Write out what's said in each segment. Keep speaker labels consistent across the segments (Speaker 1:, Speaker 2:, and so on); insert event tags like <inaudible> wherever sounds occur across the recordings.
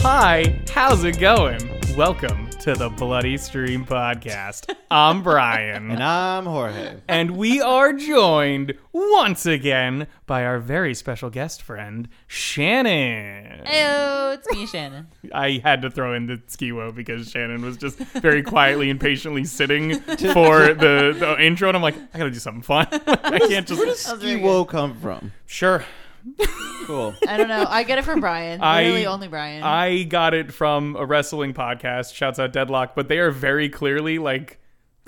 Speaker 1: Hi, how's it going? Welcome to the Bloody Stream Podcast. I'm Brian.
Speaker 2: And I'm Jorge.
Speaker 1: and we are joined once again by our very special guest friend, Shannon.
Speaker 3: Heyo, it's
Speaker 1: <laughs>
Speaker 3: me, Shannon.
Speaker 1: I had to throw in the skiwo because Shannon was just very quietly and patiently sitting for the, the intro, and I'm like, I gotta do something fun. <laughs> I can't just.
Speaker 3: That was very
Speaker 2: Skiwo come from?
Speaker 1: Sure.
Speaker 2: <laughs> Cool.
Speaker 3: good. I don't know. I get it from Brian.
Speaker 1: I-
Speaker 3: Literally only Brian.
Speaker 1: I got it from a wrestling podcast. Shouts out Deadlock, but they are very clearly like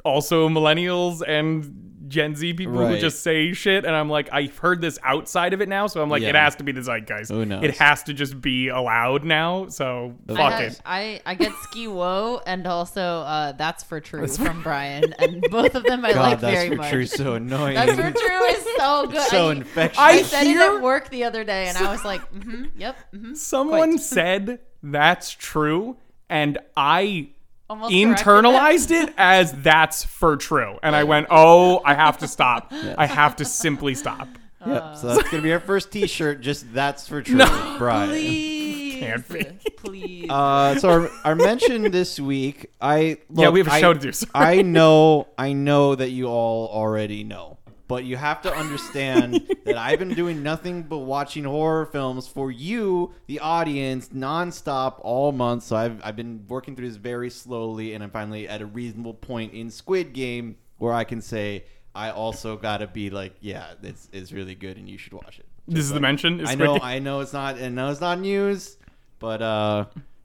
Speaker 1: also millennials and Gen Z people who
Speaker 2: Right.
Speaker 1: just say shit. And I'm like, I've heard this outside of it now, so I'm like, it
Speaker 2: Yeah.
Speaker 1: has to be the zeitgeist.
Speaker 2: Who knows?
Speaker 1: It has to just be allowed now. So
Speaker 3: I,
Speaker 1: fuck
Speaker 3: have,
Speaker 1: it.
Speaker 3: I, I get ski woe and also uh, that's for true from Brian, and both
Speaker 1: <laughs>
Speaker 3: of them I
Speaker 2: God,
Speaker 3: like
Speaker 2: that's
Speaker 3: very
Speaker 2: for
Speaker 3: much.
Speaker 2: true. So annoying.
Speaker 3: That's for true is so good.
Speaker 2: so
Speaker 3: I,
Speaker 2: infectious.
Speaker 3: I,
Speaker 1: I
Speaker 3: said it
Speaker 1: hear-
Speaker 3: at work the other day, and I was like, mm-hmm, yep, mm-hmm.
Speaker 1: Someone
Speaker 3: Quite. <laughs>
Speaker 1: said that's true, and I
Speaker 3: Almost corrected
Speaker 1: internalized it as that's for true. And I went, oh, I have to stop.
Speaker 2: <laughs>
Speaker 1: I have to simply stop.
Speaker 2: Yep, so that's gonna be our first T-shirt. Just that's for true,
Speaker 3: it.
Speaker 2: Brian.
Speaker 3: Please,
Speaker 1: Can't be.
Speaker 3: please.
Speaker 2: Uh, so our, our mention this week, I
Speaker 1: Yeah,
Speaker 2: look,
Speaker 1: we have a
Speaker 2: I-
Speaker 1: show to do, sorry.
Speaker 2: I know, I know that you all already know, but you have to
Speaker 1: <laughs>
Speaker 2: understand that I've been doing nothing but watching horror films for you, the audience, nonstop all month. So I've I've been working through this very slowly, and I'm finally at a reasonable point in Squid Game where I can say I also gotta be like, yeah, it's it's really good, and you should watch it.
Speaker 1: This is the mention. It's
Speaker 2: I know,
Speaker 1: wicked.
Speaker 2: I know it's not, and know it's not news, but uh,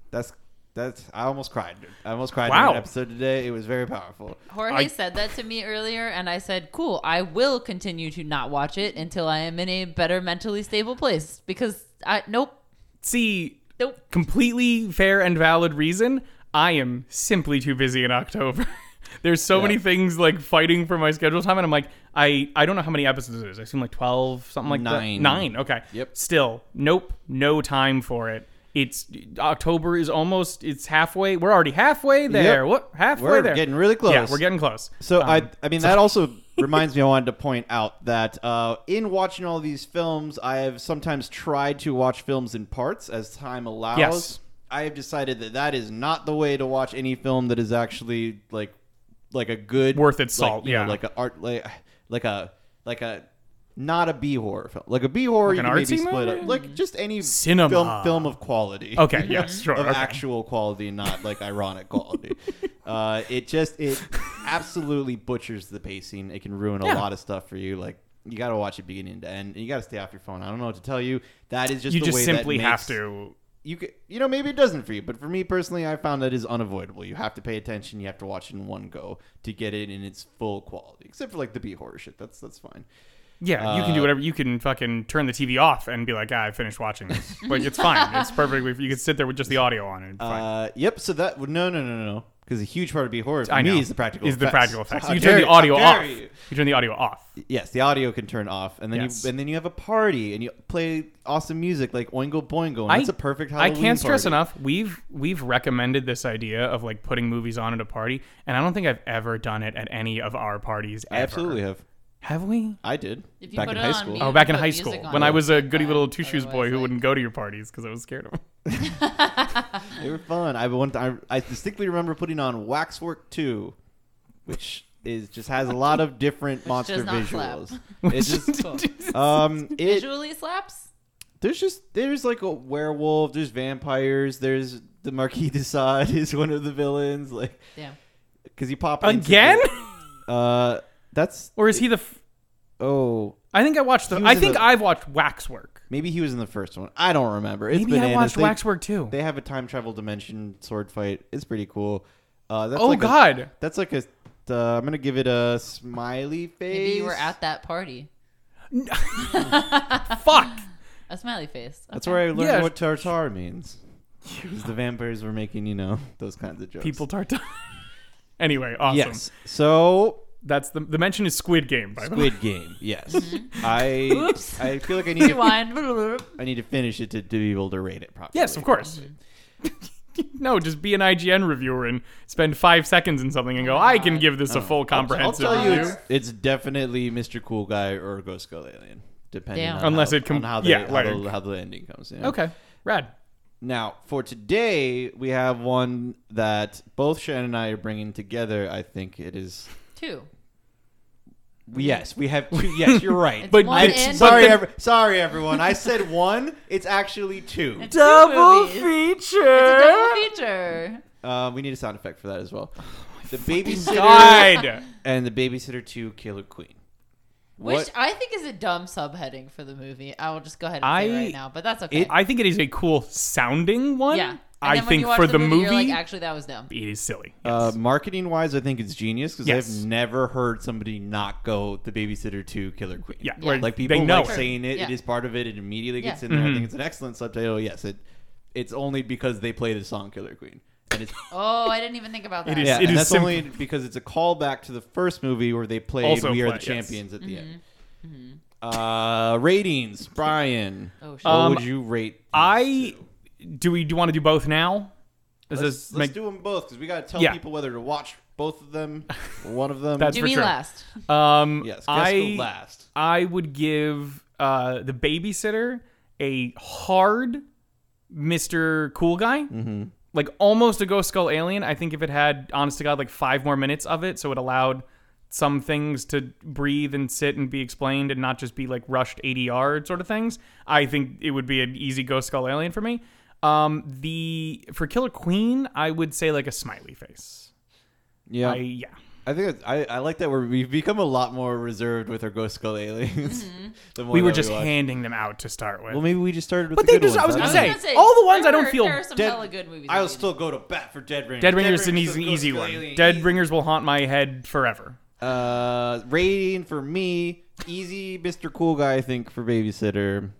Speaker 2: that's that's. I almost cried. dude. I almost cried
Speaker 1: Wow.
Speaker 2: during an episode today. It was very powerful.
Speaker 3: Jorge
Speaker 1: I-
Speaker 3: said that to me earlier, and I said, "Cool, I will continue to not watch it until I am in a better mentally stable place." Because I nope,
Speaker 1: See,
Speaker 3: nope.
Speaker 1: completely fair and valid reason. I am simply too busy in October. <laughs> There's so many things like fighting for my schedule time, and I'm like, I I don't know how many episodes it is. I assume like twelve, something like
Speaker 2: Nine.
Speaker 1: that. Nine. Okay.
Speaker 2: Yep.
Speaker 1: Still, nope, no time for it. It's October is almost. It's halfway. We're already halfway there. What halfway
Speaker 2: We're
Speaker 1: there?
Speaker 2: getting really close.
Speaker 1: Yeah, we're getting close.
Speaker 2: So
Speaker 1: Um,
Speaker 2: I, I mean, that also reminds me. I wanted to point out that uh, in watching all these films, I have sometimes tried to watch films in parts as time allows.
Speaker 1: Yes.
Speaker 2: I have decided that that is not the way to watch any film that is actually like, like a good
Speaker 1: Worth its
Speaker 2: like,
Speaker 1: salt,
Speaker 2: you know,
Speaker 1: yeah.
Speaker 2: like a art, like, like a like a not a B horror film, like a B horror. you
Speaker 1: an
Speaker 2: can maybe
Speaker 1: artsy
Speaker 2: split
Speaker 1: movie?
Speaker 2: up, like just any
Speaker 1: Cinema.
Speaker 2: film, film of quality
Speaker 1: okay.
Speaker 2: <laughs>
Speaker 1: Yes. Sure.
Speaker 2: of
Speaker 1: okay.
Speaker 2: actual quality, not like ironic quality.
Speaker 1: <laughs>
Speaker 2: Uh, it just it absolutely butchers the pacing. It can ruin a
Speaker 1: Yeah.
Speaker 2: lot of stuff for you. Like you got to watch it beginning to end, and you got to stay off your phone. I don't know what to tell you. That is just
Speaker 1: you
Speaker 2: the
Speaker 1: just
Speaker 2: way
Speaker 1: simply
Speaker 2: that
Speaker 1: have
Speaker 2: makes-
Speaker 1: to.
Speaker 2: You c- you know maybe it doesn't for you, but for me personally, I found that is unavoidable. You have to pay attention. You have to watch it in one go to get it in its full quality. Except for like the B horror shit. That's that's fine.
Speaker 1: Yeah, you can do
Speaker 2: Uh,
Speaker 1: whatever. You can fucking turn the TV off and be like, ah, I finished watching this. <laughs> like, it's fine. It's perfect. You can sit there with just the audio on and it's fine.
Speaker 2: Uh, yep. So that no no no no no because a huge part of B horror for
Speaker 1: I
Speaker 2: me
Speaker 1: know.
Speaker 2: is the practical
Speaker 1: Is the
Speaker 2: effects.
Speaker 1: practical
Speaker 2: So
Speaker 1: effects.
Speaker 2: how
Speaker 1: you turn
Speaker 2: dare-
Speaker 1: the audio
Speaker 2: how dare
Speaker 1: off. You.
Speaker 2: you?
Speaker 1: turn the audio off.
Speaker 2: Yes, the audio can turn off, and then
Speaker 1: Yes.
Speaker 2: you and then you have a party and you play awesome music like Oingo Boingo, and
Speaker 1: I-
Speaker 2: it's a perfect Halloween.
Speaker 1: I can't stress
Speaker 2: party.
Speaker 1: enough. We've we've recommended this idea of like putting movies on at a party, and I don't think I've ever done it at any of our parties.
Speaker 2: I
Speaker 1: ever.
Speaker 2: absolutely have.
Speaker 1: Have we?
Speaker 2: I did
Speaker 3: If you
Speaker 2: back
Speaker 3: put
Speaker 2: in
Speaker 3: it
Speaker 2: high
Speaker 3: on
Speaker 2: school.
Speaker 3: mute-
Speaker 1: Oh, back in
Speaker 3: put
Speaker 1: high
Speaker 3: music
Speaker 1: school
Speaker 3: on
Speaker 1: when I
Speaker 3: it.
Speaker 1: was a goody
Speaker 3: Yeah,
Speaker 1: little two shoes boy
Speaker 3: otherwise,
Speaker 1: who
Speaker 3: like-
Speaker 1: wouldn't go to your parties because I was scared of
Speaker 3: <laughs>
Speaker 1: him.
Speaker 2: They were fun. I one time, I distinctly remember putting on Waxwork Two, which is just has a lot of
Speaker 3: <laughs>
Speaker 2: different monster
Speaker 3: does not slap. <laughs>
Speaker 2: visuals. It just um it
Speaker 3: Visually slaps.
Speaker 2: there's just there's like a werewolf, there's vampires, there's the Marquis de Sade <laughs> is one of the villains, like
Speaker 3: Damn.
Speaker 2: because you pop into the-
Speaker 1: Again?
Speaker 2: Uh, that's
Speaker 1: or is he the? F-
Speaker 2: oh.
Speaker 1: I think I watched the.
Speaker 2: He was
Speaker 1: I
Speaker 2: in
Speaker 1: think
Speaker 2: the-
Speaker 1: I've watched Waxwork.
Speaker 2: Maybe he was in the first one. I don't remember. It's
Speaker 1: Maybe I
Speaker 2: bananas.
Speaker 1: watched
Speaker 2: They-
Speaker 1: Waxwork too.
Speaker 2: They have a time travel dimension sword fight. It's pretty cool. Uh, that's
Speaker 1: oh
Speaker 2: like a-
Speaker 1: God.
Speaker 2: that's like a. Uh, I'm gonna give it a smiley face.
Speaker 3: Maybe you were at that party.
Speaker 1: Fuck.
Speaker 3: A smiley face. Okay.
Speaker 2: That's where I learned
Speaker 1: Yeah.
Speaker 2: what tartar means. 'Cause the vampires were making, you know, <laughs> those kinds of jokes.
Speaker 1: People tartar. <laughs> anyway, awesome.
Speaker 2: Yes. So
Speaker 1: That's the the mention is Squid Game by the way.
Speaker 2: Squid Game.
Speaker 3: <laughs>
Speaker 2: Yes. I.
Speaker 3: Oops.
Speaker 2: I feel like I need.
Speaker 1: <laughs>
Speaker 2: To,
Speaker 3: rewind.
Speaker 2: I need to finish it to, to be able to rate it properly.
Speaker 1: Yes, of course. <laughs> no, just be an IGN reviewer and spend five seconds in something and go, I can give this a full
Speaker 2: Oh. I'll
Speaker 1: comprehensive
Speaker 2: tell you,
Speaker 1: review.
Speaker 2: it's, it's definitely Mr. Cool Guy or Ghost Skull Alien, depending
Speaker 3: Damn.
Speaker 2: on
Speaker 1: Unless
Speaker 2: how,
Speaker 1: it com-
Speaker 2: on how, they,
Speaker 1: yeah,
Speaker 2: how,
Speaker 1: like-
Speaker 2: the, how the ending comes. You know?
Speaker 1: Okay, rad.
Speaker 2: Now, for today, we have one that both Shannon and I are bringing together. I think it is.
Speaker 3: Two.
Speaker 2: Yes, we have. Two,
Speaker 1: <laughs>
Speaker 2: yes, you're right.
Speaker 3: It's
Speaker 1: But
Speaker 3: one
Speaker 1: I-
Speaker 3: and
Speaker 2: sorry,
Speaker 1: but the-
Speaker 2: ev- sorry, everyone. I said one. It's actually two.
Speaker 3: It's two
Speaker 1: Double
Speaker 3: movies. It's a double
Speaker 1: feature.
Speaker 3: feature.
Speaker 2: Uh, we need a sound effect for that as
Speaker 3: Oh,
Speaker 2: well. The babysitter
Speaker 3: <laughs>
Speaker 1: God.
Speaker 2: and the babysitter two killer queen.
Speaker 3: Which I think is a dumb subheading for the movie. I will just go ahead and say
Speaker 1: I-
Speaker 3: right now, but that's okay.
Speaker 1: I think it is a cool sounding one.
Speaker 3: yeah. And
Speaker 1: I
Speaker 3: then when
Speaker 1: think
Speaker 3: you watch
Speaker 1: for the movie,
Speaker 3: you're like, actually, that was dumb.
Speaker 1: it is silly.
Speaker 2: Uh,
Speaker 1: Yes.
Speaker 2: marketing wise, I think it's genius because
Speaker 1: Yes.
Speaker 2: I've never heard somebody not go the babysitter to Killer Queen.
Speaker 1: Yeah,
Speaker 3: Yeah.
Speaker 2: like
Speaker 1: they
Speaker 2: people
Speaker 1: know Mm-hmm.
Speaker 2: like
Speaker 1: it.
Speaker 2: saying it. It
Speaker 3: Yeah.
Speaker 2: is part of it. It immediately gets
Speaker 3: Yeah.
Speaker 2: in there. I think it's an excellent subtitle. Yes, it. It's only because they play the song Killer Queen, and
Speaker 1: <laughs>
Speaker 2: it's
Speaker 3: Oh, I didn't even think about that.
Speaker 1: It is-
Speaker 2: yeah, and
Speaker 1: is
Speaker 2: that's
Speaker 1: simple. <laughs>
Speaker 2: only because it's a callback to the first movie where they played
Speaker 1: Also
Speaker 2: "We Are
Speaker 1: play-
Speaker 2: the
Speaker 1: yes.
Speaker 2: Champions" at the end. Uh, ratings, Brian.
Speaker 3: Mm-hmm. Oh, shit.
Speaker 2: what
Speaker 1: Um,
Speaker 2: would you rate?
Speaker 1: I do we do want to do both now? Is
Speaker 2: Let's,
Speaker 1: this
Speaker 2: let's
Speaker 1: make-
Speaker 2: do them both because we gotta tell
Speaker 1: Yeah.
Speaker 2: people whether to watch both
Speaker 1: <laughs>
Speaker 2: of them, or one of them.
Speaker 1: That's
Speaker 3: Do
Speaker 1: for
Speaker 3: me
Speaker 1: sure.
Speaker 3: last.
Speaker 1: um
Speaker 2: yes. Guess
Speaker 1: I
Speaker 2: who last?
Speaker 1: I would give uh the babysitter a hard Mr. Cool Guy. Mm-hmm. Like almost a Ghost Skull Alien. I think if it had, honest to God, like five more minutes of it, so it allowed some things to breathe and sit and be explained and not just be like rushed 80 yard sort of things, I think it would be an easy Ghost Skull Alien for me. Um, the for Killer Queen, I would say like a smiley face.
Speaker 2: Yeah,
Speaker 1: I, yeah.
Speaker 2: I think it's, I, I like that we're, we've become a lot more reserved with our ghost skull aliens. <laughs> the more
Speaker 1: Mm-hmm. We were
Speaker 2: that
Speaker 1: just
Speaker 2: watch.
Speaker 1: handing them out to start with.
Speaker 2: Well, maybe we just started with.
Speaker 1: But
Speaker 2: the
Speaker 1: they
Speaker 2: good
Speaker 1: just- I
Speaker 2: ones.
Speaker 1: was gonna
Speaker 2: don't
Speaker 1: say,
Speaker 2: know.
Speaker 1: all the ones
Speaker 3: there
Speaker 1: I don't
Speaker 3: were-
Speaker 1: feel-
Speaker 3: There are some
Speaker 2: Dead-
Speaker 3: hella good movies.
Speaker 2: I'll
Speaker 3: that we
Speaker 2: still go to bat for Dead Ringers.
Speaker 1: Dead Ringers is an
Speaker 2: is
Speaker 1: easy,
Speaker 2: the Ghost
Speaker 1: easy
Speaker 2: Skull
Speaker 1: one.
Speaker 2: Alien.
Speaker 1: Dead
Speaker 2: Easy.
Speaker 1: Ringers will haunt my head forever.
Speaker 2: Uh, rating for me, easy Mr. Cool Guy. I think for babysitter,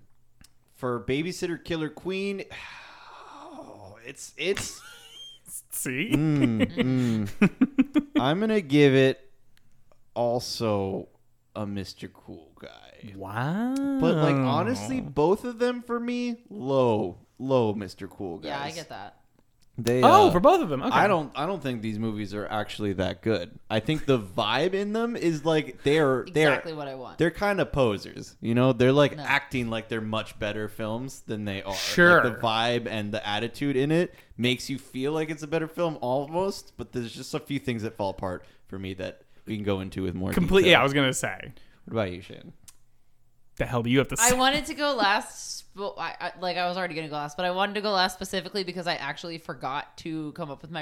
Speaker 2: for babysitter killer queen. <sighs> Oh, it's
Speaker 1: <laughs>
Speaker 2: it's.
Speaker 1: See? hmm. <laughs>
Speaker 2: Mm, mm. <laughs> I'm gonna give it also a Mr. Cool Guy.
Speaker 1: Wow.
Speaker 2: But like
Speaker 1: Oh.
Speaker 2: honestly, both of them for me low, low Mr. Cool guys.
Speaker 3: Yeah, I get that.
Speaker 2: They,
Speaker 1: Oh,
Speaker 2: uh,
Speaker 1: for both of them. Okay.
Speaker 2: I don't. I don't think these movies are actually that good. I think the vibe in them is like they're they're
Speaker 3: Exactly what I want.
Speaker 2: they're kind of posers. You know, they're like
Speaker 3: No.
Speaker 2: acting like they're much better films than they are. Like,
Speaker 1: Sure.
Speaker 2: the vibe and the attitude in it makes you feel like it's a better film almost. But there's just a few things that fall apart for me that we can go into with more.
Speaker 1: completely. Yeah, I
Speaker 2: Detail.
Speaker 1: was gonna say.
Speaker 2: What about you, Shannon?
Speaker 1: The hell do you have to <laughs>
Speaker 3: I
Speaker 1: say?
Speaker 3: wanted to go last. Well, I, I, like I was already gonna go last, but I wanted to go last specifically because I actually forgot to come up with my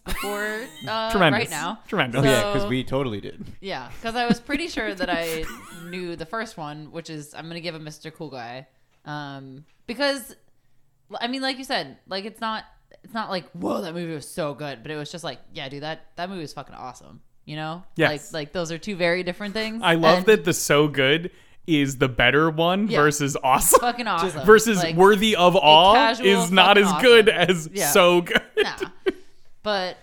Speaker 1: <laughs>
Speaker 3: before uh,
Speaker 1: Tremendous.
Speaker 3: right now.
Speaker 1: Tremendous.
Speaker 2: oh yeah, because
Speaker 3: So-
Speaker 2: we totally did.
Speaker 3: Yeah, because I was pretty sure that I knew the first one, which is I'm gonna give a Mr. Cool Guy, um, because I mean, like you said, like it's not it's not like whoa that movie was so good, but it was just like yeah, dude that that movie was fucking awesome, you know?
Speaker 1: Yes.
Speaker 3: Like like those are two very different things.
Speaker 1: I love
Speaker 3: and
Speaker 1: that the so good is the better one
Speaker 3: Yeah.
Speaker 1: versus awesome.
Speaker 3: Fucking awesome.
Speaker 1: Versus
Speaker 3: Like,
Speaker 1: worthy of awe
Speaker 3: casual
Speaker 1: is not as
Speaker 3: fucking
Speaker 1: good
Speaker 3: awesome.
Speaker 1: as
Speaker 3: Yeah.
Speaker 1: so good.
Speaker 3: <laughs> Nah. But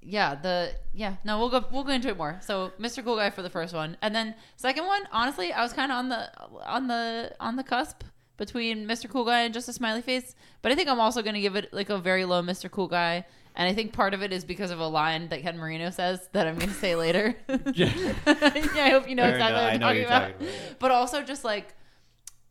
Speaker 3: yeah, the yeah, no, we'll go we'll go into it more. So Mr. Cool Guy for the first one. And then second one, honestly, I was kinda on the on the on the cusp between Mr. Cool Guy and just a smiley face. But I think I'm also gonna give it like a very low Mr. Cool Guy. And I think part of it is because of a line that Ken Marino says that I'm going to say later. <laughs> yeah. I hope you know
Speaker 2: Fair
Speaker 3: exactly
Speaker 2: enough.
Speaker 3: what
Speaker 2: I
Speaker 3: I'm
Speaker 2: know what
Speaker 3: talking
Speaker 2: you're
Speaker 3: about.
Speaker 2: talking about, yeah.
Speaker 3: But also just like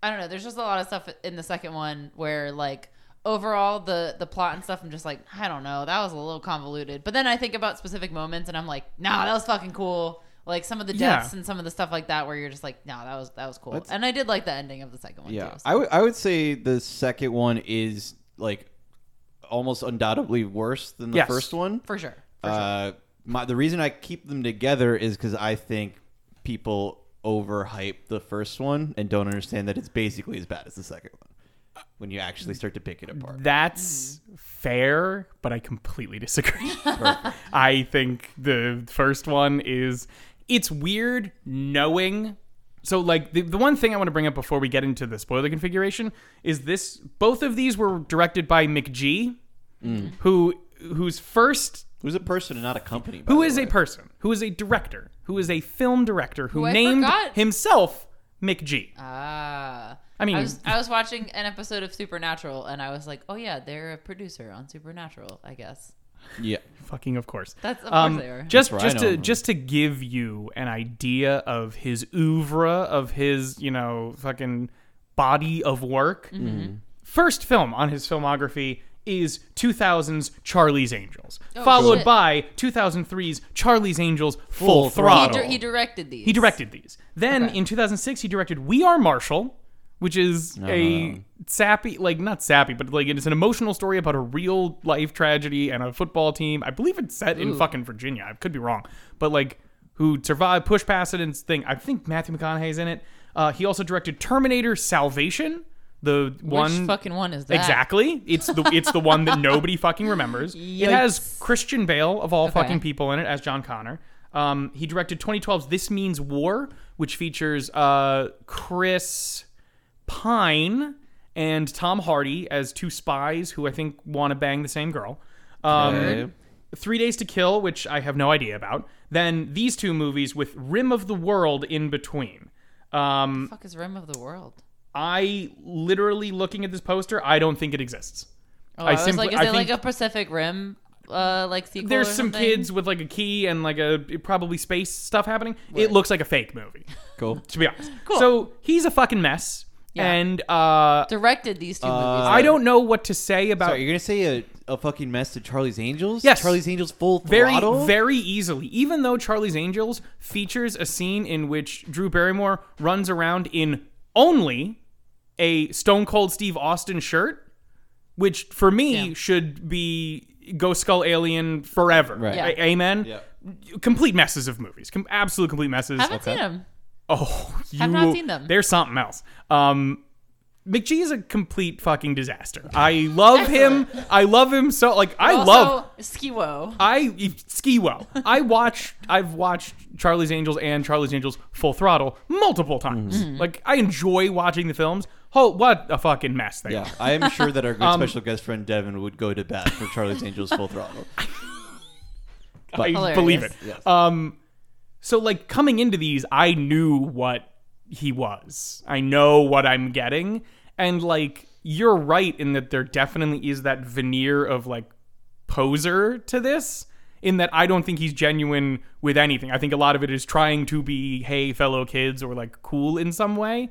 Speaker 3: I don't know. There's just a lot of stuff in the second one where like overall the the plot and stuff. I'm just like I don't know. That was a little convoluted. But then I think about specific moments and I'm like, nah, that was fucking cool. Like some of the
Speaker 1: Yeah.
Speaker 3: deaths and some of the stuff like that where you're just like, nah, that was that was cool.
Speaker 2: Let's-
Speaker 3: and I did like the ending of the second one.
Speaker 2: Yeah,
Speaker 3: too, so.
Speaker 2: I would I would say the second one is like almost undoubtedly worse than the
Speaker 1: Yes.
Speaker 2: first one.
Speaker 3: for sure. For sure.
Speaker 2: Uh, my, the reason I keep them together is because I think people overhype the first one and don't understand that it's basically as bad as the second one when you actually start to pick it apart.
Speaker 1: That's fair, but I completely disagree. I think the first one is it's weird knowing. So like the, the one thing I want to bring up before we get into the spoiler configuration is this both of these were directed by McG who whose first
Speaker 2: Who's a person and not a company?
Speaker 1: who is a person, who is a director, who is a film director who,
Speaker 3: Who I
Speaker 1: named
Speaker 3: forgot.
Speaker 1: himself McG.
Speaker 3: Ah.
Speaker 1: I mean-
Speaker 3: I was, I was watching an episode of Supernatural, and I was like, "Oh yeah, they're a producer on Supernatural, I guess."
Speaker 2: yeah.
Speaker 1: Fucking of course. Um,
Speaker 3: That's of course they are.
Speaker 1: Just
Speaker 2: That's where I
Speaker 1: just
Speaker 2: know
Speaker 1: to
Speaker 2: him.
Speaker 1: just to give you an idea of
Speaker 3: Mm-hmm.
Speaker 1: his oeuvre, of his you know fucking body of work. first film on his filmography is 2000's Charlie's Angels, followed
Speaker 3: Oh, shit.
Speaker 1: by 2003's Charlie's Angels Full, Throttle.
Speaker 3: He, dir- he directed these.
Speaker 1: He directed these. Then in 2006, he directed We Are Marshall, which is a sappy, like not sappy, but like it's an emotional story about a real life tragedy and a football team. I believe it's set in fucking Virginia. I could be wrong, but like who survived, push past it, and thing. I think Matthew McConaughey's in it. Uh, he also directed Terminator Salvation, the
Speaker 3: Which
Speaker 1: one
Speaker 3: fucking one is that?
Speaker 1: Exactly. It's the it's the one that nobody fucking remembers. It has Christian Bale of all fucking people in it as John Connor. Um, he directed 2012's This Means War, which features uh, Chris Pine and Tom Hardy as two spies who I think want to bang the same girl. Um,
Speaker 2: Okay.
Speaker 1: Three Days to Kill, which I have no idea about. Then these two movies with Rim of the World in between. Um,
Speaker 3: Fuck is Rim of the World.
Speaker 1: I literally looking at this poster, I don't think it exists.
Speaker 3: Oh, I, was
Speaker 1: simply-
Speaker 3: like, is
Speaker 1: I
Speaker 3: it like
Speaker 1: think-
Speaker 3: a Pacific Rim uh, like sequel?
Speaker 1: There's
Speaker 3: or
Speaker 1: some
Speaker 3: something?
Speaker 1: kids with like a key and like a probably space stuff happening. It looks like a fake movie, <laughs>
Speaker 2: Cool.
Speaker 1: to be
Speaker 3: <laughs>
Speaker 1: honest. So he's a fucking mess,
Speaker 3: Yeah.
Speaker 1: and uh,
Speaker 3: directed these two movies.
Speaker 1: I don't know what to say about
Speaker 2: Sorry, you're gonna say a, a fucking mess to Charlie's Angels?
Speaker 1: Yes.
Speaker 2: Charlie's Angels full
Speaker 1: very
Speaker 2: throttle.
Speaker 1: very easily. Even though Charlie's Angels features a scene in which Drew Barrymore runs around in only a Stone Cold Steve Austin shirt, which for me
Speaker 3: Yeah.
Speaker 1: should be Go Skull Alien forever.
Speaker 2: Right.
Speaker 3: Yeah.
Speaker 1: A- amen.
Speaker 2: Yeah.
Speaker 1: Complete messes of movies. Com- absolute complete messes.
Speaker 3: haven't seen them.
Speaker 1: Oh, you,
Speaker 3: Have not seen them.
Speaker 1: They're something else. Um, McGee is a complete fucking disaster.
Speaker 3: <laughs>
Speaker 1: I love him. I love him so. Like I
Speaker 3: also,
Speaker 1: love.
Speaker 3: Skiwo.
Speaker 1: I ski
Speaker 3: <laughs>
Speaker 1: well. I watch. I've watched Charlie's Angels and Charlie's Angels Full Throttle multiple times.
Speaker 3: Mm-hmm.
Speaker 1: Like I enjoy watching the films. Oh, what a fucking mess they
Speaker 2: Yeah,
Speaker 1: are.
Speaker 2: I am sure that
Speaker 1: <laughs>
Speaker 2: our good
Speaker 1: Um,
Speaker 2: special guest friend Devin would go to bat for Charlie's Angels full throttle.
Speaker 1: I
Speaker 3: Hilarious.
Speaker 1: believe it. Um,
Speaker 2: Yes.
Speaker 1: So like coming into these, I knew what he was. I know what I'm getting, and like you're right in that there definitely is that veneer of like poser to this. In that I don't think he's genuine with anything. I think a lot of it is trying to be, hey, fellow kids, or like cool in some way.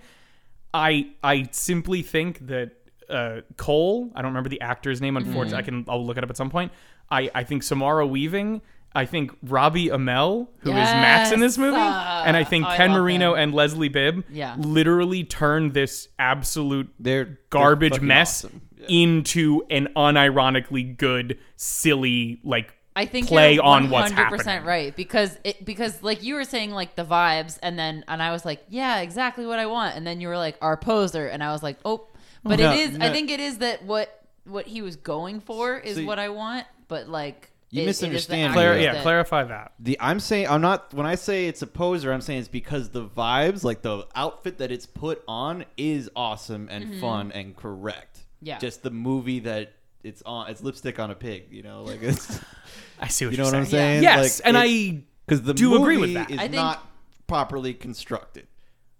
Speaker 1: I I simply think that uh, Cole, I don't remember the actor's name, unfortunately.
Speaker 3: Mm.
Speaker 1: I can I'll look it up at some point. I I think Samara Weaving. I think Robbie Amell, who is Max in this
Speaker 3: Yes.
Speaker 1: movie, and I think
Speaker 3: Oh, I
Speaker 1: Ken
Speaker 3: love
Speaker 1: Marino
Speaker 3: him.
Speaker 1: and Leslie Bibb,
Speaker 3: Yeah.
Speaker 1: literally turned this absolute
Speaker 2: they're
Speaker 1: garbage
Speaker 2: they're fucking
Speaker 1: mess
Speaker 2: awesome. Yeah.
Speaker 1: into an unironically good, silly like
Speaker 3: I think
Speaker 1: play
Speaker 3: you're
Speaker 1: on what's
Speaker 3: 100%
Speaker 1: happening.
Speaker 3: right because it because like you were saying like the vibes and then and I was like yeah exactly what I want and then you were like our poser and I was like oh but
Speaker 2: No,
Speaker 3: it is I
Speaker 2: no.
Speaker 3: think it is that what what he was going for is
Speaker 2: See-
Speaker 3: what I want but like
Speaker 2: You
Speaker 3: it- it is the
Speaker 2: misunderstand.
Speaker 3: actors
Speaker 1: Clar-
Speaker 2: Claire-
Speaker 1: yeah,
Speaker 3: that-
Speaker 1: clarify that.
Speaker 2: The I'm saying I'm not when I say it's a poser, I'm saying it's because the vibes, like the outfit that it's put on, is awesome and fun and correct.
Speaker 3: Mm-hmm. Yeah.
Speaker 2: Just the movie that it's on, it's lipstick on a pig. You know,
Speaker 3: <laughs>
Speaker 2: like it's
Speaker 1: I see what
Speaker 2: you
Speaker 1: you
Speaker 2: know
Speaker 1: are
Speaker 2: what I'm
Speaker 1: saying.
Speaker 2: saying.
Speaker 1: Yes, and I
Speaker 2: because the
Speaker 1: do
Speaker 2: movie
Speaker 1: agree with that.
Speaker 2: is
Speaker 3: I think-
Speaker 2: not properly constructed.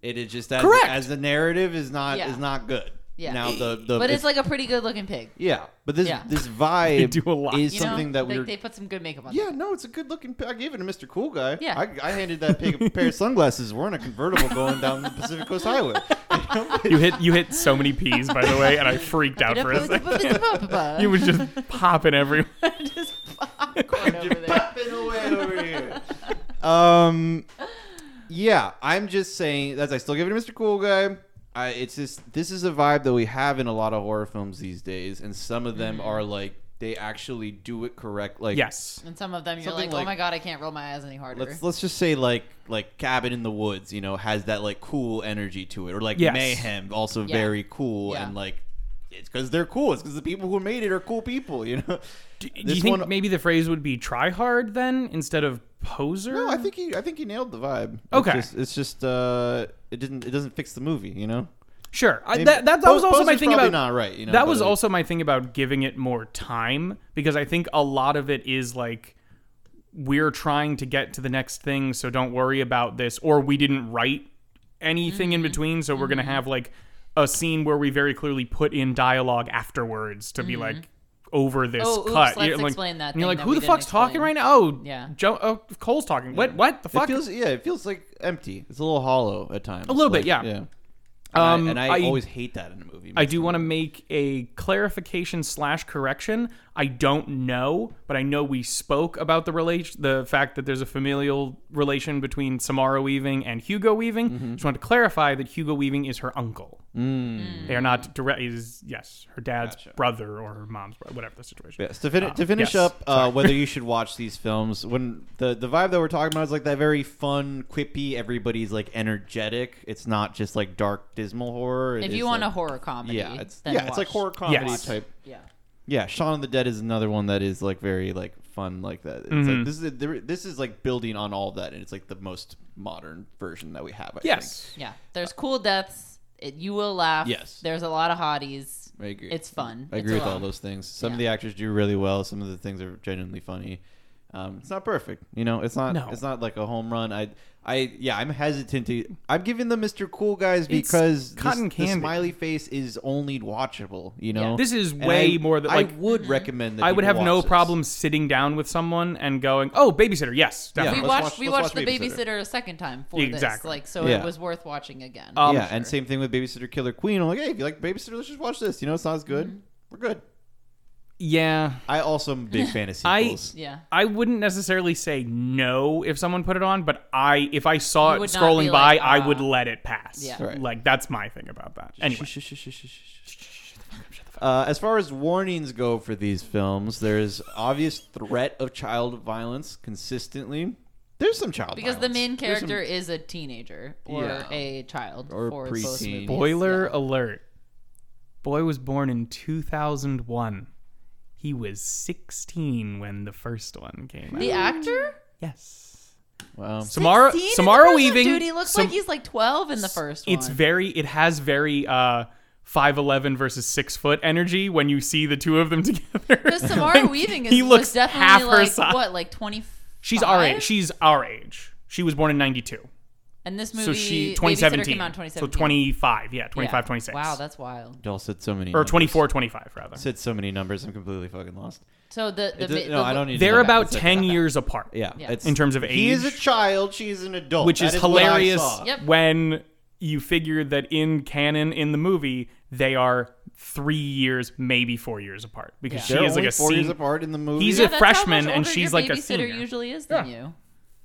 Speaker 2: It is just as,
Speaker 1: Correct.
Speaker 2: as the narrative is not
Speaker 3: Yeah.
Speaker 2: is not good.
Speaker 3: Yeah.
Speaker 2: Now the the
Speaker 3: but it's like a pretty good looking pig
Speaker 2: yeah, but this
Speaker 3: Yeah.
Speaker 1: <laughs>
Speaker 2: this vibe
Speaker 1: do a lot.
Speaker 2: is
Speaker 3: you
Speaker 2: something
Speaker 3: know
Speaker 2: that
Speaker 3: like
Speaker 2: we're
Speaker 3: they put some good makeup on
Speaker 2: Yeah, no, it's a good looking. pa- I gave it to Mr. Cool Guy.
Speaker 3: Yeah.
Speaker 2: I, I handed that pig
Speaker 3: <laughs>
Speaker 2: a pair of sunglasses. We're in a convertible going down the Pacific Coast
Speaker 3: <laughs>
Speaker 2: Highway.
Speaker 1: <laughs>
Speaker 2: <laughs>
Speaker 1: You hit you hit so many peas, by the way, and
Speaker 3: <laughs>
Speaker 1: I freaked out for a second. It
Speaker 2: <laughs>
Speaker 3: you
Speaker 1: was just popping everywhere.
Speaker 3: <laughs> just popcorn over there
Speaker 2: Popping away over here. Um, yeah, I'm just saying that I still give it to Mr. Cool Guy. I, it's just this is a vibe that we have in a lot of horror films these days, and some of them
Speaker 3: Mm.
Speaker 2: are like they actually do it correct. Like
Speaker 1: Yes.
Speaker 3: and some of them you're
Speaker 2: Something
Speaker 3: like,
Speaker 2: like-
Speaker 3: oh my god I can't roll my eyes any harder
Speaker 2: Let's let's just say like like Cabin in the Woods, you know, has that like cool energy to it, or like
Speaker 1: Yes.
Speaker 2: Mayhem, also
Speaker 3: Yeah.
Speaker 2: very cool
Speaker 3: Yeah.
Speaker 2: and like it's because they're cool. It's because the people who made it are cool people, you know.
Speaker 1: Do, do
Speaker 2: This
Speaker 1: you think
Speaker 2: one-
Speaker 1: maybe the phrase would be try hard then instead of poser?
Speaker 2: <laughs> No, I think you I think you nailed the vibe. It's
Speaker 1: Okay.
Speaker 2: just- it's just uh, it didn't it doesn't fix the movie, you know.
Speaker 1: Sure. I,
Speaker 2: Maybe-
Speaker 1: that that, that was
Speaker 2: Bo-
Speaker 1: also my
Speaker 2: Bowser's
Speaker 1: thing
Speaker 2: probably
Speaker 1: about
Speaker 2: not right, you know,
Speaker 1: that
Speaker 2: but,
Speaker 1: was
Speaker 2: like-
Speaker 1: also my thing about giving it more time because I think a lot of it is like we're trying to get to the next thing, so don't worry about this, or we didn't write anything
Speaker 3: Mm-hmm.
Speaker 1: in between, so we're gonna have like a scene where we very clearly put in dialogue afterwards to be like over this
Speaker 3: Mm-hmm. Oh, oops,
Speaker 1: cut.
Speaker 3: let's
Speaker 1: You're like-
Speaker 3: explain that
Speaker 1: And you're like,
Speaker 3: thing that
Speaker 1: who
Speaker 3: we
Speaker 1: the
Speaker 3: didn't
Speaker 1: fuck's talking
Speaker 3: explain."
Speaker 1: right now? Oh,
Speaker 3: Yeah.
Speaker 1: Joe. Oh, Cole's talking. What? What the fuck?
Speaker 2: It feels yeah, it feels like empty. It's a little hollow at times.
Speaker 1: little bit,
Speaker 2: Like,
Speaker 1: yeah. Um,
Speaker 2: and I,
Speaker 1: I-
Speaker 2: always hate that in a movie.
Speaker 1: I do want to make a clarification slash correction. I don't know, but I know we spoke about the relation, the fact that there's a familial relation between Samara Weaving and Hugo Weaving. Just want to clarify that Hugo Weaving is her uncle. They are not direct. Is yes, her dad's brother or her mom's brother, whatever the situation.
Speaker 2: Yes, to, fin- to finish
Speaker 1: yes.
Speaker 2: up, uh,
Speaker 1: <laughs>
Speaker 2: whether you should watch these films, when the the vibe that we're talking about is like that very fun, quippy. Everybody's like energetic. It's not just like dark, dismal horror.
Speaker 3: If
Speaker 2: It is,
Speaker 3: you want a
Speaker 2: like,
Speaker 3: horror comedy,
Speaker 2: yeah, it's
Speaker 3: then
Speaker 2: yeah, it's like
Speaker 3: watch.
Speaker 2: horror comedy
Speaker 1: Yes.
Speaker 2: type.
Speaker 3: Yeah.
Speaker 2: Yeah, Shaun of the Dead is another one that is like very like fun like that. It's
Speaker 1: Mm-hmm.
Speaker 2: like this is there- this is like building on all of that, and it's like the most modern version that we have. I
Speaker 1: Yes.
Speaker 3: Yeah. There's cool deaths. It, you will laugh.
Speaker 2: Yes.
Speaker 3: There's a lot of hotties.
Speaker 2: think. I agree.
Speaker 3: It's fun.
Speaker 2: I
Speaker 3: It's
Speaker 2: agree
Speaker 3: a
Speaker 2: with
Speaker 3: lot.
Speaker 2: all those things. Some of
Speaker 3: Yeah.
Speaker 2: the actors do really well. Some of the things are genuinely funny. Um, it's not perfect, you know. It's not.
Speaker 1: No.
Speaker 2: It's not like a home run. I, I, yeah. I'm hesitant to. I'm giving the Mr. Cool guys
Speaker 1: It's
Speaker 2: because this-
Speaker 1: cotton
Speaker 2: the
Speaker 1: candy.
Speaker 2: smiley face is only watchable. You know,
Speaker 1: This is
Speaker 2: And
Speaker 1: way
Speaker 2: I-
Speaker 1: more than
Speaker 2: I
Speaker 1: like.
Speaker 2: would recommend. That
Speaker 1: I would
Speaker 2: people
Speaker 1: have no
Speaker 2: watch this.
Speaker 1: problem sitting down with someone and going, "Oh, babysitter, yes,
Speaker 2: Yeah.
Speaker 3: We
Speaker 1: definitely."
Speaker 2: let's
Speaker 3: watched
Speaker 2: watch-
Speaker 3: we
Speaker 2: let's
Speaker 3: watched
Speaker 2: watch
Speaker 3: the
Speaker 2: Babysitter.
Speaker 3: babysitter. a second time for this.
Speaker 1: Exactly.
Speaker 3: Like so
Speaker 2: Yeah.
Speaker 3: it was worth watching again.
Speaker 1: Um,
Speaker 2: yeah, and same thing with Babysitter Killer Queen. I'm like, hey, if you like Babysitter, let's just watch this. You know, it's not as good.
Speaker 3: Mm-hmm.
Speaker 2: We're good.
Speaker 1: yeah.
Speaker 2: I also am
Speaker 1: <laughs>
Speaker 2: a big fan of
Speaker 1: I-
Speaker 2: sequels.
Speaker 3: yeah.
Speaker 1: I wouldn't necessarily say no if someone put it on, but I if I saw
Speaker 3: You
Speaker 1: it
Speaker 3: would not
Speaker 1: scrolling
Speaker 3: be
Speaker 1: by,
Speaker 3: like,
Speaker 1: I would
Speaker 3: "Ah."
Speaker 1: let it pass.
Speaker 3: Yeah.
Speaker 2: Right.
Speaker 1: Like that's my thing about that. Anyway,
Speaker 2: Shh, shh, shh, shh, shh, shh, shh. Uh, as far as warnings go for these films, there's obvious threat of child violence consistently. There's some child
Speaker 3: Because the
Speaker 2: violence.
Speaker 3: main
Speaker 2: There's some-
Speaker 3: character is a teenager or
Speaker 2: Yeah.
Speaker 3: a child
Speaker 2: Or
Speaker 3: for both
Speaker 2: preteen.
Speaker 3: movies.
Speaker 1: spoiler alert. Boy was born in 2001. He was 16 when the first one came out.
Speaker 3: The actor?
Speaker 1: Yes.
Speaker 2: Wow.
Speaker 1: Samara
Speaker 3: 16 in the
Speaker 1: Samara
Speaker 3: first one?
Speaker 1: Weaving.
Speaker 3: Dude, he looks
Speaker 1: Sam-
Speaker 3: like he's like 12 in the first
Speaker 1: It's
Speaker 3: one.
Speaker 1: very it has very uh 5'11 versus 6 foot energy when you see the two of them <laughs> together.
Speaker 3: Because
Speaker 1: <laughs>
Speaker 3: Samara
Speaker 1: Like,
Speaker 3: Weaving is
Speaker 1: he
Speaker 3: was
Speaker 1: looks
Speaker 3: definitely
Speaker 1: half her
Speaker 3: like
Speaker 1: size.
Speaker 3: what, like 20.
Speaker 1: She's our age. She's our age. She was born in 92.
Speaker 3: and this movie
Speaker 1: So she
Speaker 3: Babysitter
Speaker 1: 2017.
Speaker 3: came out in
Speaker 1: So
Speaker 3: 2017.
Speaker 1: 25, yeah,
Speaker 3: Yeah.
Speaker 1: 25, 26.
Speaker 3: Wow, that's wild.
Speaker 2: Y'all said so many
Speaker 1: or
Speaker 2: numbers.
Speaker 1: 24, 25 rather.
Speaker 2: Said so many numbers. I'm completely fucking lost.
Speaker 3: So the the,
Speaker 2: It does-
Speaker 3: the-
Speaker 2: no, I don't e- need. to
Speaker 1: They're
Speaker 2: go back.
Speaker 1: about
Speaker 2: It's like-
Speaker 1: 10 years apart.
Speaker 2: Yeah,
Speaker 3: Yeah.
Speaker 2: it's-
Speaker 1: In terms of
Speaker 2: he is a
Speaker 1: age.
Speaker 2: child. She's an adult,
Speaker 1: Which
Speaker 2: That
Speaker 1: is
Speaker 2: what I
Speaker 1: hilarious
Speaker 2: saw.
Speaker 3: Yep.
Speaker 1: when you figure that in canon in the movie they are 3 years, maybe 4 years apart because
Speaker 2: They're
Speaker 1: she is like
Speaker 2: only
Speaker 1: a
Speaker 2: four years
Speaker 1: senior.
Speaker 2: apart in the movie.
Speaker 1: He's
Speaker 3: Yeah,
Speaker 1: a
Speaker 3: that's how much
Speaker 1: freshman and
Speaker 3: older
Speaker 1: she's
Speaker 3: your
Speaker 1: like a
Speaker 3: babysitter
Speaker 1: senior.
Speaker 3: usually is than you.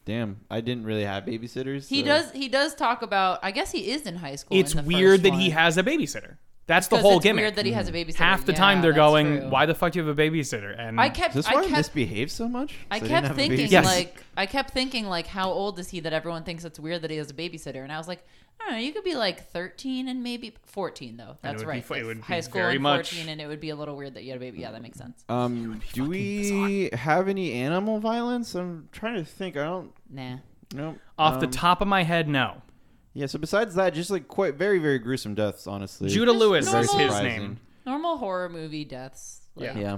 Speaker 2: Damn, I didn't really have babysitters.
Speaker 3: He
Speaker 2: so-
Speaker 3: does. He does talk about. I guess he is in high school.
Speaker 1: It's
Speaker 3: in the
Speaker 1: weird
Speaker 3: first
Speaker 1: that he
Speaker 3: one.
Speaker 1: has a babysitter. That's the
Speaker 3: 'Cause
Speaker 1: whole
Speaker 3: it's
Speaker 1: gimmick. Mm-hmm.
Speaker 3: Weird that he has a babysitter.
Speaker 1: Half the
Speaker 3: Yeah,
Speaker 1: time they're
Speaker 3: that's
Speaker 1: going,
Speaker 3: true.
Speaker 1: "Why the fuck do you have a babysitter?" And
Speaker 3: I kept.
Speaker 2: Is this
Speaker 3: I
Speaker 2: why I
Speaker 3: kept.
Speaker 2: misbehaved so much?
Speaker 3: I
Speaker 2: So didn't
Speaker 3: kept
Speaker 2: have a
Speaker 3: thinking
Speaker 2: babysitter?
Speaker 3: like I kept thinking like how old is he that everyone thinks it's weird that he has a babysitter and I was like I don't know you could be like 13 and maybe 14 though
Speaker 1: it
Speaker 3: that's
Speaker 1: would be
Speaker 3: right
Speaker 1: fu- it
Speaker 3: like,
Speaker 1: would be
Speaker 3: high school
Speaker 1: very
Speaker 3: and
Speaker 1: much-
Speaker 3: 14 and it would be a little weird that you had a baby yeah that makes sense
Speaker 2: Um, do we have any animal violence? I'm trying to think. I don't
Speaker 3: nah
Speaker 2: know.
Speaker 1: off the
Speaker 2: Um,
Speaker 1: top of my head, no.
Speaker 2: Yeah. So besides that, just like quite very very gruesome deaths, honestly.
Speaker 1: Judah
Speaker 3: Just
Speaker 1: Lewis
Speaker 3: normal-
Speaker 1: is his
Speaker 2: surprising.
Speaker 1: name.
Speaker 3: normal horror movie deaths like,
Speaker 2: Yeah.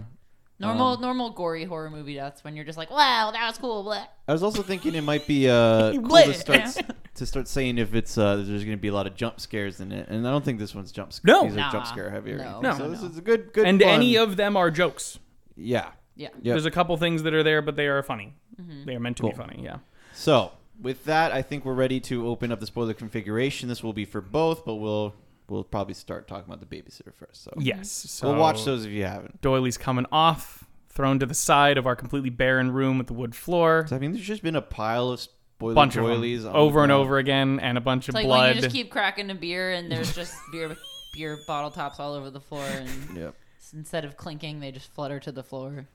Speaker 3: normal normal gory horror movie deaths when you're just like wow that was cool blah.
Speaker 2: I was also thinking it might be
Speaker 1: <laughs>
Speaker 2: uh cool to
Speaker 1: What?
Speaker 2: start to start saying if it's uh there's gonna be a lot of jump scares in it, and I don't think this one's jump scares.
Speaker 1: No.
Speaker 2: These are
Speaker 3: Nah.
Speaker 2: jump scare heavy. or
Speaker 3: No.
Speaker 2: anything.
Speaker 1: No.
Speaker 2: So this is a good good.
Speaker 1: And
Speaker 2: fun-
Speaker 1: any of them are jokes.
Speaker 2: yeah.
Speaker 3: yeah
Speaker 2: Yep.
Speaker 1: There's a couple things that are there, but they are funny.
Speaker 3: Mm-hmm.
Speaker 1: They are meant to be
Speaker 2: Cool.
Speaker 1: funny. Yeah.
Speaker 2: So with that, I think we're ready to open up the spoiler configuration. This will be for both, but we'll we'll probably start talking about the babysitter first. So
Speaker 3: Mm-hmm.
Speaker 1: Yes. So
Speaker 2: we'll watch those if you haven't.
Speaker 1: Doiley's coming off, thrown to the side of our completely barren room with the wood floor.
Speaker 2: So, I mean, there's just been a pile of spoiler
Speaker 1: bunch of
Speaker 2: doilies
Speaker 1: them,
Speaker 2: on the
Speaker 1: over and
Speaker 2: ground.
Speaker 1: over again, and a bunch of
Speaker 3: it's like when
Speaker 1: blood.
Speaker 3: you just keep cracking a beer and
Speaker 1: <laughs>
Speaker 3: there's just beer beer bottle tops all over the floor and
Speaker 2: Yep.
Speaker 3: instead of clinking they just flutter to the floor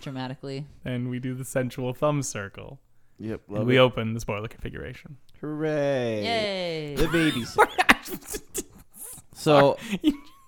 Speaker 3: dramatically
Speaker 1: and we do the sensual thumb circle.
Speaker 2: Yep.
Speaker 1: And
Speaker 2: Love
Speaker 1: we
Speaker 2: it.
Speaker 1: open the spoiler configuration.
Speaker 2: Hooray!
Speaker 3: yay
Speaker 2: The
Speaker 1: <laughs>
Speaker 2: babysitter. so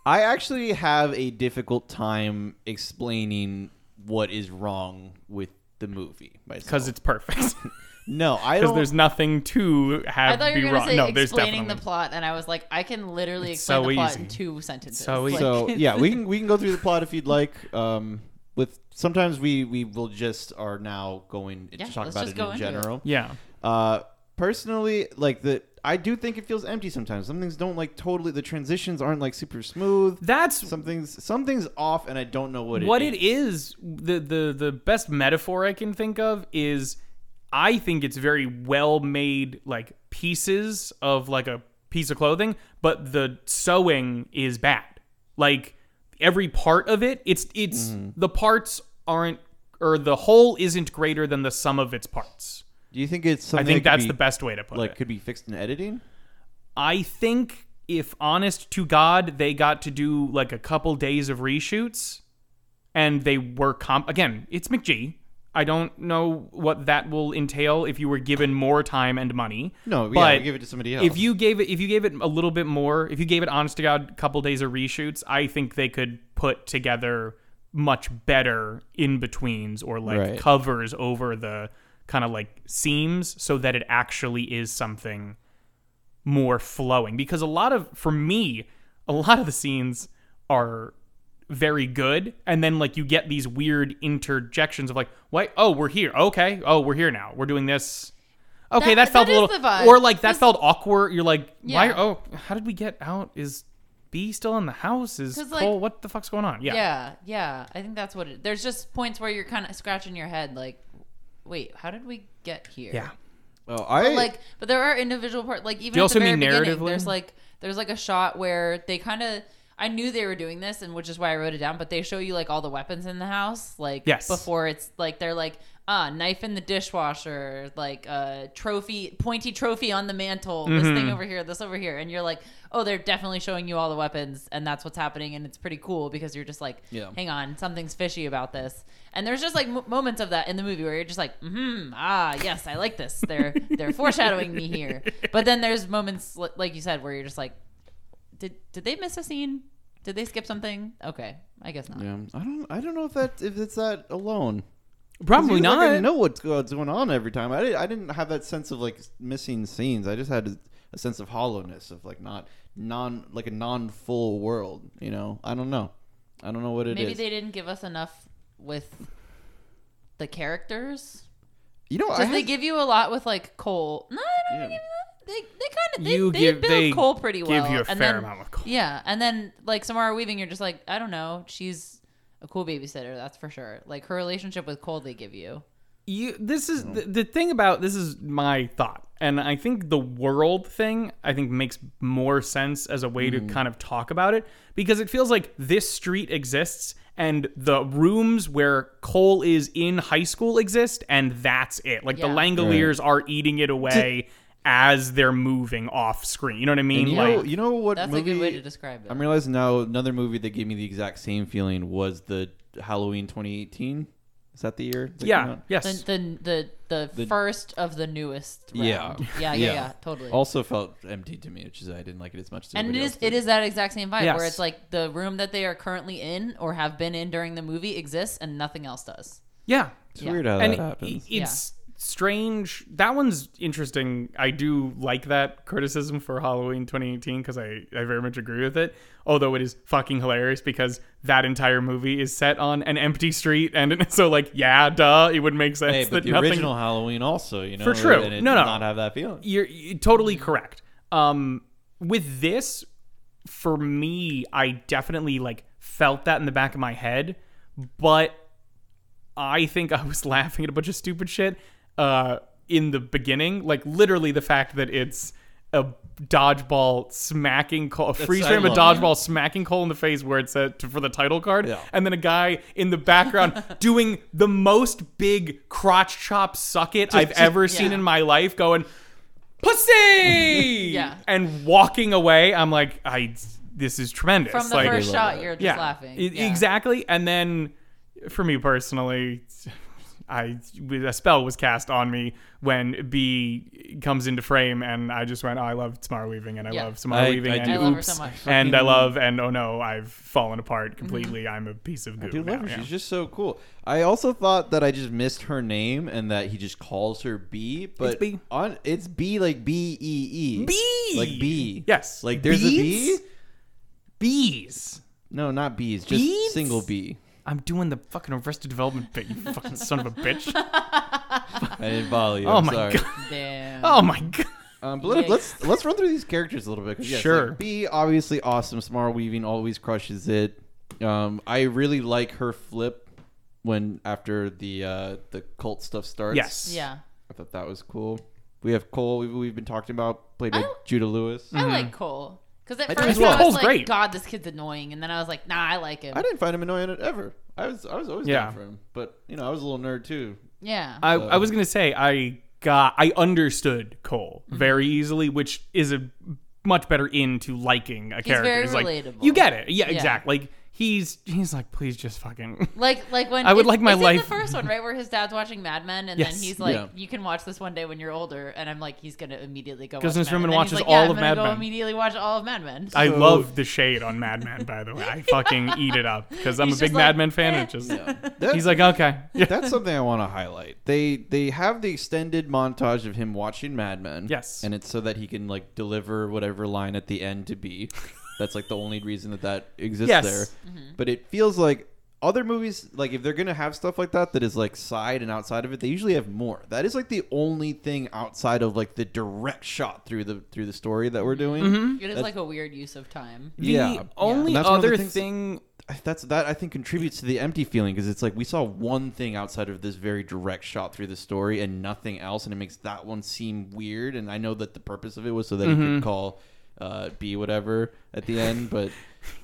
Speaker 2: I actually have a difficult time explaining what is wrong with the movie
Speaker 1: Because it's
Speaker 3: <laughs>
Speaker 1: perfect. <laughs>
Speaker 2: no, I
Speaker 1: Because
Speaker 2: don't.
Speaker 1: there's nothing to
Speaker 3: I
Speaker 1: have
Speaker 3: thought
Speaker 1: be
Speaker 3: you were
Speaker 1: wrong.
Speaker 3: gonna say
Speaker 1: no, there's
Speaker 3: explaining
Speaker 1: definitely
Speaker 3: the plot, and I was like, I can literally
Speaker 1: It's
Speaker 3: explain
Speaker 1: so
Speaker 3: the plot
Speaker 1: easy.
Speaker 3: in two sentences.
Speaker 1: so easy.
Speaker 3: <laughs>
Speaker 2: so
Speaker 3: Like,
Speaker 2: yeah, we can we can go through the plot if you'd like. Um, with sometimes we we will just are now going to
Speaker 3: Yeah,
Speaker 2: talk
Speaker 3: let's
Speaker 2: about
Speaker 3: just
Speaker 2: it
Speaker 3: go
Speaker 2: in
Speaker 3: into it.
Speaker 2: general.
Speaker 1: yeah.
Speaker 2: Uh, personally, like the I do think it feels empty sometimes. Some things don't like totally. The transitions aren't like super smooth.
Speaker 1: That's
Speaker 2: Some things something's off, and I don't know what it
Speaker 1: what
Speaker 2: is.
Speaker 1: it is. The the the best metaphor I can think of is I think it's very well made like pieces of like a piece of clothing, but the sewing is bad. Like every part of it, it's it's
Speaker 2: Mm-hmm.
Speaker 1: the parts aren't or the whole isn't greater than the sum of its parts.
Speaker 2: Do you think it's
Speaker 1: I
Speaker 2: something
Speaker 1: think
Speaker 2: that could
Speaker 1: that's
Speaker 2: be,
Speaker 1: the best way to put
Speaker 2: Like,
Speaker 1: it.
Speaker 2: could be fixed in editing?
Speaker 1: I think if honest to God, they got to do like a couple days of reshoots and they were comp again, it's McGee. I don't know what that will entail if you were given more time and money.
Speaker 2: No, yeah,
Speaker 1: but
Speaker 2: we give it to somebody else.
Speaker 1: if you gave it if you gave it a little bit more, if you gave it honest to God a couple days of reshoots, I think they could put together much better in betweens or like
Speaker 2: Right.
Speaker 1: covers over the kind of like seams so that it actually is something more flowing because a lot of for me a lot of the scenes are very good and then like you get these weird interjections of like wait oh we're here okay oh we're here now we're doing this okay
Speaker 3: That-
Speaker 1: that, felt
Speaker 3: that
Speaker 1: a
Speaker 3: is
Speaker 1: little
Speaker 3: the vibe.
Speaker 1: or like that
Speaker 3: This-
Speaker 1: felt awkward you're like why
Speaker 3: Yeah.
Speaker 1: oh how did we get out is b still in the house is
Speaker 3: 'Cause,
Speaker 1: Cole,
Speaker 3: like-
Speaker 1: what the fuck's going on yeah,
Speaker 3: Yeah, yeah. I think that's what it. There's just points where you're kind of scratching your head, like, wait, how did we get here?
Speaker 1: Yeah.
Speaker 2: oh, I
Speaker 3: Like, but there are individual parts. Like even
Speaker 1: you
Speaker 3: at
Speaker 1: also
Speaker 3: the very
Speaker 1: mean
Speaker 3: beginning,
Speaker 1: narratively?
Speaker 3: there's like there's like a shot where they kind of. I knew they were doing this, and which is why I wrote it down. But they show you like all the weapons in the house, like
Speaker 1: Yes.
Speaker 3: before it's like they're like ah knife in the dishwasher, like a trophy, pointy trophy on the mantle, this thing over here, this over here, and you're like, oh, they're definitely showing you all the weapons, and that's what's happening, and it's pretty cool because you're just like,
Speaker 2: Yeah.
Speaker 3: hang on, something's fishy about this. And there's just like m- moments of that in the movie where you're just like, hmm, ah, yes, I like this. They're they're foreshadowing me here. But then there's moments li- like you said where you're just like, did did they miss a scene? Did they skip something? Okay, I guess not.
Speaker 2: Yeah, I don't. I don't know if that if it's that alone. 'Cause
Speaker 1: probably
Speaker 2: you- like, I
Speaker 1: not
Speaker 2: didn't know what's, go- what's going on every time. I, did, I didn't have that sense of like s- missing scenes. I just had a, a sense of hollowness of like not non like a non full world. You know, I don't know. I don't know what it is.
Speaker 3: Maybe they didn't give us enough with the characters.
Speaker 2: you know, I
Speaker 3: Because they
Speaker 2: had,
Speaker 3: give you a lot with like Cole. No, they don't
Speaker 2: Yeah.
Speaker 3: give that. They they kind of they,
Speaker 1: You
Speaker 3: they
Speaker 1: give-
Speaker 3: build
Speaker 1: they
Speaker 3: Cole pretty
Speaker 1: give
Speaker 3: well.
Speaker 1: you a
Speaker 3: and
Speaker 1: fair
Speaker 3: then,
Speaker 1: amount with Cole.
Speaker 3: Yeah, and then like Samara Weaving, you're just like I don't know. She's a cool babysitter, that's for sure. Like her relationship with Cole, they give you.
Speaker 1: you this is the, the thing about this is my thought and i think the world thing i think makes more sense as a way
Speaker 2: Mm.
Speaker 1: to kind of talk about it because it feels like this street exists and the rooms where cole is in high school exist and that's it like the
Speaker 3: Yeah.
Speaker 1: langoliers are eating it away as they're moving off screen you know what i mean
Speaker 2: you
Speaker 1: like
Speaker 2: know, you know what
Speaker 3: That's
Speaker 2: movie?
Speaker 3: a good way to describe it.
Speaker 2: I'm realizing now another movie that gave me the exact same feeling was the Halloween 2018. Is that the year? that came
Speaker 1: yeah
Speaker 2: out?
Speaker 1: yes
Speaker 3: the, the the the
Speaker 2: The-
Speaker 3: first of the newest. Round.
Speaker 2: Yeah.
Speaker 3: yeah, yeah,
Speaker 2: Yeah.
Speaker 3: yeah, totally.
Speaker 2: Also felt empty to me, which is I didn't like it as much. As
Speaker 3: and it
Speaker 2: everybody
Speaker 3: is
Speaker 2: else did.
Speaker 3: it is that exact same vibe where
Speaker 1: Yes.
Speaker 3: it's like the room that they are currently in or have been in during the movie exists and nothing else does.
Speaker 1: yeah
Speaker 2: It's
Speaker 3: yeah.
Speaker 2: weird how
Speaker 1: and
Speaker 2: that
Speaker 1: it-
Speaker 2: happens.
Speaker 1: it- it's strange. That one's interesting. I do like that criticism for Halloween 2018 because I, I very much agree with it. Although it is fucking hilarious because that entire movie is set on an empty street, and <laughs> so like yeah, duh, it would make sense
Speaker 2: Hey,
Speaker 1: that
Speaker 2: but the
Speaker 1: nothing.
Speaker 2: original Halloween also, you know,
Speaker 1: For true.
Speaker 2: and it
Speaker 1: No,
Speaker 2: did
Speaker 1: no.
Speaker 2: not have that feeling.
Speaker 1: You're, you're totally
Speaker 2: Mm-hmm.
Speaker 1: correct. Um, with this, for me, I definitely like felt that in the back of my head, but I think I was <laughs> laughing at a bunch of stupid shit uh, in the beginning. Like literally the fact that it's a dodgeball smacking Cole, a freeze
Speaker 2: I
Speaker 1: frame of a
Speaker 2: love.
Speaker 1: dodgeball smacking Cole in the face where it's at for the title card,
Speaker 2: Yeah.
Speaker 1: and then a guy in the
Speaker 2: <laughs>
Speaker 1: background doing the most big crotch chop suck it I've ever seen
Speaker 3: yeah.
Speaker 1: in my life, going pussy,
Speaker 3: <laughs> Yeah.
Speaker 1: and walking away. I'm like, I this is tremendous.
Speaker 3: From the
Speaker 1: like,
Speaker 3: first
Speaker 2: love
Speaker 3: shot,
Speaker 2: that.
Speaker 3: you're just
Speaker 1: yeah,
Speaker 3: laughing.
Speaker 1: E-
Speaker 3: Yeah.
Speaker 1: exactly. And then, for me personally, I a spell was cast on me when B comes into frame, and I just went, oh, I love Tamara Weaving, and I
Speaker 3: Yeah.
Speaker 1: love Tamara
Speaker 2: I-
Speaker 1: Weaving,
Speaker 2: I
Speaker 1: and
Speaker 2: do. Mm-hmm.
Speaker 1: oops,
Speaker 3: I love her so much. Mm-hmm.
Speaker 1: and I
Speaker 2: fucking-
Speaker 1: love, and oh no, I've fallen apart completely. I'm a piece of goo.
Speaker 2: I do love
Speaker 1: now,
Speaker 2: her.
Speaker 1: yeah.
Speaker 2: She's just so cool. I also thought that I just missed her name and that he just calls her B, but
Speaker 1: It's B.
Speaker 2: on it's B like B E E
Speaker 1: B!
Speaker 2: like B.
Speaker 1: Yes.
Speaker 2: like there's a
Speaker 1: Bees?
Speaker 2: B.
Speaker 1: bees.
Speaker 2: No, not bees, just
Speaker 1: Beads?
Speaker 2: single
Speaker 3: <laughs>
Speaker 2: B.
Speaker 1: I'm doing the fucking Arrested Development bit, you fucking son of a
Speaker 3: <laughs>
Speaker 1: bitch.
Speaker 2: I didn't follow you.
Speaker 1: Oh
Speaker 2: I'm
Speaker 1: my
Speaker 2: sorry.
Speaker 1: god.
Speaker 3: Damn.
Speaker 1: Oh my god.
Speaker 2: Um, but let,
Speaker 3: Yikes.
Speaker 2: let's let's run through these characters a little bit. 'cause yes, like,
Speaker 1: Sure.
Speaker 2: B obviously awesome. Smart weaving always crushes it. Um, I really like her flip when after the uh, the cult stuff starts.
Speaker 1: Yes.
Speaker 3: Yeah.
Speaker 2: I thought that was cool. We have Cole. We've, we've been talking about played by
Speaker 3: I-
Speaker 2: Judah Lewis.
Speaker 3: I
Speaker 1: Mm-hmm.
Speaker 3: like Cole because at
Speaker 2: I do as
Speaker 3: first
Speaker 2: well.
Speaker 3: I was
Speaker 1: Cole's
Speaker 3: like,
Speaker 1: great.
Speaker 3: "God, this kid's annoying," and then I was like, "Nah, I like him."
Speaker 2: I didn't find him annoying ever. I was I was always
Speaker 1: Yeah.
Speaker 2: down for him, but you know I was a little nerd
Speaker 3: <laughs>
Speaker 2: too.
Speaker 3: yeah,
Speaker 1: I, I
Speaker 2: Uh,
Speaker 1: was gonna say I got I understood Cole
Speaker 2: Mm-hmm.
Speaker 1: very easily, which is a much better into liking a character.
Speaker 3: very
Speaker 1: It's like,
Speaker 3: relatable.
Speaker 1: You get it, yeah,
Speaker 3: Yeah.
Speaker 1: exactly. Like he's he's like, please just
Speaker 2: <laughs>
Speaker 1: fucking.
Speaker 3: like like when
Speaker 1: I would
Speaker 3: it's-
Speaker 1: like my
Speaker 3: it's
Speaker 1: life-
Speaker 3: In the first one, right, where his dad's watching Mad Men, and
Speaker 1: Yes.
Speaker 3: then he's like,
Speaker 2: Yeah.
Speaker 3: "You can watch this one day when you're older," and I'm like, "He's gonna immediately go."
Speaker 1: Goes
Speaker 3: watch
Speaker 1: in his room
Speaker 3: Mad Men.
Speaker 1: and
Speaker 3: Then he's
Speaker 1: watches
Speaker 3: like, yeah,
Speaker 1: all
Speaker 3: I'm
Speaker 1: of
Speaker 3: gonna
Speaker 1: Mad
Speaker 3: go
Speaker 1: Men.
Speaker 3: Immediately watch all of Mad Men.
Speaker 1: I
Speaker 2: So-
Speaker 1: love the shade on Mad Men, by the way. I fucking eat it up because I'm
Speaker 3: He's
Speaker 1: a big
Speaker 3: just like, eh.
Speaker 1: Mad Men fan. and just
Speaker 2: That-
Speaker 1: he's like, okay, yeah. <laughs>
Speaker 2: that's something I want to highlight. They they have the extended montage of him watching Mad Men.
Speaker 1: Yes.
Speaker 2: and it's so that he can like deliver whatever line at the end to be. <laughs> That's like the only reason that that exists
Speaker 1: Yes.
Speaker 2: there. But it feels like other movies, like if they're gonna have stuff like that, that is like side and outside of it, they usually have more. That is like the only thing outside of like the direct shot through the through the story that we're doing.
Speaker 3: It is like a weird use of time.
Speaker 1: Mm-hmm. The
Speaker 2: Yeah.
Speaker 1: only
Speaker 2: And that's one of the
Speaker 1: other
Speaker 2: things-
Speaker 1: thing
Speaker 2: that's that I think contributes to the empty feeling because it's like we saw one thing outside of this very direct shot through the story and nothing else, and it makes that one seem weird. And I know that the purpose of it was so that he
Speaker 1: Mm-hmm.
Speaker 2: could call uh, B whatever at the
Speaker 1: <laughs>
Speaker 2: end, but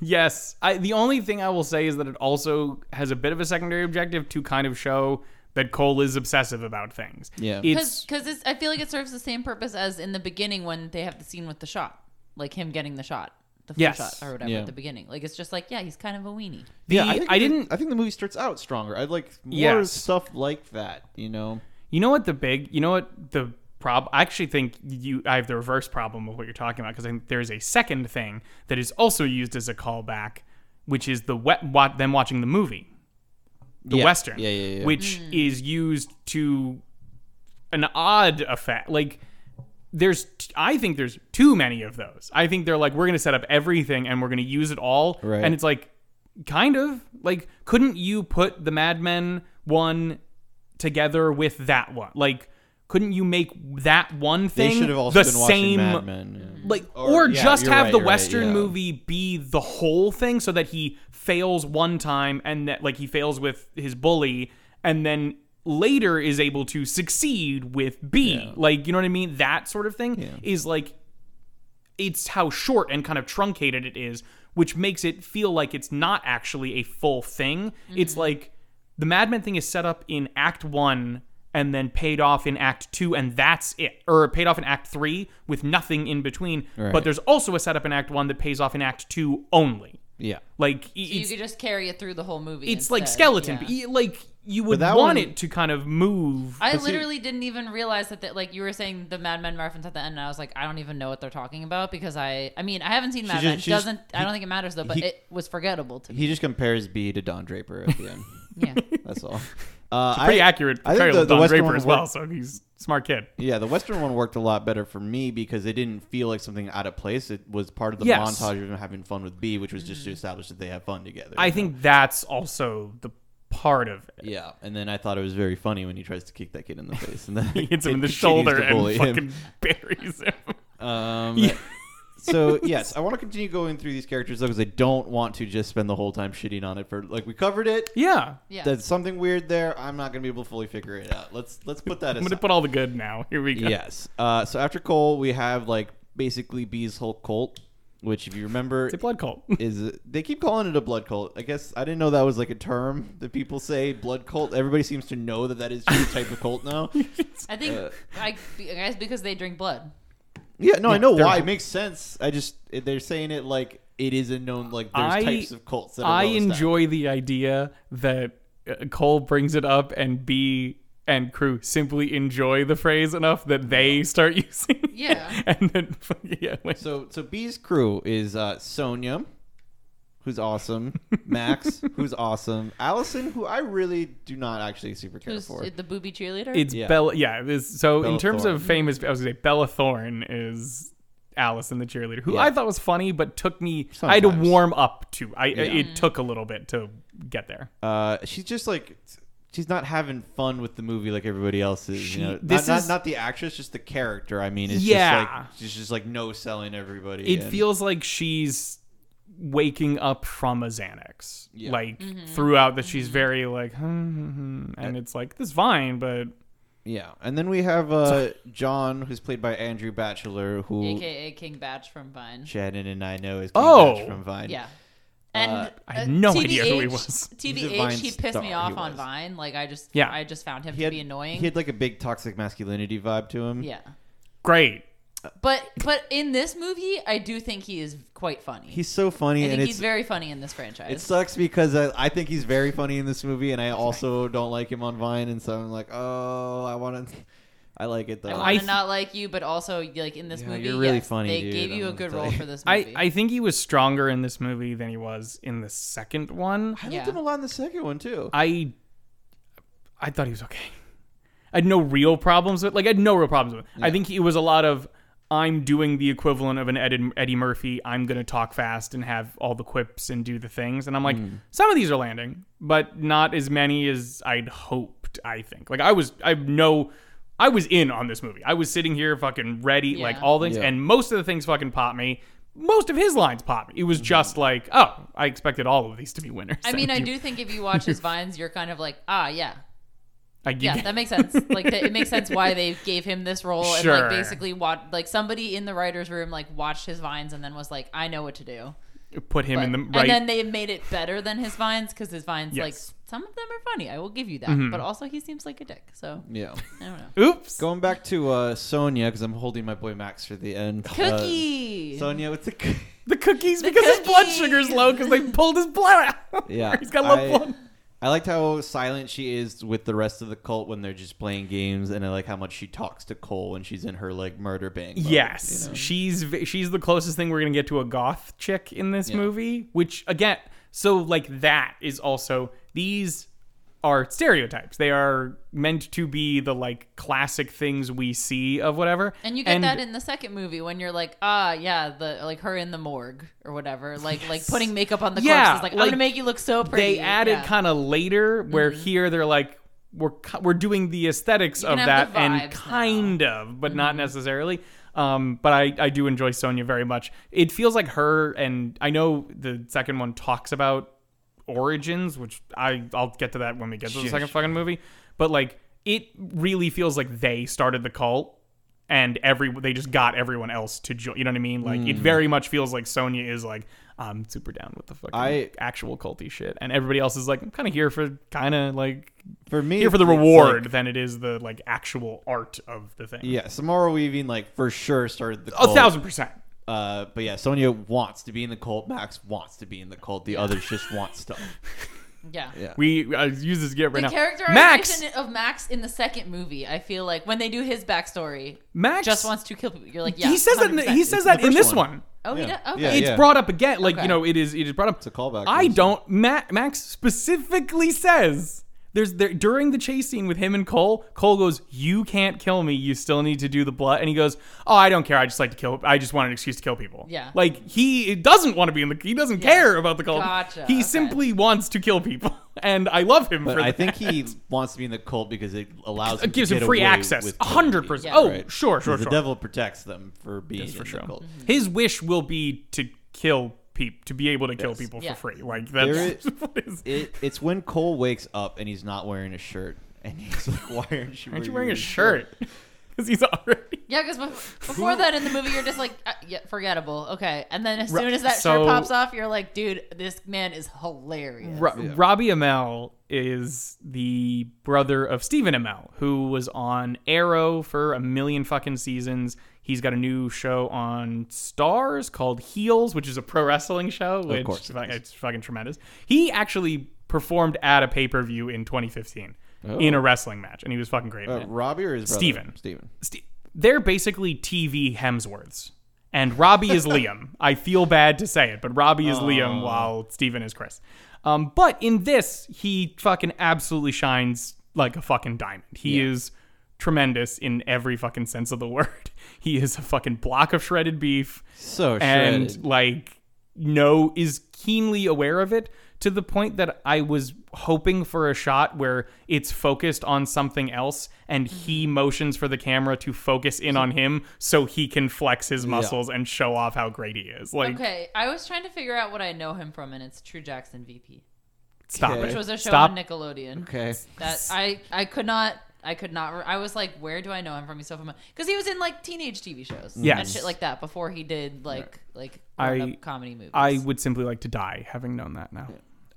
Speaker 1: Yes. I, the only thing I will say is that it also has a bit of a secondary objective to kind of show that Cole is obsessive about things.
Speaker 2: Yeah.
Speaker 1: It's
Speaker 3: Because I feel like it serves the same purpose as in the beginning when they have the scene with the shot, like him getting the shot, the full
Speaker 1: Yes.
Speaker 3: shot or whatever
Speaker 2: Yeah.
Speaker 3: at the beginning. Like it's just like, yeah, he's kind of a weenie.
Speaker 1: the,
Speaker 2: I, think
Speaker 1: I
Speaker 2: the-
Speaker 1: didn't
Speaker 2: I think the movie starts out stronger. I like more
Speaker 1: Yes.
Speaker 2: stuff like that, you know.
Speaker 1: You know what the big, you know what the problem. I actually think you, I have the reverse problem of what you're talking about because I think there's a second thing that is also used as a callback, which is the wet, wa- them watching the movie, the
Speaker 2: Yeah.
Speaker 1: western,
Speaker 2: Yeah, yeah, yeah.
Speaker 1: which is used to an odd effect. Like there's, t- I think there's too many of those. I think they're like we're gonna set up everything and we're gonna use it all,
Speaker 2: Right.
Speaker 1: and it's like kind of like couldn't you put the Mad Men one together with that one? Like, couldn't you make that one
Speaker 2: They
Speaker 1: thing
Speaker 2: should have also
Speaker 1: the
Speaker 2: been watching
Speaker 1: same?
Speaker 2: Mad Men. yeah.
Speaker 1: Like, or,
Speaker 2: Or- yeah,
Speaker 1: just
Speaker 2: you're
Speaker 1: have
Speaker 2: right,
Speaker 1: the
Speaker 2: you're right,
Speaker 1: Western
Speaker 2: yeah.
Speaker 1: movie be the whole thing, so that he fails one time and that like he fails with his bully, and then later is able to succeed with B. Like, you know what I mean? That sort of thing is like it's how short and kind of truncated it is, which makes it feel like it's not actually a full thing.
Speaker 3: Mm-hmm.
Speaker 1: It's like the Mad Men thing is set up in Act One and then paid off in Act Two, and that's it, or paid off in Act Three with nothing in between. But
Speaker 2: Right.
Speaker 1: there's also a setup in Act One that pays off in Act Two only.
Speaker 2: Yeah.
Speaker 1: Like i-
Speaker 3: You
Speaker 1: it's
Speaker 3: could just carry it through the whole movie.
Speaker 1: it's like
Speaker 3: instead.
Speaker 1: skeleton,
Speaker 3: Yeah.
Speaker 1: but you- like you would
Speaker 2: that
Speaker 1: want
Speaker 2: one-
Speaker 1: it to kind of move.
Speaker 3: I literally didn't even realize that, that like you were saying the Mad Men reference at the end, and I was like, I don't even know what they're talking about because I, I mean, I haven't seen Mad
Speaker 2: just-
Speaker 3: Men.
Speaker 2: she just-
Speaker 3: Doesn't I don't think it matters though, but
Speaker 2: he-
Speaker 3: it was
Speaker 1: <laughs>
Speaker 3: forgettable to me.
Speaker 2: He just compares B to Don Draper at the end.
Speaker 3: Yeah,
Speaker 1: <laughs>
Speaker 2: That's all. Uh,
Speaker 1: pretty
Speaker 2: I-
Speaker 1: accurate
Speaker 2: I think
Speaker 1: portrayal
Speaker 2: the-
Speaker 1: of
Speaker 2: the
Speaker 1: Don
Speaker 2: Western
Speaker 1: Draper
Speaker 2: one
Speaker 1: as well,
Speaker 2: worked-
Speaker 1: so he's a smart kid.
Speaker 2: Yeah, the Western one worked a lot better for me because it didn't feel like something out of place. It was part of the
Speaker 1: Yes.
Speaker 2: montage of them having fun with B, which was just
Speaker 1: Mm-hmm.
Speaker 2: to establish that they have fun together.
Speaker 1: I think that's also the part of it.
Speaker 2: Yeah, and then I thought it was very funny when he tries to kick that kid in the
Speaker 1: <laughs>
Speaker 2: face, and then
Speaker 1: He hits him
Speaker 2: <laughs>
Speaker 1: in the
Speaker 2: continues
Speaker 1: shoulder
Speaker 2: to
Speaker 1: and
Speaker 2: bully him.
Speaker 1: fucking <laughs> buries him.
Speaker 2: <laughs> Um, so yes, I want to continue going through these characters though because I don't want to just spend the whole time shitting on it for like we covered it.
Speaker 1: Yeah.
Speaker 3: yeah.
Speaker 2: There's something weird there. I'm not gonna be able to fully figure it out. Let's let's put
Speaker 1: <laughs>
Speaker 2: that
Speaker 1: I'm
Speaker 2: aside.
Speaker 1: gonna put all the good now. Here we go.
Speaker 2: Yes. Uh, so after Cole, we have like basically B's whole cult, which if you remember
Speaker 1: It's a blood cult.
Speaker 2: is they keep calling it a blood cult. I guess I didn't know that was like a term that people say blood cult. Everybody seems to know that that is just a type of
Speaker 1: <laughs>
Speaker 2: cult now.
Speaker 3: I think
Speaker 1: uh,
Speaker 3: I, I guess because they drink blood.
Speaker 2: Yeah, no, I know
Speaker 1: they're-
Speaker 2: why. It makes sense. I just they're saying it like it is a known like there's
Speaker 1: I-
Speaker 2: types of cults that are
Speaker 1: <laughs> I
Speaker 2: well established.
Speaker 1: enjoy the idea that uh, Cole brings it up and B and crew simply enjoy the phrase enough that they start <laughs> using it.
Speaker 3: Yeah.
Speaker 1: <laughs> and then yeah, wait.
Speaker 2: So so B's crew is uh Sonia, who's awesome,
Speaker 1: <laughs>
Speaker 2: Max, who's awesome, Allison, who I really do not actually super care
Speaker 3: Who's
Speaker 2: for.
Speaker 3: the booby cheerleader?
Speaker 1: it's
Speaker 2: Yeah.
Speaker 1: Bella yeah, it is so in
Speaker 2: Bella
Speaker 1: terms of
Speaker 2: Thorne.
Speaker 1: famous I was gonna say Bella Thorne is Allison the cheerleader, who
Speaker 2: Yeah.
Speaker 1: I thought was funny, but took me I had to
Speaker 2: Sometimes.
Speaker 1: warm up to. I it took a little bit to get there.
Speaker 2: uh, she's just like she's not having fun with the movie like everybody else is.
Speaker 1: She-
Speaker 2: you know,
Speaker 1: this
Speaker 2: not, not-
Speaker 1: is-
Speaker 2: not the actress, just the character. I mean, it's
Speaker 1: Yeah.
Speaker 2: just like she's just like no selling everybody.
Speaker 1: it
Speaker 2: and-
Speaker 1: feels like she's waking up from a Xanax.
Speaker 2: Yeah.
Speaker 1: Like throughout that she's very like, hmm, hmm, hmm, and it's like this is fine, but
Speaker 2: Yeah, and then we have uh, John, who's played by Andrew Batchelor, who
Speaker 3: aka King Batch from Vine.
Speaker 2: Shannon and I know is King
Speaker 1: Oh.
Speaker 2: Batch from Vine.
Speaker 3: Yeah. And
Speaker 2: Uh,
Speaker 1: I had
Speaker 3: uh,
Speaker 1: no idea who he
Speaker 3: TBH
Speaker 1: was.
Speaker 2: He's a
Speaker 3: TBH,
Speaker 2: Vine
Speaker 3: he pissed
Speaker 2: star,
Speaker 3: me
Speaker 2: he
Speaker 3: off on
Speaker 2: was.
Speaker 3: Vine. Like I just,
Speaker 1: Yeah.
Speaker 3: I just found him
Speaker 2: he
Speaker 3: to
Speaker 2: had
Speaker 3: be annoying.
Speaker 2: He had like a big toxic masculinity vibe to him.
Speaker 3: yeah.
Speaker 1: Great.
Speaker 3: But but in this movie, I do think he is quite funny.
Speaker 2: he's so funny,
Speaker 3: I
Speaker 2: and
Speaker 3: think
Speaker 2: it's
Speaker 3: he's very funny in this
Speaker 2: it
Speaker 3: franchise.
Speaker 2: sucks because I, I think he's very funny in this movie, and I also don't like him on Vine, and so I'm like, oh, I want to, I like it though.
Speaker 3: I
Speaker 1: I
Speaker 3: want
Speaker 1: th-
Speaker 3: to not like you, but also like in this
Speaker 2: Yeah,
Speaker 3: movie,
Speaker 2: you're really
Speaker 3: yes,
Speaker 2: funny,
Speaker 3: They
Speaker 2: dude,
Speaker 3: gave
Speaker 2: I'm
Speaker 3: you a
Speaker 2: gonna
Speaker 3: good
Speaker 2: tell
Speaker 3: role
Speaker 2: you.
Speaker 3: for this
Speaker 1: I,
Speaker 3: movie.
Speaker 1: I think he was stronger in this movie than he was in the second one.
Speaker 2: I liked
Speaker 3: yeah.
Speaker 2: him a lot in the second one too.
Speaker 1: I I thought he was okay. I had no real problems with like I had no real problems with. it. I think it was a lot of I'm doing the equivalent of an Ed, Eddie Murphy. I'm gonna talk fast and have all the quips and do the things. And I'm like, some of these are landing, but not as many as I'd hoped. I think. Like I was, I have no, I was in on this movie. I was sitting here fucking ready, like
Speaker 3: Yeah.
Speaker 1: all things,
Speaker 2: Yeah.
Speaker 1: and most of the things fucking pop me. Most of his lines pop me. It was just like, oh, I expected all of these to be winners. <laughs>
Speaker 3: I mean, I
Speaker 1: And
Speaker 3: do think if you
Speaker 2: <laughs>
Speaker 3: watch his vines, you're kind of like, ah, yeah,
Speaker 1: I, you
Speaker 3: yeah,
Speaker 1: get-
Speaker 3: that makes sense. Like that, it makes sense why they gave him this role and
Speaker 1: Sure.
Speaker 3: like basically watch like somebody in the writers' room like watched his vines and then was like, I know what to do.
Speaker 1: put him in the
Speaker 3: But-
Speaker 1: right.
Speaker 3: And then they made it better than his vines because his vines like
Speaker 1: Yes. Mm-hmm.
Speaker 3: some of them are funny. I will give you that, but also he seems like a dick. So
Speaker 2: yeah.
Speaker 3: I don't
Speaker 2: Uh,
Speaker 3: know.
Speaker 1: Oops.
Speaker 2: Going back to uh, Sonia because I'm holding my boy Max for the end.
Speaker 3: Cookie.
Speaker 2: Uh, Sonia with the. c-
Speaker 1: The cookies because his blood
Speaker 3: cookies.
Speaker 1: sugar's low because they pulled his blood out. <laughs>
Speaker 2: <laughs> Yeah,
Speaker 1: He's got low
Speaker 2: I-
Speaker 1: blood.
Speaker 2: I liked how silent she is with the rest of the cult when they're just playing games, and I like how much she talks to Cole when she's in her like murder bang. mode,
Speaker 1: Yes,
Speaker 2: you know?
Speaker 1: she's v- she's the closest thing we're gonna get to a goth chick in this
Speaker 2: Yeah.
Speaker 1: movie. Which again, so like that is also these are stereotypes. They are meant to be the like classic things we see of whatever.
Speaker 3: And you get that in the second movie when you're like, ah, yeah, the like her in the morgue or whatever, like like putting makeup on the corpse
Speaker 1: Yeah,
Speaker 3: is like,
Speaker 1: like,
Speaker 3: I'm gonna make you look so pretty.
Speaker 1: they added
Speaker 3: yeah. Mm-hmm.
Speaker 1: kind of later, where here they're like we're ki- we're doing the aesthetics of
Speaker 3: can have
Speaker 1: that
Speaker 3: the
Speaker 1: and
Speaker 3: vibes Mm-hmm.
Speaker 1: kind of, but not necessarily. Um, but I, I do enjoy Sonya very much. It feels like her and I know the second one talks about origins, which I I'll get to that when we get to the
Speaker 2: Sure,
Speaker 1: second fucking movie. But like it really feels like they started the cult and every they just got everyone else to join. You know what I mean? Like
Speaker 3: Mm.
Speaker 1: it very much feels like Sonya is like I'm super down with the fucking
Speaker 2: I-
Speaker 1: actual culty shit, and everybody else is like I'm kind of here for kind of like
Speaker 2: For me,
Speaker 1: here for the
Speaker 2: it's like-
Speaker 1: reward than it is the like actual art of the thing.
Speaker 2: yeah, Samara Weaving like for sure started the
Speaker 1: a
Speaker 2: cult.
Speaker 1: thousand percent.
Speaker 2: Uh, but yeah, Sonia wants to be in the cult. Max wants to be in the cult. The others just want stuff.
Speaker 3: yeah.
Speaker 2: Yeah.
Speaker 1: We I use this get right
Speaker 3: The
Speaker 1: now.
Speaker 3: characterization
Speaker 1: Max
Speaker 3: of Max in the second movie, I feel like when they do his backstory,
Speaker 1: Max
Speaker 3: just wants to kill people. You're like, yeah,
Speaker 1: he says that in the,
Speaker 3: 100%.
Speaker 1: he says
Speaker 2: the
Speaker 1: that in
Speaker 2: first
Speaker 1: this
Speaker 2: one.
Speaker 1: one.
Speaker 3: oh, he
Speaker 2: Yeah.
Speaker 3: does. Okay.
Speaker 2: Yeah,
Speaker 1: it's brought up again. Like you
Speaker 3: Okay.
Speaker 1: know, it is it is brought up. It's
Speaker 2: a callback.
Speaker 1: I
Speaker 2: It's-
Speaker 1: don't. Matt, Max specifically says there's there during the chase scene with him and Cole. Cole goes, "You can't kill me. You still need to do the blood." And he goes, "Oh, I don't care. I just like to kill. I just want an excuse to kill people."
Speaker 3: Yeah.
Speaker 1: Like he doesn't want to be in the. He doesn't care about the cult.
Speaker 3: Gotcha,
Speaker 1: He
Speaker 3: okay.
Speaker 1: simply wants to kill people, <laughs> and I love him
Speaker 2: But
Speaker 1: for
Speaker 2: I
Speaker 1: that.
Speaker 2: think he <laughs> wants to be in the cult because it allows.
Speaker 1: It gives
Speaker 2: to
Speaker 1: him
Speaker 2: get
Speaker 1: free
Speaker 2: away
Speaker 1: access.
Speaker 2: with killing
Speaker 1: hundred
Speaker 2: people,
Speaker 1: percent.
Speaker 3: Yeah.
Speaker 1: Oh,
Speaker 2: right?
Speaker 1: sure, sure,
Speaker 2: Because
Speaker 1: sure.
Speaker 2: The devil protects them
Speaker 1: <laughs>
Speaker 2: for being in
Speaker 1: for sure.
Speaker 2: the cult.
Speaker 3: Mm-hmm.
Speaker 1: His wish will be to kill people, to be able to kill people
Speaker 3: Yeah.
Speaker 1: for free. Like that's
Speaker 2: There is-
Speaker 1: <laughs> what is.
Speaker 2: It, it's when Cole wakes up and he's not wearing a shirt, and he's like, "Why aren't you?
Speaker 1: Aren't you wearing a shirt? <laughs> Because he's already.
Speaker 3: Yeah, because before that in the movie, you're just like, uh, yeah, forgettable. Okay. And then as
Speaker 1: Ru-
Speaker 3: soon as that
Speaker 1: so-
Speaker 3: shirt pops off, you're like, dude, this man is
Speaker 1: <laughs>
Speaker 3: hilarious.
Speaker 1: Ro- Robbie Amell is the brother of Stephen Amell, who was on Arrow for a million fucking seasons. He's got a new show on Stars called Heels, which is a pro wrestling show. Which
Speaker 2: course it
Speaker 1: fu- it's fucking tremendous. He actually performed at a pay per view in 2015
Speaker 2: Oh.
Speaker 1: in a wrestling match, and he was fucking great. in
Speaker 2: Uh,
Speaker 1: it.
Speaker 2: Robbie or his brother?
Speaker 1: Steven.
Speaker 2: Steven.
Speaker 1: Ste they're basically TV Hemsworths. And Robbie is Liam. I feel bad to say it, but Robbie is Liam while Steven is Chris. Um, but in this, he fucking absolutely shines like a fucking diamond. He is tremendous in every fucking sense of the <laughs> word. He is a fucking block of shredded beef
Speaker 2: So
Speaker 1: and
Speaker 2: shredded.
Speaker 1: like no is keenly aware of it to the point that I was hoping for a shot where it's focused on something else and he motions for the camera to focus in on him so he can flex his muscles and show off how great he is. Like
Speaker 3: Okay. I was trying to figure out what I know him from, and it's True Jackson VP,
Speaker 1: stop
Speaker 2: Okay.
Speaker 1: it.
Speaker 3: which was a show
Speaker 1: stop.
Speaker 3: on Nickelodeon.
Speaker 2: Okay.
Speaker 3: That I, I could not. I could not. Re- I was like, where do I know him from? He's so familiar because he was in like teenage TV shows and
Speaker 1: Yes.
Speaker 3: shit like that before he did like like
Speaker 1: I-
Speaker 3: grown-up comedy movies.
Speaker 1: I would simply like to die having known that now.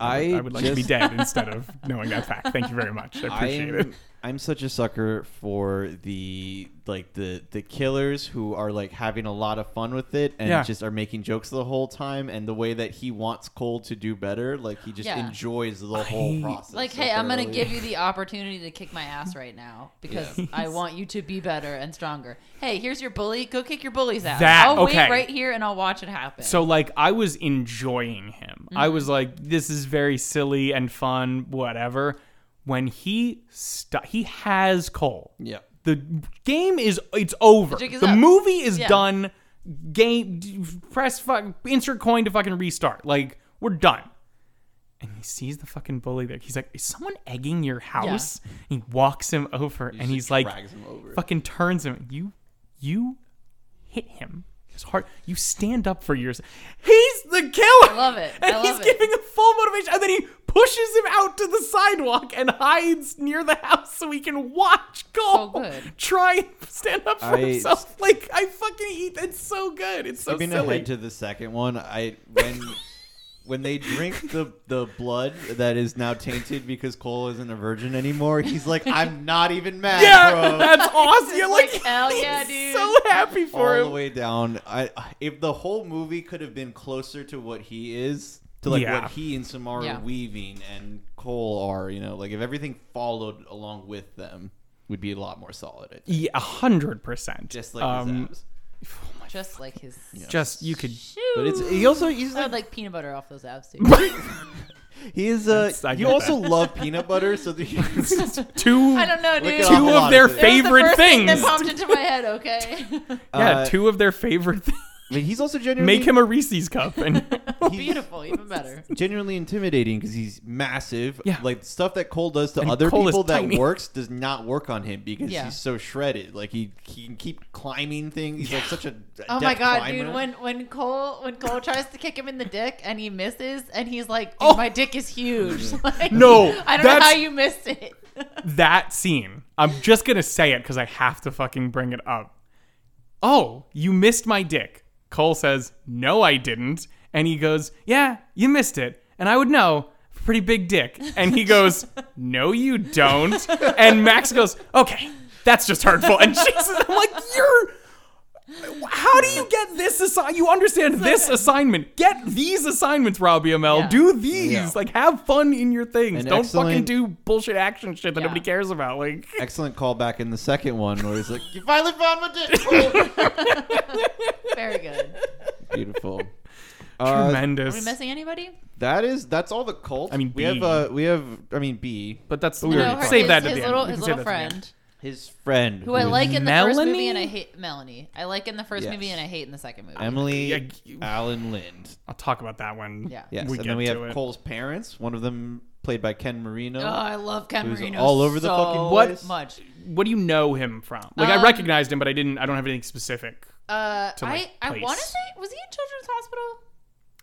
Speaker 2: I,
Speaker 1: I would like to be
Speaker 2: just-
Speaker 1: dead instead of knowing that fact. Thank you very
Speaker 2: <laughs>
Speaker 1: much. I appreciate
Speaker 2: I'm,
Speaker 1: it.
Speaker 2: I'm such a sucker for the like the the killers who are like having a lot of fun with it and
Speaker 1: Yeah.
Speaker 2: just are making jokes the whole time and the way that he wants Cole to do better like he just
Speaker 3: Yeah.
Speaker 2: enjoys the whole
Speaker 1: I-
Speaker 2: process
Speaker 3: like,
Speaker 2: so
Speaker 3: hey, I'm gonna
Speaker 2: thoroughly.
Speaker 3: give you the opportunity to kick my ass right now because I want you to be better and stronger. Hey, here's your bully. Go kick your bully's ass.
Speaker 1: That-
Speaker 3: I'll wait
Speaker 1: okay.
Speaker 3: right here and I'll watch it happen.
Speaker 1: So like I was enjoying him. I was like, this is very silly and fun, whatever. When he st- he has Cole.
Speaker 2: yeah
Speaker 1: The game is it's over.
Speaker 3: jig is
Speaker 1: The
Speaker 3: up.
Speaker 1: movie is
Speaker 3: Yeah.
Speaker 1: done. Game d- press fuck insert coin to fucking restart. Like we're done. And he sees the fucking bully there. He's like, "Is someone egging your house?" He walks him over, and
Speaker 2: Just
Speaker 1: he's like,
Speaker 2: drags him over.
Speaker 1: fucking turns him. You, you hit him. It's hard. You stand up for yours. He's the killer. I
Speaker 3: love it.
Speaker 1: And
Speaker 3: I
Speaker 1: he's
Speaker 3: love it.
Speaker 1: giving a full motivation, and then he pushes him out to the sidewalk and hides near the house so he can watch Cole
Speaker 3: good.
Speaker 1: try and stand up for
Speaker 2: I-
Speaker 1: himself. Like I fucking eat. It's so good. It's so
Speaker 2: skipping
Speaker 1: silly.
Speaker 2: ahead to the second one, I when <laughs> when they drink the the blood that is now tainted because Cole isn't a virgin anymore, he's like, I'm not even mad,
Speaker 1: yeah, <laughs>
Speaker 2: bro.
Speaker 1: that's awesome. You're like, <laughs>
Speaker 3: like, hell yeah,
Speaker 1: he's
Speaker 3: dude.
Speaker 1: So happy for
Speaker 2: All
Speaker 1: him.
Speaker 2: the way down. I if the whole movie could have been closer to what he is, to like
Speaker 1: Yeah.
Speaker 2: what he and Samara
Speaker 3: Yeah.
Speaker 2: Weaving and Cole are, you know, like if everything followed along with them, would be a lot more solid. I think.
Speaker 1: Yeah, a hundred percent.
Speaker 2: Just like
Speaker 1: Um,
Speaker 2: his abs.
Speaker 3: just like his.
Speaker 1: just you
Speaker 2: <laughs>
Speaker 1: could.
Speaker 2: But it's he also he's
Speaker 3: I
Speaker 2: like
Speaker 3: would like peanut butter off those abs too. <laughs>
Speaker 2: He is uh
Speaker 1: That's- I
Speaker 2: you
Speaker 1: get
Speaker 2: also love peanut butter,
Speaker 1: <laughs>
Speaker 2: so the
Speaker 1: Two
Speaker 3: I don't know, dude.
Speaker 2: at
Speaker 1: two
Speaker 2: Awful
Speaker 1: of
Speaker 2: lot
Speaker 1: their
Speaker 2: of things. That
Speaker 3: That was the
Speaker 1: favorite
Speaker 3: first thing
Speaker 1: things.
Speaker 3: that popped into my head. Okay, <laughs>
Speaker 1: yeah,
Speaker 2: Uh,
Speaker 1: two of their favorite things.
Speaker 2: I mean, he's also
Speaker 1: <laughs>
Speaker 2: genuinely
Speaker 1: Make him a Reese's cup, and
Speaker 3: beautiful, even better.
Speaker 2: genuinely intimidating because he's massive.
Speaker 1: Yeah.
Speaker 2: Like stuff that Cole does to
Speaker 1: And
Speaker 2: other
Speaker 1: Cole is
Speaker 2: people that
Speaker 1: tiny. <laughs>
Speaker 2: works does not work on him because
Speaker 3: Yeah.
Speaker 2: he's so shredded. Like he, he can keep climbing things. He's like such a
Speaker 3: Oh my
Speaker 2: adept
Speaker 3: god,
Speaker 2: climber.
Speaker 3: dude! When when Cole when Cole tries to kick him in the dick and he misses and he's like, dude,
Speaker 1: Oh.
Speaker 3: "My dick
Speaker 1: <laughs>
Speaker 3: is huge." Like,
Speaker 1: No,
Speaker 3: I don't know
Speaker 1: that's-
Speaker 3: how you
Speaker 1: <laughs>
Speaker 3: missed it.
Speaker 1: that scene. I'm just gonna say it because I have to fucking bring it up. Oh, you missed my dick. Cole says, "No, I didn't," and he goes, "Yeah, you missed it, and I would know." Pretty big dick, and he goes, <laughs> "No, you don't." And Max goes, "Okay, that's just hurtful." And <laughs> Jesus, I'm like, "You're." How do you get this assi- You understand this
Speaker 3: <laughs>
Speaker 1: assignment. Get these assignments, Robbie Amell.
Speaker 3: Yeah.
Speaker 1: Do these.
Speaker 2: Yeah.
Speaker 1: Like, have fun in your things.
Speaker 2: An
Speaker 1: Don't fucking
Speaker 2: excellent-
Speaker 1: do bullshit action shit that
Speaker 3: Yeah.
Speaker 1: nobody cares about. Like,
Speaker 2: Excellent callback in the second one where he's like,
Speaker 1: <laughs>
Speaker 3: You finally found my dick. <laughs> Very good.
Speaker 2: beautiful. Uh,
Speaker 3: Are we
Speaker 1: tremendous.
Speaker 3: missing anybody?
Speaker 2: that is that's all the cult.
Speaker 1: I mean, B.
Speaker 2: we have uh we have I mean B
Speaker 1: But that's
Speaker 2: We
Speaker 1: weird.
Speaker 2: already
Speaker 1: Save
Speaker 3: his,
Speaker 1: that to
Speaker 3: his
Speaker 1: the
Speaker 3: little
Speaker 1: end.
Speaker 3: his
Speaker 1: You can
Speaker 3: little
Speaker 1: save that to the end.
Speaker 3: friend
Speaker 2: his friend
Speaker 3: who I
Speaker 2: is
Speaker 3: like in the first movie and I
Speaker 1: Melanie?
Speaker 3: hate Melanie. I like in the first
Speaker 2: Yes.
Speaker 3: movie and I hate in the second movie.
Speaker 2: Emily
Speaker 1: Yeah, g-
Speaker 2: Alan Lind.
Speaker 1: I'll talk about that one.
Speaker 3: Yeah.
Speaker 2: Yes,
Speaker 1: we
Speaker 2: and
Speaker 1: get
Speaker 2: then we
Speaker 1: to
Speaker 2: have
Speaker 1: it.
Speaker 2: Cole's parents. One of them played by Ken Marino.
Speaker 3: oh, I love Ken
Speaker 2: Who's
Speaker 3: Marino
Speaker 2: all over
Speaker 3: so
Speaker 2: the fucking place.
Speaker 3: much.
Speaker 1: What do you know him from? Like, I
Speaker 3: Um,
Speaker 1: recognized him, but I didn't. I don't have anything specific.
Speaker 3: Uh,
Speaker 1: To, like,
Speaker 3: I I
Speaker 1: place.
Speaker 3: want to say was he in Children's Hospital?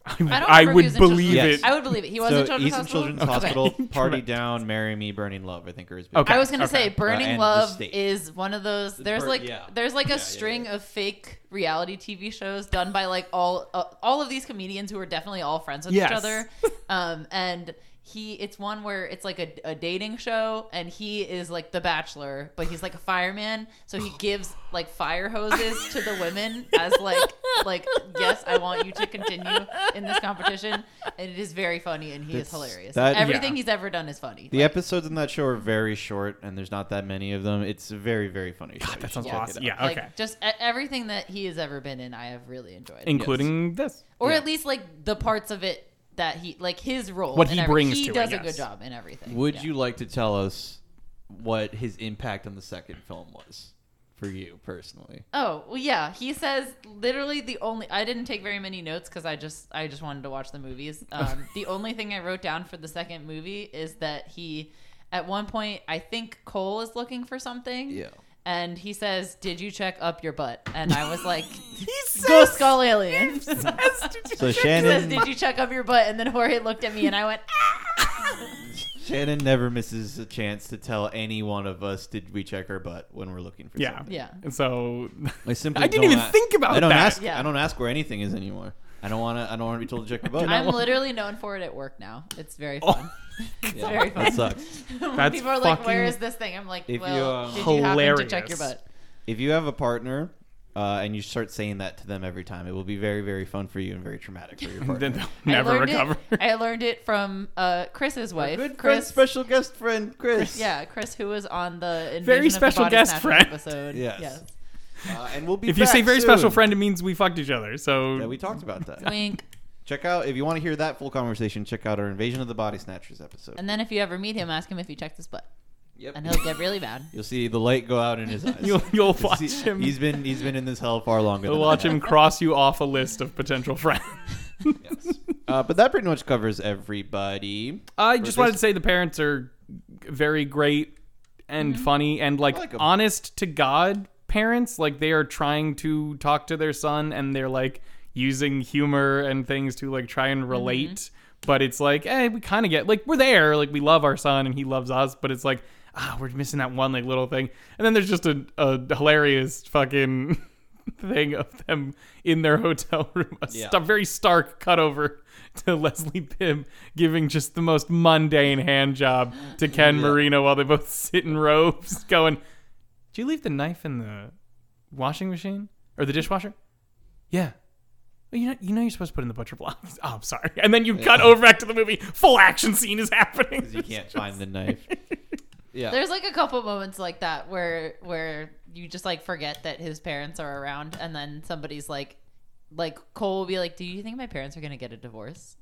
Speaker 1: I,
Speaker 3: I don't.
Speaker 1: I
Speaker 3: remember if he
Speaker 1: would
Speaker 3: was in Children's
Speaker 1: believe
Speaker 2: Yes.
Speaker 1: it.
Speaker 2: Hospital.
Speaker 3: I would believe it. He was
Speaker 2: so
Speaker 3: in Children's
Speaker 2: he's in
Speaker 3: Hospital.
Speaker 2: Children's <laughs>
Speaker 3: Okay.
Speaker 2: Hospital. Party
Speaker 1: Correct.
Speaker 2: down, marry me, burning love. I think are his.
Speaker 1: Okay.
Speaker 3: I was gonna
Speaker 1: okay.
Speaker 3: say Burning
Speaker 2: Uh, and the
Speaker 3: Love
Speaker 2: state.
Speaker 3: is one of those. There's
Speaker 2: Bur-
Speaker 3: like
Speaker 2: yeah.
Speaker 3: there's like a
Speaker 2: Yeah, yeah,
Speaker 3: string of fake reality TV shows done by like all uh, all of these comedians who are definitely all friends with
Speaker 1: Yes. <laughs>
Speaker 3: each other. Um, and he it's one where it's like a, a dating show and he is like the bachelor, but he's like a fireman, so
Speaker 2: <sighs>
Speaker 3: he gives like fire hoses to the women as like like yes, I want you to continue in this competition, and it is very funny and he is
Speaker 2: That's-
Speaker 3: hilarious.
Speaker 2: that-
Speaker 3: Everything
Speaker 1: Yeah.
Speaker 3: he's ever done is funny.
Speaker 2: The episodes in that show are very short, and there's not that many of them. It's a very, very funny. show.
Speaker 1: that
Speaker 2: You should
Speaker 1: sounds
Speaker 2: check it
Speaker 1: awesome.
Speaker 2: out.
Speaker 1: Yeah.
Speaker 3: Like
Speaker 1: Okay.
Speaker 3: just e- everything that he has ever been in, I have really enjoyed,
Speaker 1: Including this.
Speaker 3: or
Speaker 2: yeah.
Speaker 3: at least like the parts of it that he like his role,
Speaker 1: What
Speaker 3: in
Speaker 1: he
Speaker 3: every-
Speaker 1: brings
Speaker 3: He
Speaker 1: to it,
Speaker 3: does a
Speaker 1: yes.
Speaker 3: good job in everything.
Speaker 2: Would
Speaker 3: Yeah.
Speaker 2: you like to tell us what his impact on the second film was for you personally?
Speaker 3: Oh well, yeah. He says literally the only. I didn't take very many notes because I just I just wanted to watch
Speaker 1: <laughs>
Speaker 3: the movies. Um, the only thing I wrote down for the second movie is that he, at one point, I think Cole is looking for something.
Speaker 2: Yeah.
Speaker 3: And he says, "Did you check up your butt?" And I
Speaker 1: <laughs>
Speaker 3: was like,
Speaker 1: He's
Speaker 3: "Go skull aliens."
Speaker 2: So
Speaker 3: He says,
Speaker 2: Shannon, <laughs>
Speaker 3: "Did you check up your butt?" And then Jorge looked at me, and I went, "Ah."
Speaker 2: Shannon never misses a chance to tell any one of us did we check her butt when we're looking for
Speaker 1: Yeah.
Speaker 2: something.
Speaker 3: Yeah.
Speaker 1: And
Speaker 2: <laughs>
Speaker 1: so <laughs>
Speaker 2: I simply
Speaker 1: I didn't
Speaker 2: don't
Speaker 1: even
Speaker 2: a-
Speaker 1: think about
Speaker 2: I don't
Speaker 1: that.
Speaker 2: ask
Speaker 3: Yeah.
Speaker 2: I don't ask where anything is anymore. I don't want to I don't want to be told to
Speaker 1: <laughs>
Speaker 2: check my butt.
Speaker 3: I'm literally known for it at work now. It's very
Speaker 1: Oh.
Speaker 3: fun. it's
Speaker 2: Yeah,
Speaker 3: very fun.
Speaker 2: that sucks.
Speaker 3: <laughs> When
Speaker 1: That's
Speaker 3: people are like, "Where
Speaker 1: fucking-
Speaker 3: is this thing?" I'm like,
Speaker 2: If
Speaker 3: "Well,
Speaker 2: you,
Speaker 3: did
Speaker 2: uh,
Speaker 3: you happen to check your
Speaker 1: hilarious.
Speaker 3: butt?"
Speaker 2: If you have a partner uh, and you start saying that to them every time, it will be very very fun for you and very traumatic
Speaker 1: <laughs>
Speaker 2: for your partner.
Speaker 1: then
Speaker 3: <laughs>
Speaker 1: they'll never
Speaker 3: I learned
Speaker 1: recover.
Speaker 3: It, I learned it from uh, Chris's wife,
Speaker 2: Good friend,
Speaker 3: Chris.
Speaker 2: special guest friend Chris.
Speaker 3: Yeah, Chris, who was on the Invasion
Speaker 1: Very
Speaker 3: of the
Speaker 1: special
Speaker 3: Body
Speaker 1: guest
Speaker 3: Snatchers
Speaker 1: friend.
Speaker 3: episode.
Speaker 2: Yes.
Speaker 3: yes.
Speaker 2: Uh, and we'll be
Speaker 1: If you say
Speaker 2: back
Speaker 1: very
Speaker 2: soon.
Speaker 1: special friend, it means we fucked each other. So
Speaker 2: Yeah, we talked about that.
Speaker 3: Wink.
Speaker 2: Check out if you want to hear that full conversation. Check out our Invasion of the Body Snatchers episode.
Speaker 3: And then if you ever meet him, ask him if he checked his butt,
Speaker 2: Yep.
Speaker 3: and he'll get really mad.
Speaker 2: <laughs> You'll see the light go out
Speaker 1: <laughs>
Speaker 2: in his eyes.
Speaker 1: you'll, you'll watch
Speaker 2: See,
Speaker 1: him.
Speaker 2: He's been he's been in this hell far longer. <laughs>
Speaker 1: You'll
Speaker 2: Than
Speaker 1: watch
Speaker 2: I
Speaker 1: him
Speaker 2: have.
Speaker 1: cross you off a list of potential friends.
Speaker 2: Yes. Uh, but that pretty much covers everybody.
Speaker 1: I just
Speaker 2: Or
Speaker 1: wanted
Speaker 2: this-
Speaker 1: to say the parents are very great and funny and like,
Speaker 2: I like 'em.
Speaker 1: honest to God parents. Like they are trying to talk to their son and they're like using humor and things to like try and relate. But it's like, eh, we kind of get like we're there. Like we love our son and he loves us. But it's like, ah, we're missing that one like little thing. And then there's just a, a hilarious fucking <laughs> thing of them in their hotel <laughs> room. A
Speaker 2: Yeah.
Speaker 1: st- very stark cutover to Leslie Pim giving just the most mundane hand job to Ken Marino while they both sit in robes, <laughs> going, "Did you leave the knife in the washing machine or the dishwasher?" Yeah. "Well, You know, you know you're supposed to put it in the butcher block. <laughs> Oh, I'm sorry. And then you cut over back to the movie. Full action scene is
Speaker 2: <laughs>
Speaker 1: happening.
Speaker 2: You can't find the
Speaker 3: <laughs>
Speaker 2: knife. Yeah.
Speaker 3: There's like a couple moments like that where where you just like forget that his parents are around, and then somebody's like, like Cole will be like, "Do you think my parents are gonna get a divorce?"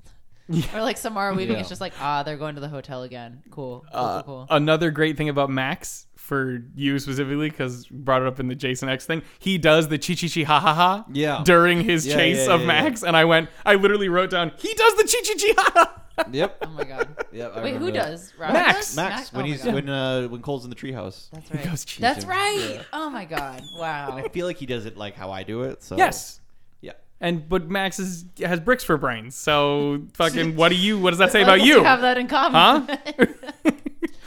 Speaker 3: Or like Samara Weaving
Speaker 2: Yeah.
Speaker 3: is just like, "Ah, they're going to the hotel again. Cool, cool,
Speaker 1: Uh,
Speaker 3: cool." cool."
Speaker 1: Another great thing about Max for you specifically, because brought it up in the Jason X thing, he does the chi chi chi ha ha ha
Speaker 2: Yeah.
Speaker 1: during his
Speaker 2: Yeah,
Speaker 1: chase
Speaker 2: yeah,
Speaker 1: of
Speaker 2: yeah,
Speaker 1: Max, and I went, I literally wrote down, he does the chi chi chi ha ha.
Speaker 2: Yep.
Speaker 3: Oh my god.
Speaker 2: Yep. I
Speaker 3: Wait,
Speaker 2: remember
Speaker 3: who
Speaker 2: that.
Speaker 3: does? Robert
Speaker 1: Max.
Speaker 3: does?
Speaker 2: Max
Speaker 3: Oh
Speaker 2: when
Speaker 3: my
Speaker 2: he's
Speaker 3: God.
Speaker 2: when uh, when Cole's in the treehouse.
Speaker 3: That's
Speaker 1: He
Speaker 3: right.
Speaker 1: goes, "Cheese
Speaker 3: That's
Speaker 1: in."
Speaker 3: right. Oh my god. Wow. <laughs>
Speaker 2: I feel like he does it like how I do it. So
Speaker 1: Yes.
Speaker 2: Yeah.
Speaker 1: And but Max is has bricks for brains, so
Speaker 3: <laughs>
Speaker 1: fucking. What do you? What does that say
Speaker 3: Well, I
Speaker 1: about
Speaker 3: guess
Speaker 1: you?
Speaker 3: have that in common.
Speaker 1: Huh?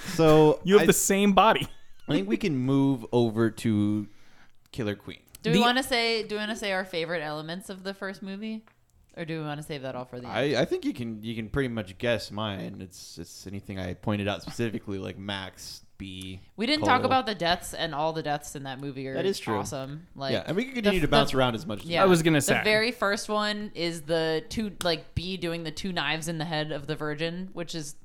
Speaker 2: So
Speaker 1: you have
Speaker 2: I,
Speaker 1: the same body.
Speaker 2: I think we can move over to Killer Queen.
Speaker 3: <laughs> do we
Speaker 1: The-
Speaker 3: want to say? Do we want to say our favorite elements of the first movie, or do we want to save that all for the end?
Speaker 2: I, I think you can you can pretty much guess mine. It's it's anything I pointed out specifically like Max B.
Speaker 3: we didn't
Speaker 2: Cole.
Speaker 3: talk about the deaths, and all the deaths in that movie are
Speaker 2: That is true.
Speaker 3: awesome. Like,
Speaker 2: yeah, and we can continue
Speaker 3: the-
Speaker 2: to bounce
Speaker 3: the-
Speaker 2: around as much. as we
Speaker 3: yeah.
Speaker 1: I was gonna say.
Speaker 3: The very first one is the two, like B doing the two knives in the head of the virgin, which is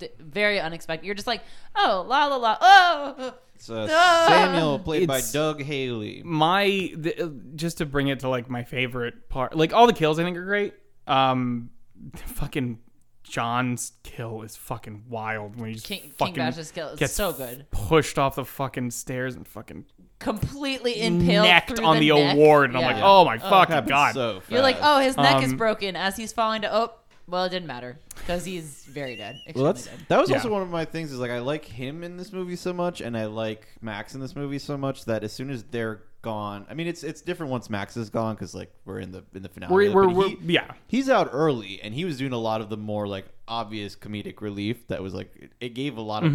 Speaker 3: d- very unexpected. You're just like, oh, la la la, oh.
Speaker 2: It's, uh,
Speaker 3: <laughs> Ah!
Speaker 2: Samuel, played by
Speaker 1: It's-
Speaker 2: Doug Haley.
Speaker 1: my the, uh, just to bring it to like my favorite part like all the kills i think are great um <laughs> fucking john's kill is fucking wild when he just
Speaker 3: King, King
Speaker 1: fucking
Speaker 3: Bash's kill is
Speaker 1: gets
Speaker 3: so good.
Speaker 1: pushed off the fucking stairs and fucking
Speaker 3: Completely impaled
Speaker 1: necked
Speaker 3: through
Speaker 1: on the,
Speaker 3: neck.
Speaker 1: award and i'm like
Speaker 3: Yeah.
Speaker 1: oh my fucking
Speaker 2: Happens
Speaker 1: god
Speaker 2: So fast.
Speaker 3: You're like, oh, his neck is
Speaker 1: Um,
Speaker 3: broken as he's falling to. Oh, well, it didn't matter because he's very dead. Extremely
Speaker 2: Well, that's
Speaker 3: dead.
Speaker 2: that was
Speaker 1: Yeah.
Speaker 2: also one of my things. Is like I like him in this movie so much, and I like Max in this movie so much that as soon as they're gone, I mean, it's it's different once Max is gone because like we're in the in the finale.
Speaker 1: We're-
Speaker 2: of it,
Speaker 1: we're-
Speaker 2: but
Speaker 1: we're- uh, yeah.
Speaker 2: he's out early, and he was doing a lot of the more like obvious comedic relief. That was like it, it gave a lot of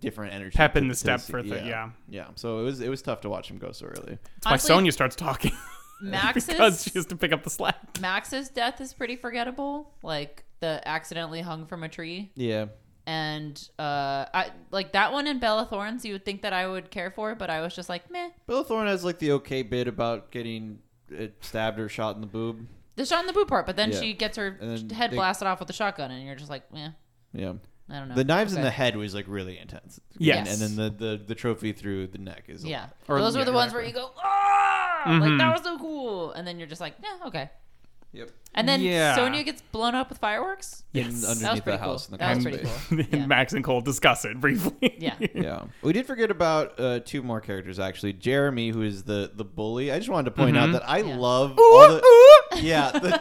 Speaker 2: different energy.
Speaker 1: Mm-hmm. Pep in
Speaker 2: to-
Speaker 1: the
Speaker 2: to
Speaker 1: step
Speaker 2: scene.
Speaker 1: for the- yeah.
Speaker 2: yeah. So it was it was tough to watch him go so early.
Speaker 1: it's why
Speaker 3: Honestly,
Speaker 1: sonya starts talking <laughs>
Speaker 3: Max's-
Speaker 1: because she has to pick up the slack
Speaker 3: Max's death is pretty forgettable. Like the accidentally hung from a tree,
Speaker 2: Yeah,
Speaker 3: and uh, I like that one in Bella Thorne's. You would think that I would care for, but I was just like, meh.
Speaker 2: Bill Thorne has like the okay bit about getting uh, stabbed or shot in the boob.
Speaker 3: The shot in the boot part, but then
Speaker 2: Yeah.
Speaker 3: she gets her
Speaker 2: And then
Speaker 3: head
Speaker 2: they-
Speaker 3: blasted off with a shotgun, and you're just like, meh.
Speaker 2: Yeah.
Speaker 3: I don't know.
Speaker 2: The knives in
Speaker 3: Okay.
Speaker 2: the head was like really intense.
Speaker 1: Yes.
Speaker 2: And, and then the, the, the trophy through the neck is a
Speaker 3: Yeah,
Speaker 2: lot.
Speaker 1: Or-
Speaker 3: those
Speaker 1: yeah,
Speaker 3: were the ones where you
Speaker 1: exactly.
Speaker 3: go, ah, like
Speaker 1: Mhm.
Speaker 3: that was so cool, and then you're just like, yeah, okay.
Speaker 2: Yep.
Speaker 3: And then
Speaker 1: Yeah.
Speaker 3: Sonya gets blown up with fireworks.
Speaker 1: yes
Speaker 2: In, underneath the
Speaker 3: pretty
Speaker 2: house.
Speaker 3: cool.
Speaker 2: In the
Speaker 3: That was
Speaker 2: crawl <laughs>
Speaker 3: pretty
Speaker 1: <laughs>
Speaker 2: space.
Speaker 1: and
Speaker 3: Yeah.
Speaker 1: max and cole discuss it briefly <laughs>
Speaker 3: Yeah.
Speaker 2: Yeah. We did forget about uh, two more characters actually. Jeremy, who is the, the bully. I just wanted to point
Speaker 1: Mm-hmm.
Speaker 2: out that I
Speaker 3: Yeah.
Speaker 1: <laughs>
Speaker 2: love all the
Speaker 3: <laughs>
Speaker 2: yeah the,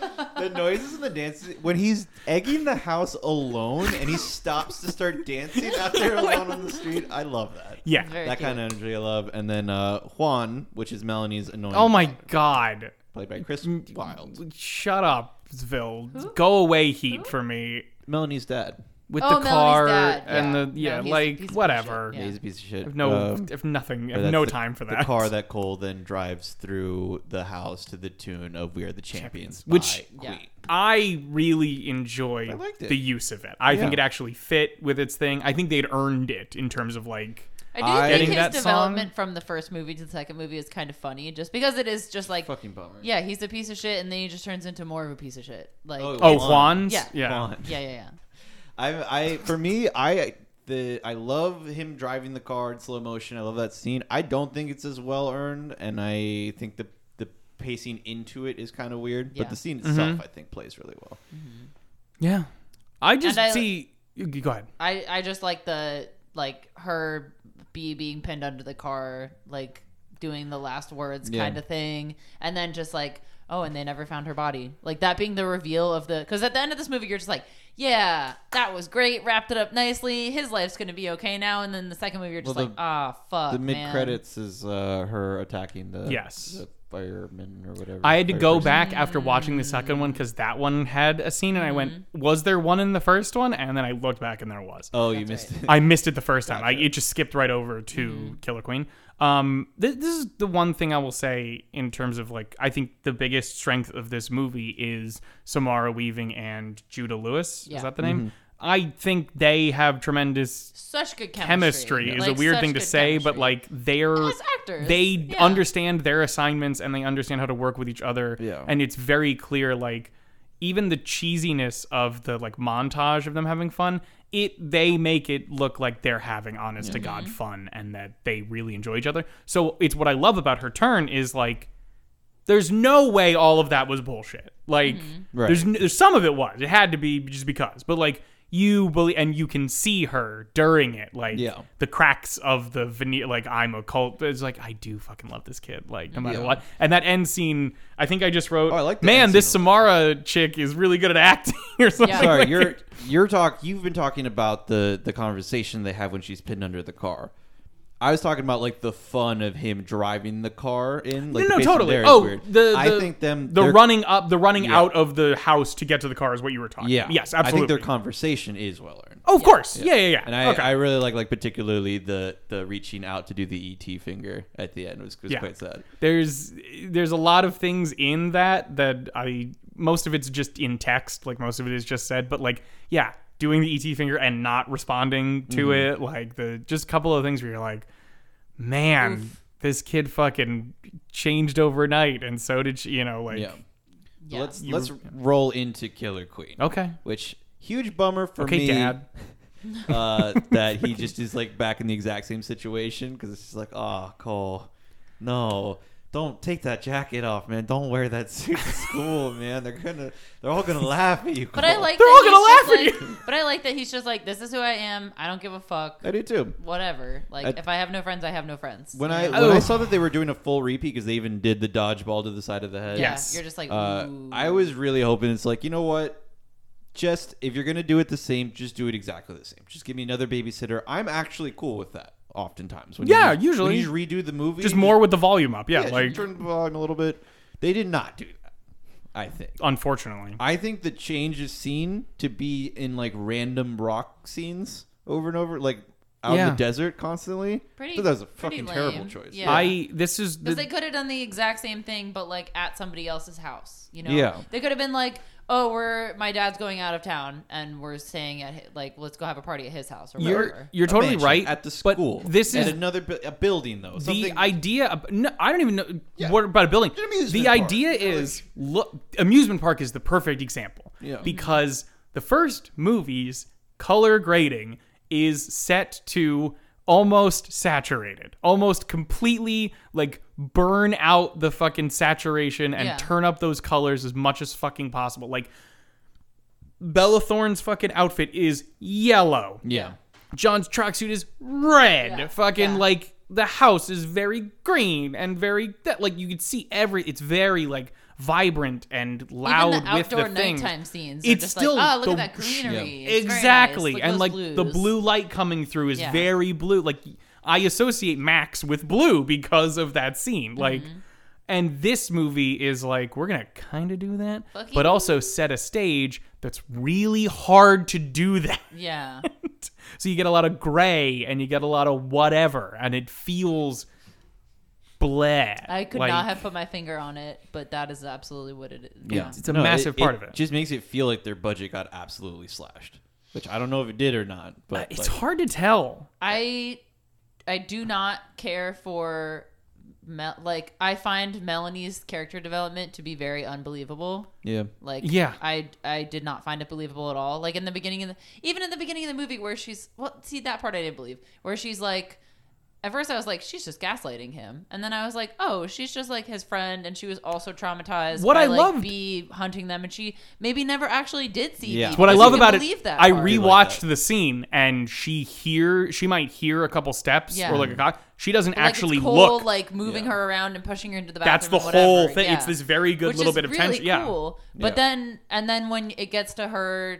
Speaker 2: the, the noises and the dances when he's egging the house alone and he stops to start dancing
Speaker 1: <laughs>
Speaker 2: out there alone on the street. I love that.
Speaker 1: yeah
Speaker 3: Very
Speaker 2: That
Speaker 3: cute.
Speaker 2: kind of energy I love. And then uh, Juan, which is Melanie's annoying.
Speaker 1: oh my Mm, god
Speaker 2: Played by Chris Wilde.
Speaker 1: Shut up, Zville. Go away, Heat, for me.
Speaker 2: Melanie's dad.
Speaker 1: with
Speaker 3: Oh,
Speaker 1: the
Speaker 3: Melanie's
Speaker 1: car
Speaker 3: dad,
Speaker 1: and
Speaker 3: yeah.
Speaker 1: the yeah,
Speaker 3: No, he's-
Speaker 1: like
Speaker 3: he's a
Speaker 1: whatever.
Speaker 3: piece of shit, Yeah.
Speaker 2: He's a piece of shit.
Speaker 1: I have no,
Speaker 2: Um,
Speaker 1: if nothing, I
Speaker 2: but
Speaker 1: have
Speaker 2: that's
Speaker 1: no
Speaker 2: the-
Speaker 1: time for that.
Speaker 2: The car that Cole then drives through the house to the tune of "We Are the Champions,",
Speaker 1: Which-
Speaker 2: by
Speaker 3: Yeah.
Speaker 2: Queen.
Speaker 1: I really enjoy
Speaker 2: I liked it.
Speaker 1: the use of it. I think
Speaker 2: Yeah.
Speaker 1: it actually fit with its thing. I think they'd earned it in terms of like
Speaker 3: I do
Speaker 2: I-
Speaker 3: think
Speaker 1: Getting
Speaker 3: his
Speaker 1: that
Speaker 3: development from the first movie to the second movie is kind of funny, just because it is just like,
Speaker 2: Fucking bummer.
Speaker 3: yeah, he's a piece of shit, and then he just turns into more of a piece of shit. Like,
Speaker 2: Oh,
Speaker 1: oh
Speaker 2: Juan.
Speaker 1: Juan's
Speaker 3: Yeah.
Speaker 1: yeah.
Speaker 2: Juan.
Speaker 3: yeah, yeah, yeah.
Speaker 2: I, I, for me, I the I love him driving the car in slow motion. I love that scene. I don't think it's as well earned, and I think the the pacing into it is kind of weird.
Speaker 3: Yeah.
Speaker 2: But the scene
Speaker 1: Mm-hmm.
Speaker 2: itself, I think, plays really well.
Speaker 1: Yeah. I just
Speaker 3: And I-
Speaker 1: see. you- you Go ahead.
Speaker 3: I I just like the like her be being pinned under the car, like doing the last words
Speaker 2: Yeah.
Speaker 3: kind of thing, and then just like oh, and they never found her body, like that being the reveal of the because at the end of this movie you're just like yeah, that was great, wrapped it up nicely, his life's gonna be okay now, and then the second movie you're just
Speaker 2: Well, the-
Speaker 3: like ah fuck
Speaker 2: the
Speaker 3: man."
Speaker 2: mid credits is uh, her attacking the
Speaker 1: Yes.
Speaker 2: the fireman or whatever.
Speaker 1: I had to go
Speaker 2: fireperson.
Speaker 1: back after watching the second one because that one had a scene, and I went,
Speaker 3: Mm-hmm.
Speaker 1: "Was there one in the first one?" And then I looked back, and there was.
Speaker 2: Oh, you
Speaker 3: That's
Speaker 2: missed it.
Speaker 1: <laughs> I missed it the first time. I, it just skipped right over to Killer Queen. Um, thi- this is the one thing I will say in terms of like I think the biggest strength of this movie is Samara Weaving and Judah Lewis.
Speaker 3: Yeah.
Speaker 1: Is that the name? I think they have tremendous
Speaker 3: such good chemistry.
Speaker 1: chemistry. Is
Speaker 3: Like,
Speaker 1: a weird
Speaker 3: such
Speaker 1: thing to
Speaker 3: good
Speaker 1: say, but
Speaker 3: chemistry.
Speaker 1: like they're
Speaker 3: As actors,
Speaker 1: they
Speaker 3: yeah.
Speaker 1: understand their assignments and they understand how to work with each other.
Speaker 2: Yeah.
Speaker 1: And it's very clear, like even the cheesiness of the like montage of them having fun, it they make it look like they're having honest to God fun and that they really enjoy each other. So it's what I love about her turn is like there's no way all of that was bullshit. Like
Speaker 2: Right.
Speaker 1: there's n- there's some of it was. It had to be just because. But like you believe and you can see her during it like
Speaker 2: Yeah.
Speaker 1: the cracks of the veneer like I'm a cult it's like I do fucking love this kid like no matter
Speaker 2: Yeah.
Speaker 1: what and that end scene I think I just wrote
Speaker 2: Oh, I like the
Speaker 1: man
Speaker 2: end
Speaker 1: this
Speaker 2: scene
Speaker 1: Samara chick is really good at acting <laughs> or something
Speaker 3: Yeah.
Speaker 2: Sorry,
Speaker 1: like
Speaker 2: you're you're talk. You've been talking about the the conversation they have when she's pinned under the car. I was talking about like the fun of him driving the car in.
Speaker 1: no,
Speaker 2: Like,
Speaker 1: no,
Speaker 2: the pacing
Speaker 1: totally.
Speaker 2: there is
Speaker 1: Oh,
Speaker 2: weird.
Speaker 1: the, the
Speaker 2: I think them
Speaker 1: the
Speaker 2: their-
Speaker 1: running up, the running
Speaker 2: Yeah.
Speaker 1: out of the house to get to the car is what you were talking.
Speaker 2: Yeah,
Speaker 1: yes,
Speaker 2: I think
Speaker 1: absolutely.
Speaker 2: their conversation is well earned.
Speaker 1: oh, of course, yeah, yeah, yeah.
Speaker 2: And I,
Speaker 1: okay.
Speaker 2: I really like like particularly the the reaching out to do the ET finger at the end was, was
Speaker 1: Yeah.
Speaker 2: quite sad.
Speaker 1: there's there's a lot of things in that that I most of it's just in text, like most of it is just said, but like yeah, doing the ET finger and not responding to
Speaker 2: Mm-hmm.
Speaker 1: it, like the just a couple of things where you're like, man, this kid fucking changed overnight, and so did she, you know, like
Speaker 2: Yeah.
Speaker 3: Yeah.
Speaker 2: Let's
Speaker 1: You-
Speaker 2: let's roll into Killer Queen.
Speaker 1: okay,
Speaker 2: Which huge bummer for
Speaker 1: okay,
Speaker 2: me.
Speaker 1: dad,
Speaker 2: <laughs> uh, that he just is like back in the exact same situation because it's just like, oh, Cole, no, don't take that jacket off, man. Don't wear that
Speaker 1: <laughs>
Speaker 2: suit to school, man. They're gonna, they're all gonna laugh at you.
Speaker 3: But
Speaker 2: Cole.
Speaker 3: I like
Speaker 1: They're
Speaker 3: that
Speaker 1: all gonna
Speaker 3: he's
Speaker 1: laugh
Speaker 3: just like- <laughs> But I like that he's just like, this is who I am. I don't give a fuck.
Speaker 2: I do too.
Speaker 3: Whatever. Like,
Speaker 2: I-
Speaker 3: if I have no friends, I have no friends.
Speaker 2: When
Speaker 3: You
Speaker 2: I
Speaker 3: know?
Speaker 2: when I
Speaker 1: Oh.
Speaker 2: saw that they were doing a full repeat because they even did the dodgeball to the side of the head.
Speaker 3: Yeah,
Speaker 1: Yes.
Speaker 3: you're just like,
Speaker 2: Uh,
Speaker 3: ooh.
Speaker 2: I was really hoping it's like, you know what? Just if you're gonna do it the same, just do it exactly the same. Just give me another babysitter. I'm actually cool with that. Oftentimes, when
Speaker 1: Yeah,
Speaker 2: you,
Speaker 1: usually.
Speaker 2: when you redo the movie,
Speaker 1: just more with the volume up, yeah,
Speaker 2: yeah,
Speaker 1: like
Speaker 2: turn the volume a little bit. They did not do that. I think.
Speaker 1: unfortunately,
Speaker 2: I think the change is seen to be in like random rock scenes over and over, like out in
Speaker 1: Yeah.
Speaker 2: the desert constantly.
Speaker 3: Pretty-
Speaker 2: But that was a
Speaker 3: pretty
Speaker 2: fucking
Speaker 3: lame.
Speaker 2: terrible choice.
Speaker 3: Yeah.
Speaker 1: I this is the,
Speaker 3: Because they could have done the exact same thing, but like at somebody else's house. You know?
Speaker 2: Yeah.
Speaker 3: They could have been like, oh, we're my dad's going out of town, and we're staying at hi- like, let's go have a party at his house or
Speaker 1: you're
Speaker 3: whatever.
Speaker 1: you're totally
Speaker 2: Mansion
Speaker 1: right
Speaker 2: At the
Speaker 1: but
Speaker 2: school,
Speaker 1: this
Speaker 2: at
Speaker 1: is
Speaker 2: another bu- a building though.
Speaker 1: the
Speaker 2: Something
Speaker 1: idea of, no, i don't even know what about a building
Speaker 2: An amusement
Speaker 1: the
Speaker 2: park.
Speaker 1: idea
Speaker 2: Like-
Speaker 1: is look amusement park is the perfect example
Speaker 2: Yeah.
Speaker 1: because the first movie's color grading is set to almost saturated almost completely like burn out the fucking saturation and
Speaker 3: Yeah.
Speaker 1: turn up those colors as much as fucking possible like Bella Thorne's fucking outfit is yellow.
Speaker 2: yeah.
Speaker 1: John's tracksuit is red.
Speaker 3: Yeah,
Speaker 1: Fucking
Speaker 3: yeah.
Speaker 1: like the house is very green and very that like you could see every. It's very like vibrant and loud
Speaker 3: Even the
Speaker 1: with
Speaker 3: outdoor
Speaker 1: the thing.
Speaker 3: nighttime scenes.
Speaker 1: It's
Speaker 3: It's just
Speaker 1: still
Speaker 3: like, oh, look
Speaker 1: the-
Speaker 3: at that greenery. It's very nice.
Speaker 1: Exactly,
Speaker 3: Look at
Speaker 1: and
Speaker 3: those
Speaker 1: like the
Speaker 3: blues."
Speaker 1: blue light coming through is
Speaker 3: Yeah. Mm-hmm.
Speaker 1: very blue. Like I associate Max with blue because of that scene. Like And this movie is like, we're gonna kind of do that,
Speaker 3: Fuck
Speaker 1: but
Speaker 3: you.
Speaker 1: also set a stage that's really hard to do that.
Speaker 3: Yeah.
Speaker 1: So you get a lot of gray and you get a lot of whatever, and it feels bleh.
Speaker 3: I could
Speaker 1: Like,
Speaker 3: not have put my finger on it, but that is absolutely what it is.
Speaker 2: Yeah,
Speaker 1: It's a massive part of it.
Speaker 2: Just makes it feel like their budget got absolutely slashed, which I don't know if it did or not. But
Speaker 1: Uh, It's
Speaker 2: like,
Speaker 1: hard to tell.
Speaker 3: I I do not care for Mel- like I find Melanie's character development to be very unbelievable.
Speaker 2: yeah,
Speaker 3: Like
Speaker 1: Yeah.
Speaker 3: I I did not find it believable at all. Like in the beginning of the even in the beginning of the movie where she's well see that part I didn't believe where she's like at first I was like she's just gaslighting him and then I was like oh she's just like his friend and she was also traumatized
Speaker 1: What
Speaker 3: by,
Speaker 1: I
Speaker 3: like,
Speaker 1: loved-
Speaker 3: bee hunting them and she maybe never actually did see
Speaker 2: Yeah.
Speaker 3: bee
Speaker 2: It's
Speaker 1: What I
Speaker 3: because
Speaker 1: love
Speaker 3: you
Speaker 1: about
Speaker 3: didn't
Speaker 1: it,
Speaker 3: believe that
Speaker 1: I
Speaker 3: part.
Speaker 1: rewatched the scene, and she hear she might hear a couple steps
Speaker 3: Yeah.
Speaker 1: or like a cock. She doesn't
Speaker 3: Like, it's
Speaker 1: actually
Speaker 3: Cole,
Speaker 1: look.
Speaker 3: like moving
Speaker 2: Yeah.
Speaker 3: her around and pushing her into the bathroom.
Speaker 1: That's the
Speaker 3: and whatever.
Speaker 1: whole thing.
Speaker 3: Yeah.
Speaker 1: It's this very good
Speaker 3: Which
Speaker 1: little
Speaker 3: is
Speaker 1: bit of
Speaker 3: really
Speaker 1: tension. Yeah,
Speaker 3: Cool. But
Speaker 2: Yeah.
Speaker 3: then and then when it gets to her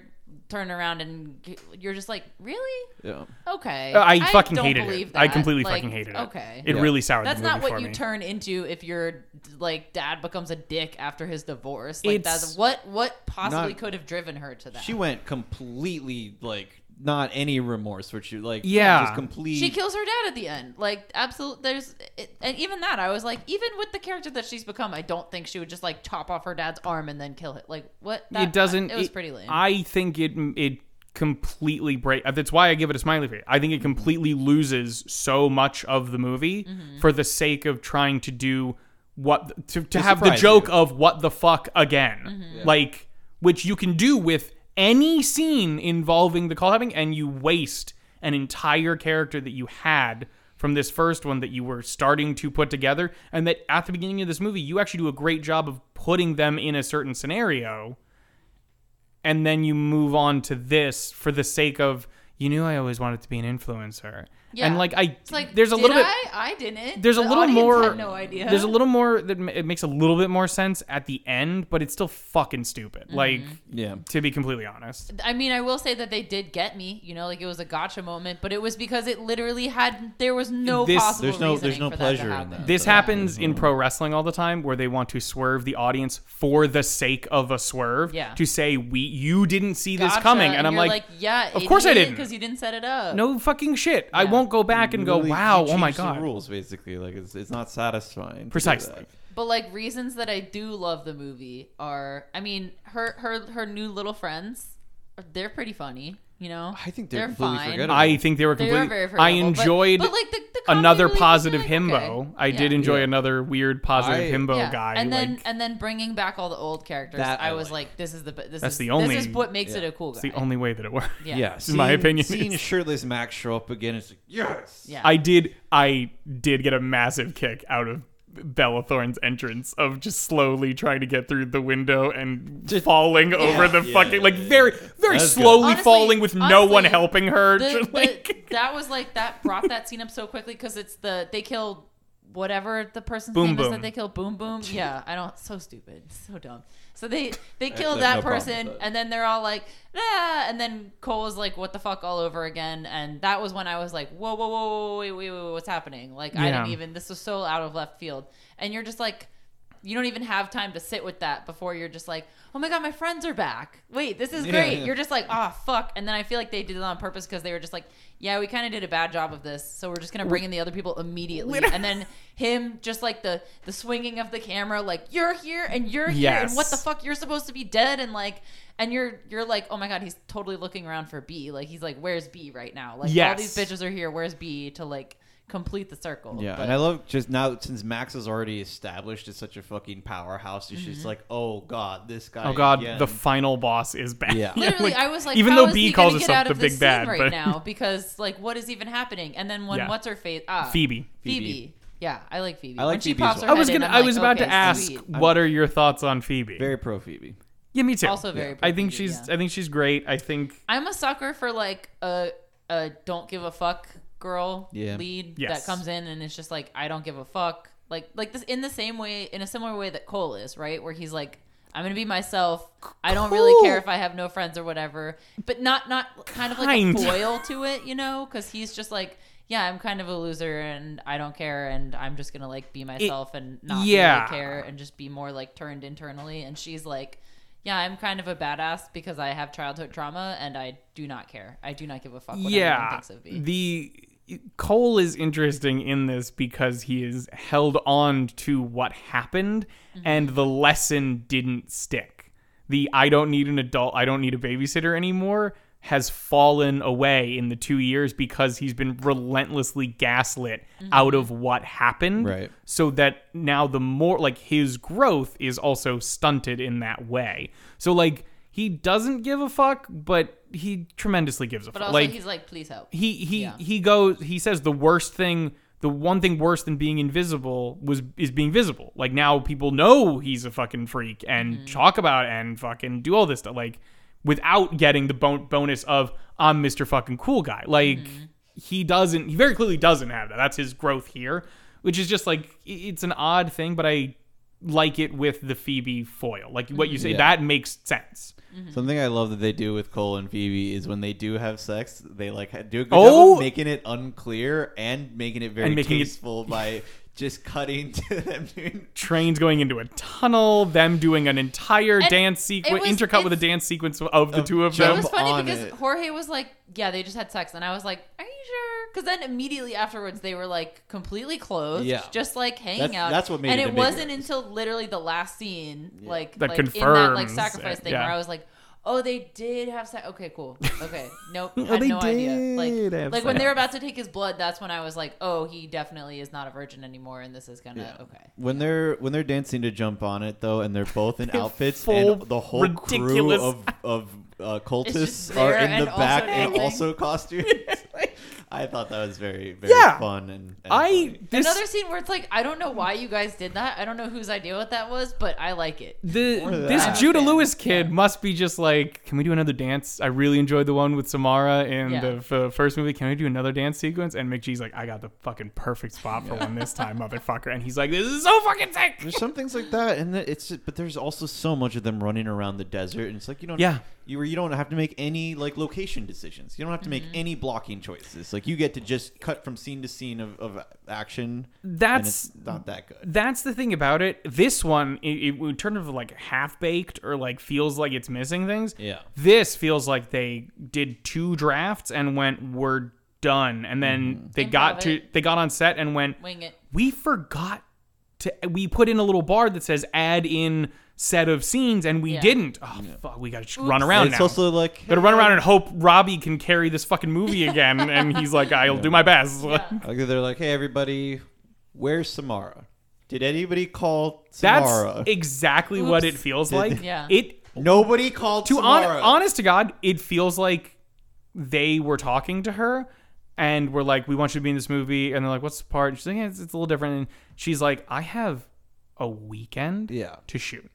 Speaker 3: turn around and g- you're just like, really?
Speaker 2: yeah.
Speaker 3: Okay.
Speaker 1: Uh, I fucking
Speaker 3: don't
Speaker 1: hated
Speaker 3: believe
Speaker 1: it.
Speaker 3: That.
Speaker 1: I completely
Speaker 3: Like,
Speaker 1: fucking hated it.
Speaker 3: Okay.
Speaker 1: it
Speaker 2: Yeah.
Speaker 1: really soured
Speaker 3: that's
Speaker 1: the movie
Speaker 3: not what
Speaker 1: for
Speaker 3: you
Speaker 1: me.
Speaker 3: turn into if your like dad becomes a dick after his divorce. Like
Speaker 1: It's-
Speaker 3: that's what what possibly
Speaker 2: Not-
Speaker 3: could have driven her to that.
Speaker 2: She went completely like not any remorse for you like
Speaker 1: Yeah.
Speaker 2: just complete.
Speaker 3: she kills her dad at the end. Like absolute there's it, and even that I was like even with the character that she's become I don't think she would just like chop off her dad's arm and then kill it. Like what that,
Speaker 1: it doesn't.
Speaker 3: it was pretty lame.
Speaker 1: I think it it completely break. That's why I give it a smiley face. I think it completely loses so much of the movie
Speaker 3: Mm-hmm.
Speaker 1: for the sake of trying to do what to, to
Speaker 2: It
Speaker 1: have the
Speaker 2: surprised
Speaker 1: joke
Speaker 2: you.
Speaker 1: of what the fuck again,
Speaker 3: Mm-hmm.
Speaker 1: like which you can do with any scene involving the call having, and you waste an entire character that you had. From this first one that you were starting to put together, and that at the beginning of this movie, you actually do a great job of putting them in a certain scenario and then you move on to this for the sake of you knew I always wanted to be an influencer.
Speaker 3: Yeah.
Speaker 1: And like I
Speaker 3: it's like
Speaker 1: there's a
Speaker 3: did
Speaker 1: little bit
Speaker 3: I? I didn't.
Speaker 1: there's a
Speaker 3: The
Speaker 1: little
Speaker 3: audience
Speaker 1: more
Speaker 3: had no idea.
Speaker 1: There's a little more that ma- it makes a little bit more sense at the end, but it's still fucking
Speaker 3: Mm-hmm.
Speaker 1: stupid. Like
Speaker 2: yeah.
Speaker 1: to be completely honest.
Speaker 3: I mean, I will say that they did get me. You know, like it was a gotcha moment, but it was because it literally had there was no
Speaker 1: This-
Speaker 3: possible
Speaker 2: There's no-
Speaker 3: reasoning
Speaker 2: there's no
Speaker 3: for
Speaker 2: pleasure in
Speaker 3: that. To happen.
Speaker 2: that.
Speaker 1: This
Speaker 2: Yeah.
Speaker 1: happens in pro wrestling all the time where they want to swerve the audience for the sake of a swerve
Speaker 3: Yeah.
Speaker 1: to say we you didn't see this
Speaker 3: Gotcha,
Speaker 1: coming and, I'm
Speaker 3: you're
Speaker 1: like,
Speaker 3: like, yeah,
Speaker 1: of course I didn't.
Speaker 3: because you didn't set it up.
Speaker 1: no fucking shit. I
Speaker 3: Yeah.
Speaker 1: won't go back and go
Speaker 2: Literally,
Speaker 1: wow,
Speaker 2: you
Speaker 1: oh my
Speaker 2: changed the
Speaker 1: god.
Speaker 2: rules basically like it's, it's not satisfying. to do
Speaker 1: Precisely.
Speaker 2: that.
Speaker 3: But like reasons that I do love the movie are, I mean, her her her new little friends, they're pretty funny. You know,
Speaker 2: I think they're completely
Speaker 3: fine.
Speaker 2: forgettable.
Speaker 1: I think they were
Speaker 3: They
Speaker 1: completely.
Speaker 3: are very
Speaker 1: I
Speaker 3: forgettable, but-
Speaker 1: enjoyed
Speaker 3: but, like, the- the comedy
Speaker 1: another
Speaker 3: relief was
Speaker 1: positive
Speaker 3: like,
Speaker 1: himbo.
Speaker 3: okay.
Speaker 1: I did
Speaker 3: Yeah.
Speaker 1: enjoy
Speaker 2: Yeah.
Speaker 1: another weird positive
Speaker 2: I-
Speaker 1: himbo
Speaker 3: Yeah.
Speaker 1: guy.
Speaker 3: And then
Speaker 1: like,
Speaker 3: and then bringing back all the old characters,
Speaker 2: That
Speaker 3: I
Speaker 2: I
Speaker 3: was
Speaker 2: like.
Speaker 3: like, this is the this
Speaker 1: That's
Speaker 3: is
Speaker 1: the
Speaker 3: this
Speaker 1: only-
Speaker 3: is what makes
Speaker 2: Yeah.
Speaker 3: it a cool guy.
Speaker 1: it's the only way that it worked.
Speaker 3: yeah.
Speaker 2: Yeah.
Speaker 1: In my
Speaker 2: seeing-
Speaker 1: opinion,
Speaker 2: Seeing
Speaker 1: it's-
Speaker 2: shirtless Max show up again, it's like yes.
Speaker 3: Yeah.
Speaker 1: I did. I did get a massive kick out of Bella Thorne's entrance of just slowly trying to get through the window and falling over the
Speaker 2: Yeah,
Speaker 1: fucking like
Speaker 2: yeah, yeah.
Speaker 1: very very
Speaker 2: That was good.
Speaker 1: slowly
Speaker 3: Honestly-
Speaker 1: falling with no one
Speaker 3: honestly,
Speaker 1: helping her. <laughs>
Speaker 3: the,
Speaker 1: like,
Speaker 3: <laughs> the- that was like that brought that scene up so quickly because it's the they killed whatever the person's
Speaker 1: Boom
Speaker 3: name is
Speaker 1: Boom.
Speaker 3: that they killed
Speaker 1: <laughs>
Speaker 3: boom boom yeah i don't so stupid so dumb so they they kill
Speaker 2: have
Speaker 3: that
Speaker 2: no problem with
Speaker 3: person
Speaker 2: that.
Speaker 3: and then they're all like ah and then cole is like what the fuck all over again and that was when i was like whoa whoa whoa, whoa wait wait wait what's happening like i
Speaker 1: Yeah.
Speaker 3: didn't even this was so out of left field and you're just like you don't even have time to sit with that before you're just like, oh my god, my friends are back. Wait, this is
Speaker 2: Yeah,
Speaker 3: great.
Speaker 2: yeah.
Speaker 3: You're just like, ah, fuck. And then I feel like they did it on purpose because they were just like, yeah, we kind of did a bad job of this, so we're just gonna bring in the other people immediately.
Speaker 1: Literally.
Speaker 3: and then him, just like the the swinging of the camera, like you're here and you're here, and what the
Speaker 1: Yes.
Speaker 3: fuck? You're supposed to be dead, and like. And you're you're like, oh my god, he's totally looking around for B. Like he's like, where's B right now? Like all
Speaker 1: Yes.
Speaker 3: these bitches are here. Where's B to like complete the circle?
Speaker 2: Yeah,
Speaker 3: But-
Speaker 2: and I love just now since Max is already established as such a fucking powerhouse, she's
Speaker 3: Mm-hmm.
Speaker 2: just like, oh god, this guy.
Speaker 1: oh god,
Speaker 2: again."
Speaker 1: the final boss is back. <laughs>
Speaker 2: Yeah.
Speaker 3: Literally, I was like,
Speaker 1: even
Speaker 3: how
Speaker 1: though
Speaker 3: is
Speaker 1: B
Speaker 3: he
Speaker 1: calls
Speaker 3: gonna get
Speaker 1: herself
Speaker 3: out
Speaker 1: the
Speaker 3: of
Speaker 1: big
Speaker 3: this
Speaker 1: bad,
Speaker 3: scene right
Speaker 1: but-
Speaker 3: now because like, what is even happening? And then when
Speaker 1: Yeah.
Speaker 3: what's her face? Ah,
Speaker 1: Phoebe.
Speaker 3: Phoebe.
Speaker 2: Phoebe.
Speaker 3: Yeah, I like Phoebe.
Speaker 2: I like
Speaker 3: when she
Speaker 2: Phoebe as
Speaker 3: pops
Speaker 2: well.
Speaker 1: <laughs>
Speaker 3: her
Speaker 1: I was
Speaker 3: head in,
Speaker 1: gonna.
Speaker 3: I'm
Speaker 1: I was
Speaker 3: like,
Speaker 1: about to
Speaker 3: okay,
Speaker 1: ask,
Speaker 3: sweet.
Speaker 1: what are your thoughts on Phoebe?
Speaker 2: very pro Phoebe.
Speaker 1: yeah, me too.
Speaker 3: Also very.
Speaker 1: I think
Speaker 3: Phoebe,
Speaker 1: she's.
Speaker 3: yeah.
Speaker 1: I think she's great. I think
Speaker 3: I'm a sucker for like a a don't give a fuck girl
Speaker 2: Yeah.
Speaker 3: lead
Speaker 1: Yes.
Speaker 3: that comes in and it's just like I don't give a fuck. Like like this in the same way in a similar way that Cole is right, where he's like. I'm gonna be myself. I don't really
Speaker 1: Cole-
Speaker 3: care if I have no friends or whatever, but not not kind of like
Speaker 1: Kind.
Speaker 3: a foil to it, you know, because he's just like yeah, I'm kind of a loser and I don't care and I'm just gonna like be myself and not
Speaker 1: yeah.
Speaker 3: really care and just be more like turned internally. And she's like, yeah, I'm kind of a badass because I have childhood trauma and I do not care. I do not give a fuck what anyone
Speaker 1: yeah
Speaker 3: thinks of me.
Speaker 1: the cole is interesting in this because he is held on to what happened
Speaker 3: Mm-hmm.
Speaker 1: and the lesson didn't stick the i don't need an adult i don't need a babysitter anymore has fallen away in the two years because he's been relentlessly gaslit
Speaker 3: Mm-hmm.
Speaker 1: out of what happened
Speaker 2: Right.
Speaker 1: so that now the more like his growth is also stunted in that way so like he doesn't give a fuck but he tremendously gives a
Speaker 3: But
Speaker 1: fuck
Speaker 3: also,
Speaker 1: like
Speaker 3: he's like, please help.
Speaker 1: he he
Speaker 3: Yeah.
Speaker 1: he goes he says the worst thing the one thing worse than being invisible was is being visible like now people know he's a fucking freak and talk about it and fucking do all this stuff like without getting the bon- bonus of i'm mr fucking cool guy like he doesn't he very clearly doesn't have that that's his growth here which is just like i- it's an odd thing but i like it with the phoebe foil like what you say
Speaker 2: Yeah.
Speaker 1: that makes sense
Speaker 3: Hmm.
Speaker 2: Something I love that they do with Cole and Phoebe is when they do have sex, they like ha- do a good
Speaker 1: Oh!
Speaker 2: job of making it unclear and making it very
Speaker 1: And making it- <laughs>
Speaker 2: tasteful by just cutting to them doing.
Speaker 1: trains going into a tunnel, them doing an entire
Speaker 3: And
Speaker 1: dance sequence,
Speaker 3: it was-
Speaker 1: intercut with a
Speaker 3: it's-
Speaker 1: dance sequence of
Speaker 2: Oh,
Speaker 1: the two of
Speaker 3: It
Speaker 1: them.
Speaker 2: jump
Speaker 3: was funny
Speaker 2: on
Speaker 3: because
Speaker 2: it.
Speaker 3: Jorge was like, "Yeah, they just had sex," and I was like, "Are you sure?" Because then immediately afterwards, they were like completely clothed,
Speaker 2: Yeah.
Speaker 3: just like hanging
Speaker 2: That's-
Speaker 3: out.
Speaker 2: that's what made
Speaker 3: And
Speaker 2: it
Speaker 3: it
Speaker 2: ambiguous.
Speaker 3: wasn't until literally the last scene, like
Speaker 1: That
Speaker 3: like in that like
Speaker 1: confirms
Speaker 3: sacrifice
Speaker 1: it,
Speaker 3: thing,
Speaker 1: yeah.
Speaker 3: where I was like. Oh, they did have sex. Okay, cool.
Speaker 2: <laughs>
Speaker 3: Okay, nope. I
Speaker 1: Oh,
Speaker 3: had
Speaker 1: they
Speaker 3: no idea. Like,
Speaker 1: did have
Speaker 3: like when
Speaker 1: sex.
Speaker 3: they were about to take his blood, that's when I was like, "Oh, he definitely is not a virgin anymore, and this is gonna Oh, okay."
Speaker 2: When they're when they're dancing to jump on it though, and they're
Speaker 1: <laughs>
Speaker 2: both in outfits,
Speaker 1: full
Speaker 2: and the whole
Speaker 1: ridiculous-
Speaker 2: crew of of uh,
Speaker 3: just
Speaker 2: cultists
Speaker 3: there
Speaker 2: are in
Speaker 3: and
Speaker 2: the
Speaker 3: also
Speaker 2: back and
Speaker 3: dancing.
Speaker 2: also costumes.
Speaker 3: <laughs>
Speaker 2: I thought that was very very
Speaker 1: Yeah.
Speaker 2: fun and, and
Speaker 1: I
Speaker 2: funny.
Speaker 1: this
Speaker 3: Another scene where it's like, I don't know why you guys did that. I don't know whose idea what that was, but I like it.
Speaker 1: the
Speaker 2: of
Speaker 1: this
Speaker 2: that.
Speaker 1: Judah Lewis kid must be just like, can we do another dance? I really enjoyed the one with Samara in
Speaker 3: Yeah.
Speaker 1: the f- uh, first movie. Can we do another dance sequence? And McGee's like, I got the fucking perfect spot for one this time, motherfucker. And he's like, this is so fucking sick.
Speaker 2: There's some things like that, and that it's just, but there's also so much of them running around the desert, and it's like you don't,
Speaker 1: Yeah.
Speaker 2: you you don't have to make any like location decisions. You don't have to make any blocking choices. Like you get to just cut from scene to scene of, of action. and
Speaker 1: That's
Speaker 2: it's not that good.
Speaker 1: that's the thing about it. This one, it, it, in terms of like half baked or like feels like it's missing things.
Speaker 2: Yeah.
Speaker 1: This feels like they did two drafts and went, "We're done," and then
Speaker 2: Mm-hmm.
Speaker 1: they
Speaker 3: Improv
Speaker 1: got to
Speaker 3: it.
Speaker 1: they got on set and went,
Speaker 3: Wing it.
Speaker 1: "We forgot to." We put in a little bar that says "add in set of scenes," and we
Speaker 3: Yeah.
Speaker 1: didn't. Oh fuck, we gotta just run
Speaker 3: Oops.
Speaker 1: around
Speaker 2: it's
Speaker 1: now.
Speaker 2: also like
Speaker 1: gotta run around and hope Robbie can carry this fucking movie
Speaker 3: <laughs>
Speaker 1: again. and he's like, "I'll do my best."
Speaker 2: Like they're like, hey everybody, where's Samara? Did anybody call
Speaker 1: That's
Speaker 2: Samara?
Speaker 1: exactly what it
Speaker 3: Oops.
Speaker 1: feels like.
Speaker 3: Yeah.
Speaker 1: It
Speaker 2: Nobody called
Speaker 1: to hon-
Speaker 2: Samara.
Speaker 1: honest to god it feels like they were talking to her and were like we want you to be in this movie and they're like what's the part and she's like yeah, it's, it's a little different and she's like i have a weekend
Speaker 2: Yeah.
Speaker 1: to shoot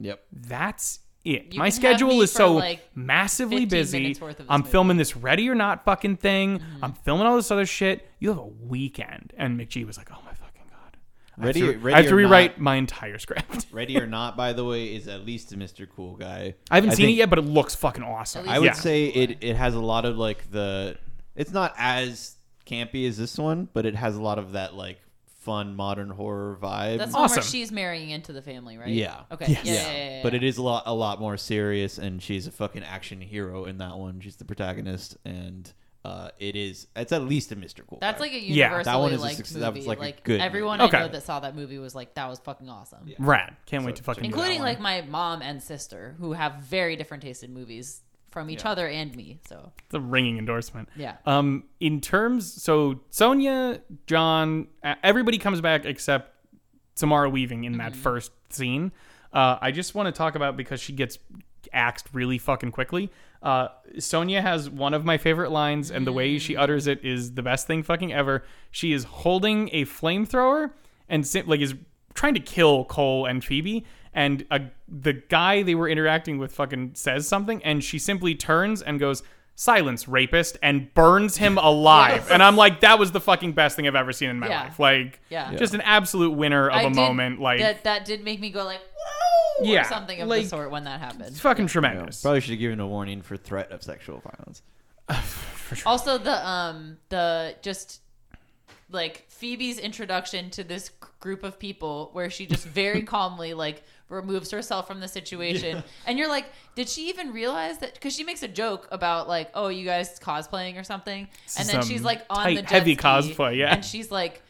Speaker 2: Yep.
Speaker 1: that's it
Speaker 3: You
Speaker 1: my
Speaker 3: can have
Speaker 1: schedule
Speaker 3: me
Speaker 1: is
Speaker 3: for,
Speaker 1: so
Speaker 3: like,
Speaker 1: massively
Speaker 3: 15
Speaker 1: busy
Speaker 3: minutes worth of this
Speaker 1: i'm
Speaker 3: movie. Mm-hmm.
Speaker 1: filming this ready or not fucking thing i'm filming all this other shit you have a weekend and mcgee was like oh my fucking god I have
Speaker 2: Ready-
Speaker 1: to-
Speaker 2: ready
Speaker 1: i have to
Speaker 2: or not.
Speaker 1: rewrite my entire script <laughs>
Speaker 2: Ready or not, by the way, is at least a Mr. Cool guy.
Speaker 1: i haven't seen
Speaker 2: think-
Speaker 1: it yet but it looks fucking awesome
Speaker 3: At
Speaker 2: I would
Speaker 1: yeah.
Speaker 2: say it it has a lot of like the it's not as campy as this one, but it has a lot of that like fun modern horror vibe.
Speaker 3: That's
Speaker 1: Awesome.
Speaker 3: the one where she's marrying into the family, right?
Speaker 2: Yeah.
Speaker 3: Okay.
Speaker 1: Yes.
Speaker 3: Yeah,
Speaker 1: Yeah.
Speaker 3: yeah, yeah, yeah,
Speaker 2: but
Speaker 3: yeah.
Speaker 2: it is a lot a lot more serious and she's a fucking action hero in that one. She's the protagonist and uh it is it's at least a Mr. Cool.
Speaker 3: that's
Speaker 2: guy.
Speaker 3: like a
Speaker 1: Yeah.
Speaker 3: universally
Speaker 2: That one is a
Speaker 3: liked
Speaker 2: success-
Speaker 3: movie.
Speaker 2: that was,
Speaker 3: like
Speaker 2: like, a good
Speaker 3: everyone
Speaker 1: movie.
Speaker 3: I know
Speaker 1: Okay.
Speaker 3: that saw that movie was like, that was fucking awesome.
Speaker 1: rad can't wait to fucking do that
Speaker 3: Including
Speaker 1: one.
Speaker 3: like my mom and sister, who have very different taste in movies from each other and me. So
Speaker 1: the ringing endorsement.
Speaker 3: Yeah.
Speaker 1: Um, in terms, so Sonia, John, uh, everybody comes back except Samara Weaving in
Speaker 3: Mm-hmm.
Speaker 1: that first scene. Uh, I just want to talk about because she gets axed really fucking quickly. Uh, Sonia has one of my favorite lines, and the
Speaker 3: Mm.
Speaker 1: way she utters it is the best thing fucking ever. She is holding a flamethrower and si- like is trying to kill Cole and Phoebe, and uh the guy they were interacting with fucking says something, and she simply turns and goes. Silence, rapist, and burns
Speaker 3: <laughs>
Speaker 1: him alive. And I'm like, that was the fucking best thing I've ever seen in my
Speaker 3: Yeah.
Speaker 1: life. Like,
Speaker 3: Yeah.
Speaker 1: just an absolute winner of
Speaker 3: I
Speaker 1: a
Speaker 3: did-
Speaker 1: moment. Like,
Speaker 3: that, that did make me go like, whoa, or
Speaker 1: Yeah,
Speaker 3: something of
Speaker 1: like,
Speaker 3: the sort when that happened.
Speaker 1: it's fucking
Speaker 2: Yeah,
Speaker 1: tremendous.
Speaker 2: Probably should have given a warning for threat of sexual violence.
Speaker 1: for <laughs> sure.
Speaker 3: Also, the um the just like Phoebe's introduction to this g- group of people, where she
Speaker 1: <laughs>
Speaker 3: just very calmly like removes herself from the situation, and you're like, did she even realize that? Because she makes a joke about like, oh, you guys cosplaying or something, and
Speaker 1: Some
Speaker 3: then she's like on
Speaker 1: tight,
Speaker 3: the jet
Speaker 1: heavy
Speaker 3: ski,
Speaker 1: cosplay, yeah.
Speaker 3: and she's like.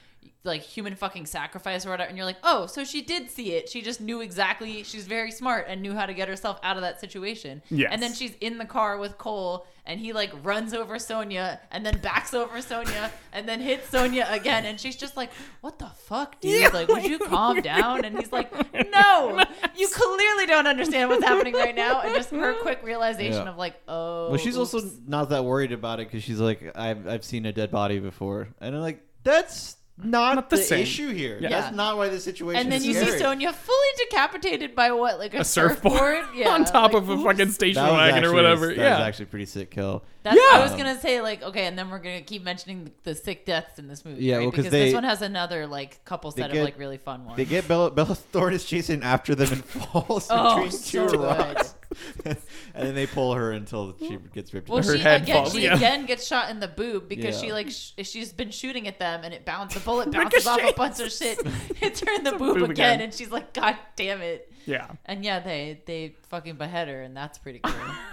Speaker 3: Like human fucking sacrifice or whatever, and you're like, oh, so she did see it. She just knew exactly. She's very smart and knew how to get herself out of that situation.
Speaker 1: Yes.
Speaker 3: And then she's in the car with Cole, and he like runs over Sonia, and then backs over Sonia, and then hits Sonia again, and she's just like, "What the fuck, dude? like, would you calm down?" And he's like, "No, you clearly don't understand what's happening right now." And just her quick realization
Speaker 2: Yeah.
Speaker 3: of like, "Oh."
Speaker 2: Well, she's also
Speaker 3: oops.
Speaker 2: not that worried about it because she's like, I've, I've seen a dead body before. And I'm like, that's not,
Speaker 1: Not the
Speaker 2: the,
Speaker 1: same.
Speaker 2: issue here.
Speaker 1: Yeah.
Speaker 2: That's not why the situation
Speaker 3: And then
Speaker 2: is
Speaker 3: you
Speaker 2: scary.
Speaker 3: see Sonia fully decapitated by what, like a,
Speaker 1: a surfboard,
Speaker 2: <laughs>
Speaker 1: <laughs>
Speaker 3: Yeah,
Speaker 1: on top
Speaker 3: like,
Speaker 1: of a
Speaker 3: oops.
Speaker 1: fucking station
Speaker 2: That was
Speaker 1: wagon or
Speaker 2: actually-
Speaker 1: whatever.
Speaker 2: That
Speaker 1: yeah.
Speaker 2: was actually a pretty sick kill.
Speaker 3: That's
Speaker 1: Yeah.
Speaker 3: I was gonna say like okay, and then we're gonna keep mentioning the, the sick deaths in this movie.
Speaker 2: Yeah,
Speaker 3: right?
Speaker 2: well, 'cause
Speaker 3: because
Speaker 2: they-
Speaker 3: this one has another like couple set
Speaker 2: get-
Speaker 3: of like really fun ones.
Speaker 2: They get Bella, Bella <laughs> Thorne is chasing after them and <laughs> falls
Speaker 3: Oh,
Speaker 2: between
Speaker 3: so
Speaker 2: two
Speaker 3: good.
Speaker 2: rocks. <laughs> and then they pull her until she gets ripped.
Speaker 3: well,
Speaker 1: Her
Speaker 3: she
Speaker 1: head
Speaker 3: again,
Speaker 1: falls,
Speaker 3: she
Speaker 1: yeah.
Speaker 3: again gets shot in the boob because
Speaker 2: Yeah.
Speaker 3: she like sh- she's been shooting at them and it bounced. The
Speaker 1: <laughs>
Speaker 3: bullet bounces off a
Speaker 1: Ricochets.
Speaker 3: bunch of shit, <laughs> hits her in the
Speaker 1: It's a
Speaker 3: boob,
Speaker 1: boob
Speaker 3: again,
Speaker 1: again.
Speaker 3: and she's like, "God damn it!"
Speaker 1: yeah.
Speaker 3: And yeah, they they fucking behead her, and that's pretty cool.
Speaker 1: <laughs>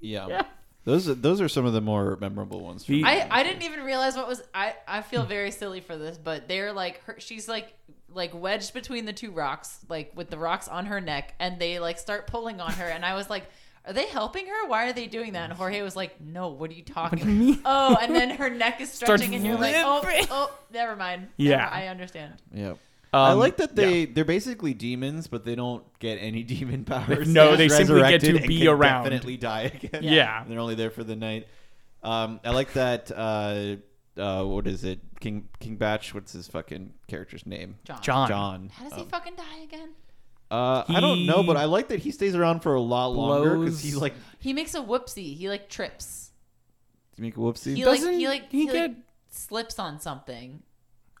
Speaker 2: yeah.
Speaker 1: Yeah.
Speaker 2: Those are, those are some of the more memorable ones. for
Speaker 1: The-
Speaker 2: me.
Speaker 3: I, I didn't even realize what was I, I feel very silly for this, but they're like her, she's like like wedged between the two rocks, like with the rocks on her neck, and they like start pulling on her, and I was like, are they helping her? Why are they doing that? And Jorge was like, no, what are you talking? Oh, and then her neck is
Speaker 1: Starts
Speaker 3: stretching, and you're like, oh,
Speaker 1: ripping.
Speaker 3: oh, never mind.
Speaker 1: Yeah.
Speaker 3: Never- I understand.
Speaker 2: Yeah.
Speaker 1: Um,
Speaker 2: I like that
Speaker 1: yeah.
Speaker 2: they they're basically demons, but they don't get any <laughs> demon powers.
Speaker 1: no,
Speaker 2: They're
Speaker 1: they
Speaker 2: just
Speaker 1: simply get
Speaker 2: resurrected
Speaker 1: to
Speaker 2: and
Speaker 1: be
Speaker 2: can
Speaker 1: around.
Speaker 2: Definitely die again.
Speaker 1: Yeah. Yeah.
Speaker 2: <laughs> they're only there for the night. Um, I like that. Uh, uh, what is it? King King Batch. What's his fucking character's name?
Speaker 3: John.
Speaker 1: John.
Speaker 2: John.
Speaker 3: How does he fucking die again?
Speaker 2: Uh, I don't know,
Speaker 1: He
Speaker 2: but I like that he stays around for a lot longer because
Speaker 1: blows-
Speaker 2: he like
Speaker 3: He makes a whoopsie. He like trips.
Speaker 2: to make a whoopsie.
Speaker 3: He like
Speaker 1: Doesn't
Speaker 3: he like
Speaker 1: he
Speaker 3: he, like,
Speaker 1: get-
Speaker 3: slips on something.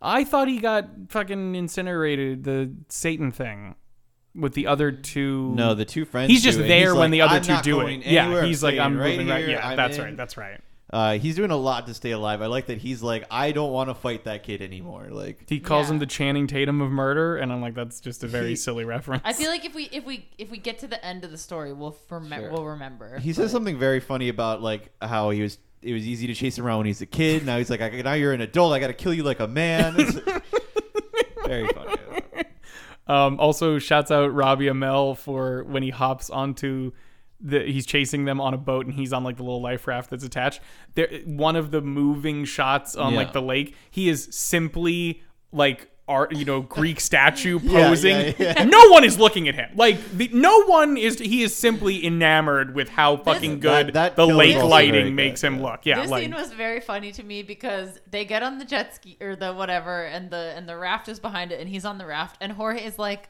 Speaker 1: I thought he got fucking incinerated, the Satan thing, with the other two.
Speaker 2: no, the two friends.
Speaker 1: he's just
Speaker 2: do it.
Speaker 1: there
Speaker 2: He's
Speaker 1: when
Speaker 2: like,
Speaker 1: the other
Speaker 2: "I'm
Speaker 1: two
Speaker 2: not
Speaker 1: do
Speaker 2: going
Speaker 1: it. Yeah,
Speaker 2: anywhere.
Speaker 1: he's like,
Speaker 2: staying
Speaker 1: I'm moving right.
Speaker 2: here.
Speaker 1: Yeah,
Speaker 2: I'm
Speaker 1: that's
Speaker 2: in."
Speaker 1: right. That's right.
Speaker 2: Uh, he's doing a lot to stay alive. I like that he's like, I don't want to fight that kid anymore. Like,
Speaker 1: He calls
Speaker 3: Yeah.
Speaker 1: him the Channing Tatum of murder, and I'm like, that's just a
Speaker 3: <laughs>
Speaker 1: very silly reference.
Speaker 3: I feel like if we if we if we get to the end of the story, we'll rem-
Speaker 2: Sure.
Speaker 3: we'll remember.
Speaker 2: He says something very funny about like how he was. It was easy to chase him around when he's a kid. Now he's like, I, now you're an adult. I got to kill you like a man.
Speaker 3: <laughs>
Speaker 2: It's- very funny.
Speaker 1: Um, also, shouts out Robbie Amell for when he hops onto the. He's chasing them on a boat, and he's on like the little life raft that's attached. There, one of the moving shots on
Speaker 2: Yeah.
Speaker 1: like the lake. He is simply like art, you know, Greek statue
Speaker 2: <laughs> Yeah,
Speaker 1: posing.
Speaker 2: yeah, yeah.
Speaker 1: No one is looking at him. Like the, no one is. He is simply enamored with how fucking good
Speaker 2: that- that
Speaker 1: the
Speaker 2: kill is
Speaker 1: lake
Speaker 2: also very
Speaker 1: lighting
Speaker 2: good,
Speaker 1: makes him
Speaker 2: yeah.
Speaker 1: look. Yeah,
Speaker 3: this
Speaker 1: like
Speaker 3: scene was very funny to me because they get on the jet ski or the whatever, and the and the raft is behind it, and he's on the raft, and Jorge is like,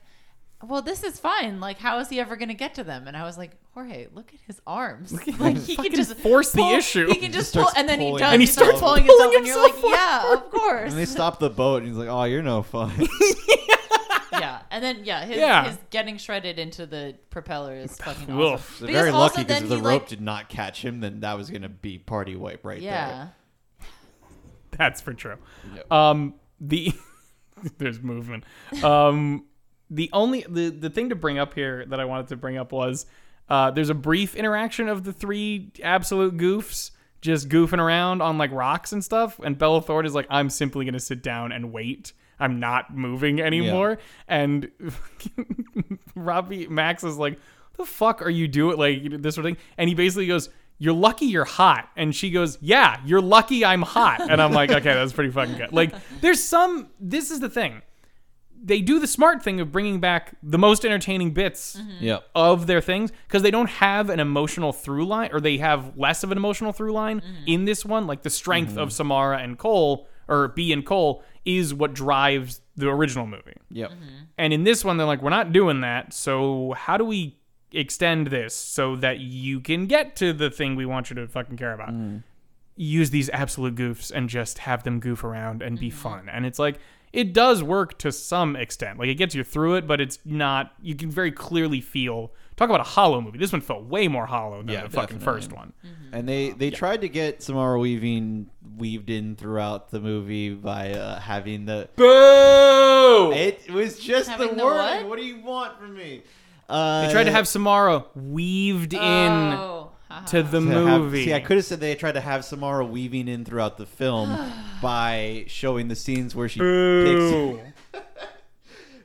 Speaker 3: "Well, this is fine. Like, how is he ever going to get to them?n?" And I was like, "Jorge, look at his arms. Like, he
Speaker 1: Fucking
Speaker 3: can just
Speaker 1: force the
Speaker 3: pull-
Speaker 1: issue.
Speaker 3: He can just
Speaker 2: He starts
Speaker 3: pull, and then he
Speaker 2: pulling
Speaker 3: does.
Speaker 2: And
Speaker 1: he
Speaker 3: starts
Speaker 1: starts
Speaker 3: pulling
Speaker 1: pulling
Speaker 3: himself, and you're like,
Speaker 1: himself
Speaker 3: "Yeah, of course."
Speaker 2: And
Speaker 3: <laughs>
Speaker 2: they stop the boat, and he's like, "Oh, you're no fun."
Speaker 3: yeah, and then yeah, his,
Speaker 1: Yeah.
Speaker 3: his getting shredded into the propeller <laughs> is fucking awesome.
Speaker 1: Woof.
Speaker 2: They're
Speaker 3: Because
Speaker 2: very
Speaker 3: also
Speaker 2: lucky because
Speaker 3: then
Speaker 2: if the
Speaker 3: he,
Speaker 2: rope
Speaker 3: like-
Speaker 2: did not catch him, then that was gonna be party wipe right
Speaker 3: Yeah.
Speaker 1: That's for true.
Speaker 2: Yep.
Speaker 1: Um, the <laughs> there's movement. Um, the only the the thing to bring up here that I wanted to bring up was uh, there's a brief interaction of the three absolute goofs just goofing around on like rocks and stuff, and Bella Thorne is like, I'm simply gonna sit down and wait. I'm not moving anymore. And <laughs> Robbie Max is like, the fuck are you doing? Like this sort of thing. And he basically goes, You're lucky you're hot. And she goes, Yeah, you're lucky I'm hot. And I'm like, Okay, that's pretty fucking good. Like, there's some this is the thing. They do the smart thing of bringing back the most entertaining bits
Speaker 2: there. Yep.
Speaker 3: mm-hmm,
Speaker 1: of their things because they don't have an emotional through line or they have less of an emotional through line in this one like the strength of Samara and Cole or B and Cole is what drives the original movie.
Speaker 2: Yep.
Speaker 3: mm-hmm.
Speaker 1: And in this one they're like we're not doing that. So how do we extend this so that you can get to the thing we want you to fucking care about?
Speaker 2: Mm.
Speaker 1: Use these absolute goofs and just have them goof around and be fun. And it's like it does work to some extent. Like it gets you through it, but it's not you can very clearly feel Talk about a hollow movie. This one felt way more hollow than
Speaker 2: Yeah,
Speaker 1: the fucking
Speaker 2: definitely.
Speaker 1: first one.
Speaker 2: And they, they tried to get Samara Weaving weaved in throughout the movie by uh, having the.
Speaker 1: Boo!
Speaker 2: It was just
Speaker 3: Having
Speaker 2: the
Speaker 3: the
Speaker 2: word.
Speaker 3: what?
Speaker 2: do you want from me? Uh,
Speaker 1: They tried to have Samara weaved in
Speaker 3: Oh, haha.
Speaker 1: to the
Speaker 2: Uh, to have-
Speaker 1: movie.
Speaker 2: see, I could have said they tried to have Samara weaving in throughout the
Speaker 3: <sighs>
Speaker 2: film by showing the scenes where she
Speaker 1: Boo.
Speaker 2: picks,
Speaker 3: <laughs>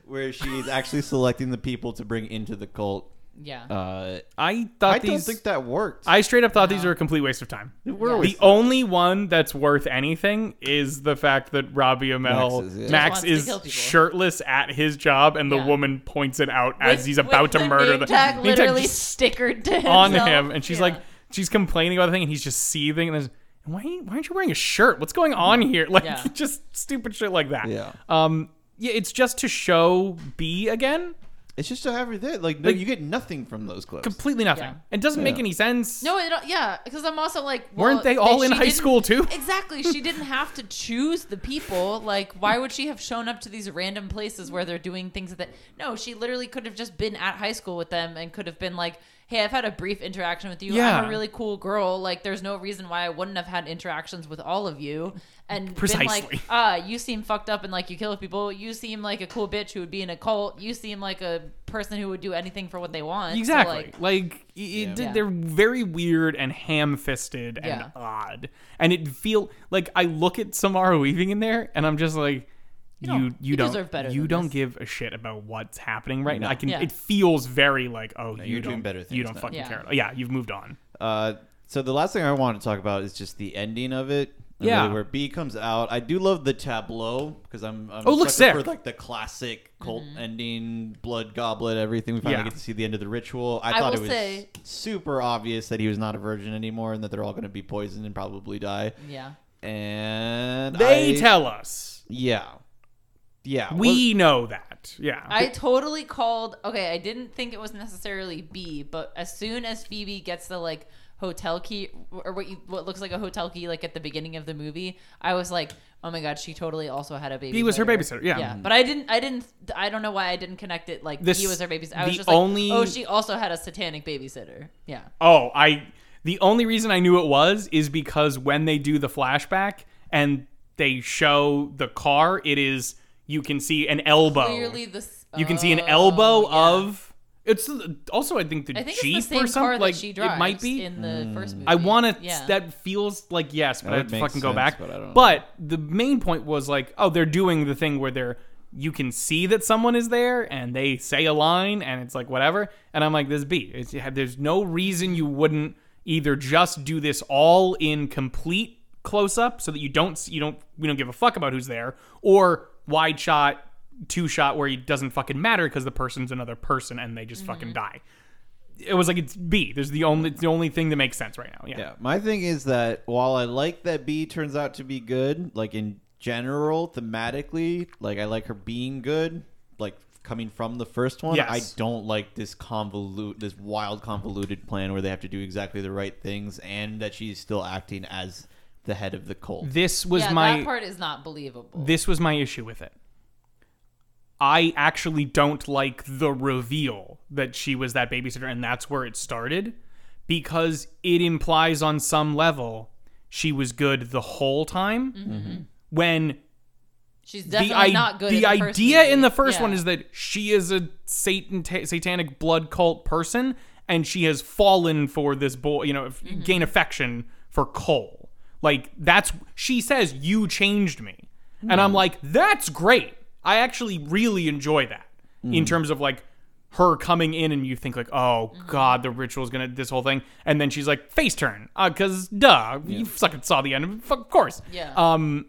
Speaker 2: where she's actually selecting the people to bring into the cult.
Speaker 3: yeah.
Speaker 2: Uh,
Speaker 1: I
Speaker 2: I
Speaker 1: thought
Speaker 2: don't
Speaker 1: these.
Speaker 2: think that worked.
Speaker 1: I straight up thought these were a complete waste of time.
Speaker 2: Where
Speaker 3: Yeah.
Speaker 2: was
Speaker 1: The only one that's worth anything is the fact that Robbie Amell
Speaker 2: Max is, yeah.
Speaker 1: Max
Speaker 3: Just wants to
Speaker 1: is,
Speaker 3: kill people.
Speaker 1: shirtless at his job, and the
Speaker 3: Yeah.
Speaker 1: woman points it out as
Speaker 3: With-
Speaker 1: he's about
Speaker 3: with
Speaker 1: to
Speaker 3: the
Speaker 1: murder
Speaker 3: name
Speaker 1: the
Speaker 3: tag
Speaker 1: name tag
Speaker 3: literally
Speaker 1: just
Speaker 3: stickered to
Speaker 1: on
Speaker 3: himself.
Speaker 1: him, and she's
Speaker 3: Yeah.
Speaker 1: like, she's complaining about the thing, and he's just seething, and there's. Why, why aren't you wearing a shirt? What's going on here? <laughs> Like,
Speaker 3: Yeah.
Speaker 1: just stupid shit like that.
Speaker 2: Yeah.
Speaker 1: Um. Yeah. It's just to show B again.
Speaker 2: It's just to have her there. Like, no,
Speaker 1: Like-
Speaker 2: you get nothing from those clips.
Speaker 1: Completely nothing.
Speaker 3: Yeah.
Speaker 1: It doesn't make
Speaker 2: Yeah.
Speaker 1: any sense.
Speaker 3: No, it, yeah, because I'm also like, well,
Speaker 1: Weren't they all
Speaker 3: she
Speaker 1: in high
Speaker 3: didn't-
Speaker 1: school too?
Speaker 3: Exactly. She didn't have to choose the people. Like, why would she have shown up to these random places where they're doing things that? No, she literally could have just been at high school with them and could have been like, "Hey, I've had a brief interaction with you. I'm
Speaker 1: Yeah.
Speaker 3: a really cool girl. Like, there's no reason why I wouldn't have had interactions with all of you." And been
Speaker 1: Precisely.
Speaker 3: like, "Ah, you seem fucked up and like you kill people. You seem like a cool bitch who would be in a cult. You seem like a person who would do anything for what they want." So,
Speaker 1: Exactly.
Speaker 3: like,
Speaker 1: like, it, it did-
Speaker 3: Yeah.
Speaker 1: they're very weird and ham-fisted and
Speaker 3: Yeah.
Speaker 1: odd. And it feel like I look at Samara Weaving in there, and I'm just like, you
Speaker 3: don't-
Speaker 1: you,
Speaker 3: you
Speaker 1: don't
Speaker 3: deserve better
Speaker 1: you
Speaker 3: than
Speaker 1: don't
Speaker 3: this.
Speaker 1: give a shit about what's happening right now. I can.
Speaker 3: Yeah.
Speaker 1: It feels very like, oh, you
Speaker 2: you're
Speaker 1: don't,
Speaker 2: doing better
Speaker 1: You
Speaker 2: things
Speaker 1: don't
Speaker 2: now.
Speaker 1: fucking
Speaker 3: Yeah.
Speaker 1: care. Yeah, you've moved on.
Speaker 2: Uh, so the last thing I want to talk about is just the ending of it. and
Speaker 1: Yeah.
Speaker 2: really where B comes out. I do love the tableau because I'm, I'm
Speaker 1: Oh,
Speaker 2: a
Speaker 1: it looks
Speaker 2: sucker
Speaker 1: sick.
Speaker 2: for like the classic cult
Speaker 3: Mm-hmm.
Speaker 2: ending, blood goblet, everything. We finally
Speaker 1: Yeah.
Speaker 2: get to see the end of the ritual. I,
Speaker 3: I
Speaker 2: thought
Speaker 3: will
Speaker 2: it was
Speaker 3: say-
Speaker 2: super obvious that he was not a virgin anymore and that they're all going to be poisoned and probably die.
Speaker 3: yeah.
Speaker 2: And
Speaker 1: They
Speaker 2: I-
Speaker 1: tell us.
Speaker 2: yeah, yeah,
Speaker 1: We know that. Yeah.
Speaker 3: I totally called. Okay, I didn't think it was necessarily B, but as soon as Phoebe gets the like hotel key or what you what looks like a hotel key, like at the beginning of the movie, I was like, oh my god, she totally also had a baby.
Speaker 1: B was her
Speaker 3: later.
Speaker 1: babysitter, yeah.
Speaker 3: yeah. But I didn't. I didn't. I don't know why I didn't connect it. Like
Speaker 1: This-
Speaker 3: he was her babysitter. I was
Speaker 1: the
Speaker 3: just like,
Speaker 1: only-
Speaker 3: oh, she also had a satanic babysitter. Yeah.
Speaker 1: Oh, I. The only reason I knew it was is because when they do the flashback and they show the car, it is you can see an elbow.
Speaker 3: Clearly, this
Speaker 1: you can see an
Speaker 3: oh,
Speaker 1: elbow
Speaker 3: yeah.
Speaker 1: of. It's also I think the
Speaker 3: I think
Speaker 1: Jeep
Speaker 3: it's the same
Speaker 1: or something.
Speaker 3: car that
Speaker 1: like
Speaker 3: she drives.
Speaker 1: it might be. Mm.
Speaker 3: in the first movie.
Speaker 1: I want to.
Speaker 3: Yeah.
Speaker 1: That feels like yes, but
Speaker 2: That
Speaker 1: I
Speaker 2: would
Speaker 1: have to
Speaker 2: make
Speaker 1: fucking go
Speaker 2: sense,
Speaker 1: back.
Speaker 2: but I don't know.
Speaker 1: But the main point was like, oh, they're doing the thing where they're you can see that someone is there and they say a line and it's like whatever. And I'm like, this B. It's, it had- there's no reason you wouldn't either just do this all in complete close up so that you don't s- you don't we don't give a fuck about who's there or wide shot two shot where it doesn't fucking matter because the person's another person and they just fucking die. It was like it's B. There's the only it's the only thing that makes sense right now.
Speaker 2: Yeah, my thing is that while I like that B turns out to be good, like in general, thematically, like I like her being good, like coming from the first one.
Speaker 1: Yes.
Speaker 2: I don't like this convolute, this wild convoluted plan where they have to do exactly the right things, and that she's still acting as the head of the cult.
Speaker 1: this was
Speaker 3: yeah,
Speaker 1: my
Speaker 3: that part is not believable.
Speaker 1: this was my issue with it i actually don't like the reveal that she was that babysitter and that's where it started because it implies on some level she was good the whole time
Speaker 3: Mm-hmm.
Speaker 1: when
Speaker 3: She's
Speaker 1: the,
Speaker 3: definitely
Speaker 1: I-
Speaker 3: not good.
Speaker 1: the
Speaker 3: in the first
Speaker 1: idea in the
Speaker 3: movie.
Speaker 1: first
Speaker 3: Yeah.
Speaker 1: one is that she is a satan satanic blood cult person and she has fallen for this boy you know f-
Speaker 3: Mm-hmm.
Speaker 1: gain affection for cole like that's she says you changed me and
Speaker 3: Mm.
Speaker 1: i'm like that's great i actually really enjoy that in terms of like her coming in and you think like oh
Speaker 3: Mm-hmm.
Speaker 1: god the ritual's gonna this whole thing and then she's like face turn because duh you fucking saw the end Fuck, of course
Speaker 3: Yeah.
Speaker 1: um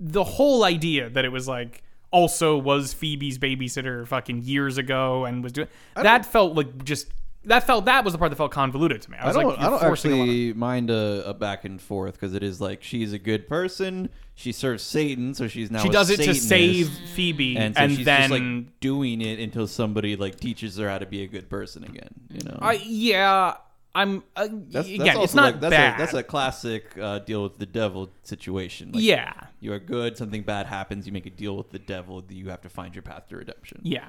Speaker 1: the whole idea that it was like also was Phoebe's babysitter fucking years ago and was doing that felt like just that felt that was the part that felt convoluted to me. I
Speaker 2: I
Speaker 1: was
Speaker 2: don't,
Speaker 1: like,
Speaker 2: I
Speaker 1: you're
Speaker 2: don't
Speaker 1: forcing a lot of-
Speaker 2: actually mind a, a back and forth because it is like she's a good person. She serves Satan, so she's now
Speaker 1: she
Speaker 2: a
Speaker 1: does it to
Speaker 2: Satanist.
Speaker 1: save Phoebe and,
Speaker 2: and, so she's
Speaker 1: then
Speaker 2: just, like doing it until somebody like teaches her how to be a good person again. You know,
Speaker 1: I yeah I'm uh,
Speaker 2: that's,
Speaker 1: again
Speaker 2: that's also
Speaker 1: it's not
Speaker 2: like, that's
Speaker 1: bad.
Speaker 2: A, that's a classic uh, deal with the devil situation. Like,
Speaker 1: yeah
Speaker 2: you are good. Something bad happens. You make a deal with the devil. You have to find your path to redemption.
Speaker 1: yeah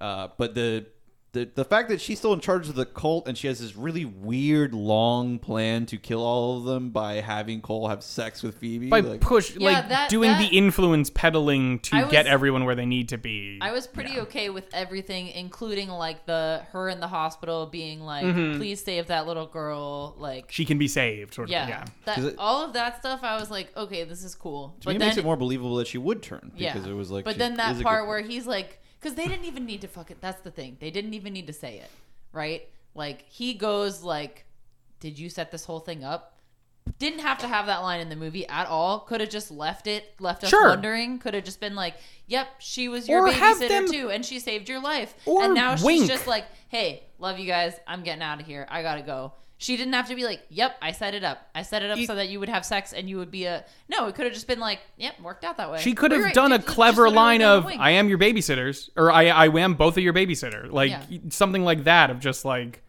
Speaker 2: Uh, but the the the fact that she's still in charge of the cult and she has this really weird long plan to kill all of them by having Cole have sex with Phoebe.
Speaker 1: by
Speaker 2: like,
Speaker 1: push
Speaker 3: Yeah,
Speaker 1: like
Speaker 3: that-
Speaker 1: doing
Speaker 3: that-
Speaker 1: the influence peddling to
Speaker 3: I was-
Speaker 1: get everyone where they need to be.
Speaker 3: I was pretty okay with everything, including like the her in the hospital being like,
Speaker 2: Mm-hmm.
Speaker 3: "Please save that little girl." Like,
Speaker 1: she can be saved. Sort of. Yeah.
Speaker 3: yeah,
Speaker 1: yeah.
Speaker 3: That,
Speaker 2: 'Cause it-
Speaker 3: all of that stuff. I was like, okay, this is cool.
Speaker 2: to me, it makes it more believable that she would turn because it was like.
Speaker 3: But
Speaker 2: she
Speaker 3: then
Speaker 2: is
Speaker 3: that
Speaker 2: a
Speaker 3: part
Speaker 2: good-
Speaker 3: where he's like, because they didn't even need to fuck it. That's the thing. They didn't even need to say it, right? Like he goes like, "Did you set this whole thing up?" Didn't have to have that line in the movie at all. Could have just left it, left us
Speaker 1: Sure.
Speaker 3: wondering. Could have just been like, "Yep, she was your
Speaker 1: Or have
Speaker 3: babysitter
Speaker 1: them-
Speaker 3: too, and she saved your life."
Speaker 1: Or
Speaker 3: and now she's
Speaker 1: wink.
Speaker 3: just like, "Hey, love you guys. I'm getting out of here. I gotta go." She didn't have to be like, "Yep, I set it up. I set it up
Speaker 1: You-
Speaker 3: so that you would have sex and you would be a." No, it could have just been like, "Yep, worked out that way."
Speaker 1: She could
Speaker 3: Wait,
Speaker 1: have
Speaker 3: wait,
Speaker 1: done a
Speaker 3: just- just
Speaker 1: clever
Speaker 3: literally
Speaker 1: line
Speaker 3: down
Speaker 1: of
Speaker 3: the wing.
Speaker 1: "I am your babysitters" or "I I am both of your babysitter," like
Speaker 3: Yeah.
Speaker 1: something like that of just like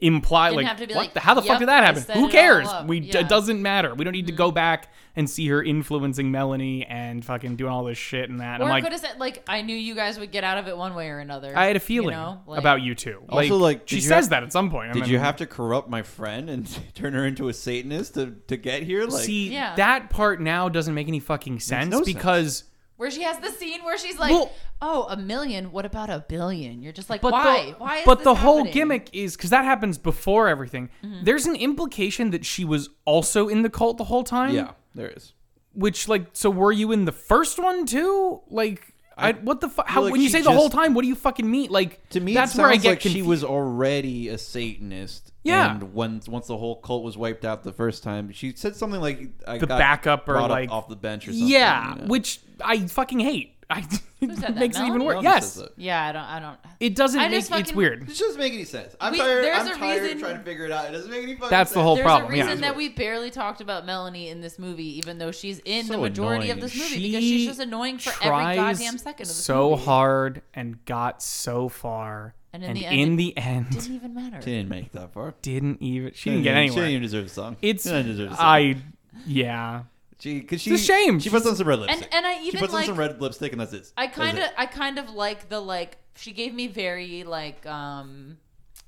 Speaker 1: imply
Speaker 3: Didn't
Speaker 1: like,
Speaker 3: have to be
Speaker 1: what
Speaker 3: like,
Speaker 1: the, how the
Speaker 3: "Yep,
Speaker 1: fuck did that
Speaker 3: I
Speaker 1: happen?
Speaker 3: set it
Speaker 1: Who
Speaker 3: all
Speaker 1: cares?
Speaker 3: up."
Speaker 1: We
Speaker 3: Yeah. Mm-hmm.
Speaker 1: it doesn't matter. We don't need to go back and see her influencing Melanie and fucking doing all this shit and that.
Speaker 3: or
Speaker 1: I'm like,
Speaker 3: could have said like, "I knew you guys would get out of it one way or another."
Speaker 1: I had a feeling
Speaker 3: know, like-
Speaker 1: about you two.
Speaker 2: Also, like, did
Speaker 1: she
Speaker 2: you
Speaker 1: says
Speaker 2: have-
Speaker 1: that at some point.
Speaker 2: Did you have to corrupt my friend and <laughs> turn her into a Satanist to, to get here? Like,
Speaker 1: see
Speaker 3: Yeah.
Speaker 1: that part now doesn't make any fucking sense
Speaker 2: no sense.
Speaker 1: because.
Speaker 3: where she has the scene where she's like,
Speaker 1: Well-
Speaker 3: "Oh, a million? What about a billion? You're just like,
Speaker 1: But
Speaker 3: why?
Speaker 1: the,
Speaker 3: why? Is
Speaker 1: but
Speaker 3: this
Speaker 1: the whole
Speaker 3: happening?" Mm-hmm.
Speaker 1: gimmick is because that happens before everything. There's an implication that she was also in the cult the whole time.
Speaker 2: yeah, there is.
Speaker 1: Which like, so were you in the first one too? Like, I, what the fuck? How
Speaker 2: like,
Speaker 1: when you
Speaker 2: she
Speaker 1: say the whole
Speaker 2: just-
Speaker 1: time, what do you fucking mean? Like,
Speaker 2: To me,
Speaker 1: that's
Speaker 2: it sounds
Speaker 1: where I get
Speaker 2: like she
Speaker 1: confu-
Speaker 2: was already a Satanist.
Speaker 1: Yeah.
Speaker 2: And once once the whole cult was wiped out the first time, she said something like, "I
Speaker 1: The
Speaker 2: got
Speaker 1: backup or,
Speaker 2: brought up
Speaker 1: like-
Speaker 2: off the bench or something."
Speaker 1: Yeah,
Speaker 2: you know?
Speaker 1: which I fucking hate. <laughs> I it
Speaker 3: said that,
Speaker 1: makes it even
Speaker 3: Melanie?
Speaker 1: worse.
Speaker 2: Melanie
Speaker 1: Yes,
Speaker 2: says it.
Speaker 3: Yeah, I don't. I don't.
Speaker 1: it doesn't
Speaker 3: I
Speaker 1: make
Speaker 3: just
Speaker 1: it's
Speaker 3: fucking-
Speaker 1: weird.
Speaker 2: It doesn't make any sense. I'm
Speaker 3: We-
Speaker 2: tired.
Speaker 3: there's
Speaker 2: I'm
Speaker 3: a
Speaker 2: tired
Speaker 3: reason-
Speaker 2: of trying to figure it out. It doesn't make any fucking
Speaker 1: That's the
Speaker 2: sense.
Speaker 1: whole
Speaker 3: There's
Speaker 1: problem,
Speaker 3: a
Speaker 1: yeah.
Speaker 3: reason that we barely talked about Melanie in this movie, even though she's in
Speaker 2: So
Speaker 3: the majority of
Speaker 2: annoying.
Speaker 3: this movie because she's just annoying for every
Speaker 1: tries
Speaker 3: goddamn second of the
Speaker 1: so
Speaker 3: movie.
Speaker 1: hard and got so far,
Speaker 3: And
Speaker 1: and
Speaker 3: in
Speaker 1: in,
Speaker 3: the
Speaker 1: the,
Speaker 3: end-
Speaker 1: end,
Speaker 3: Didn't even matter.
Speaker 2: She didn't make that far.
Speaker 1: didn't even she
Speaker 2: She
Speaker 1: didn't get
Speaker 2: even- She
Speaker 1: anywhere.
Speaker 2: didn't even deserve the song.
Speaker 1: It's
Speaker 2: she didn't deserve the song.
Speaker 1: I yeah.
Speaker 2: She, cause she,
Speaker 1: a shame.
Speaker 2: She puts on some red lipstick.
Speaker 3: And and I
Speaker 2: she
Speaker 3: even
Speaker 2: puts
Speaker 3: like
Speaker 2: on some red lipstick, and that's it.
Speaker 3: I
Speaker 2: That's
Speaker 3: kind of
Speaker 2: it.
Speaker 3: I kind of like the like she gave me very like um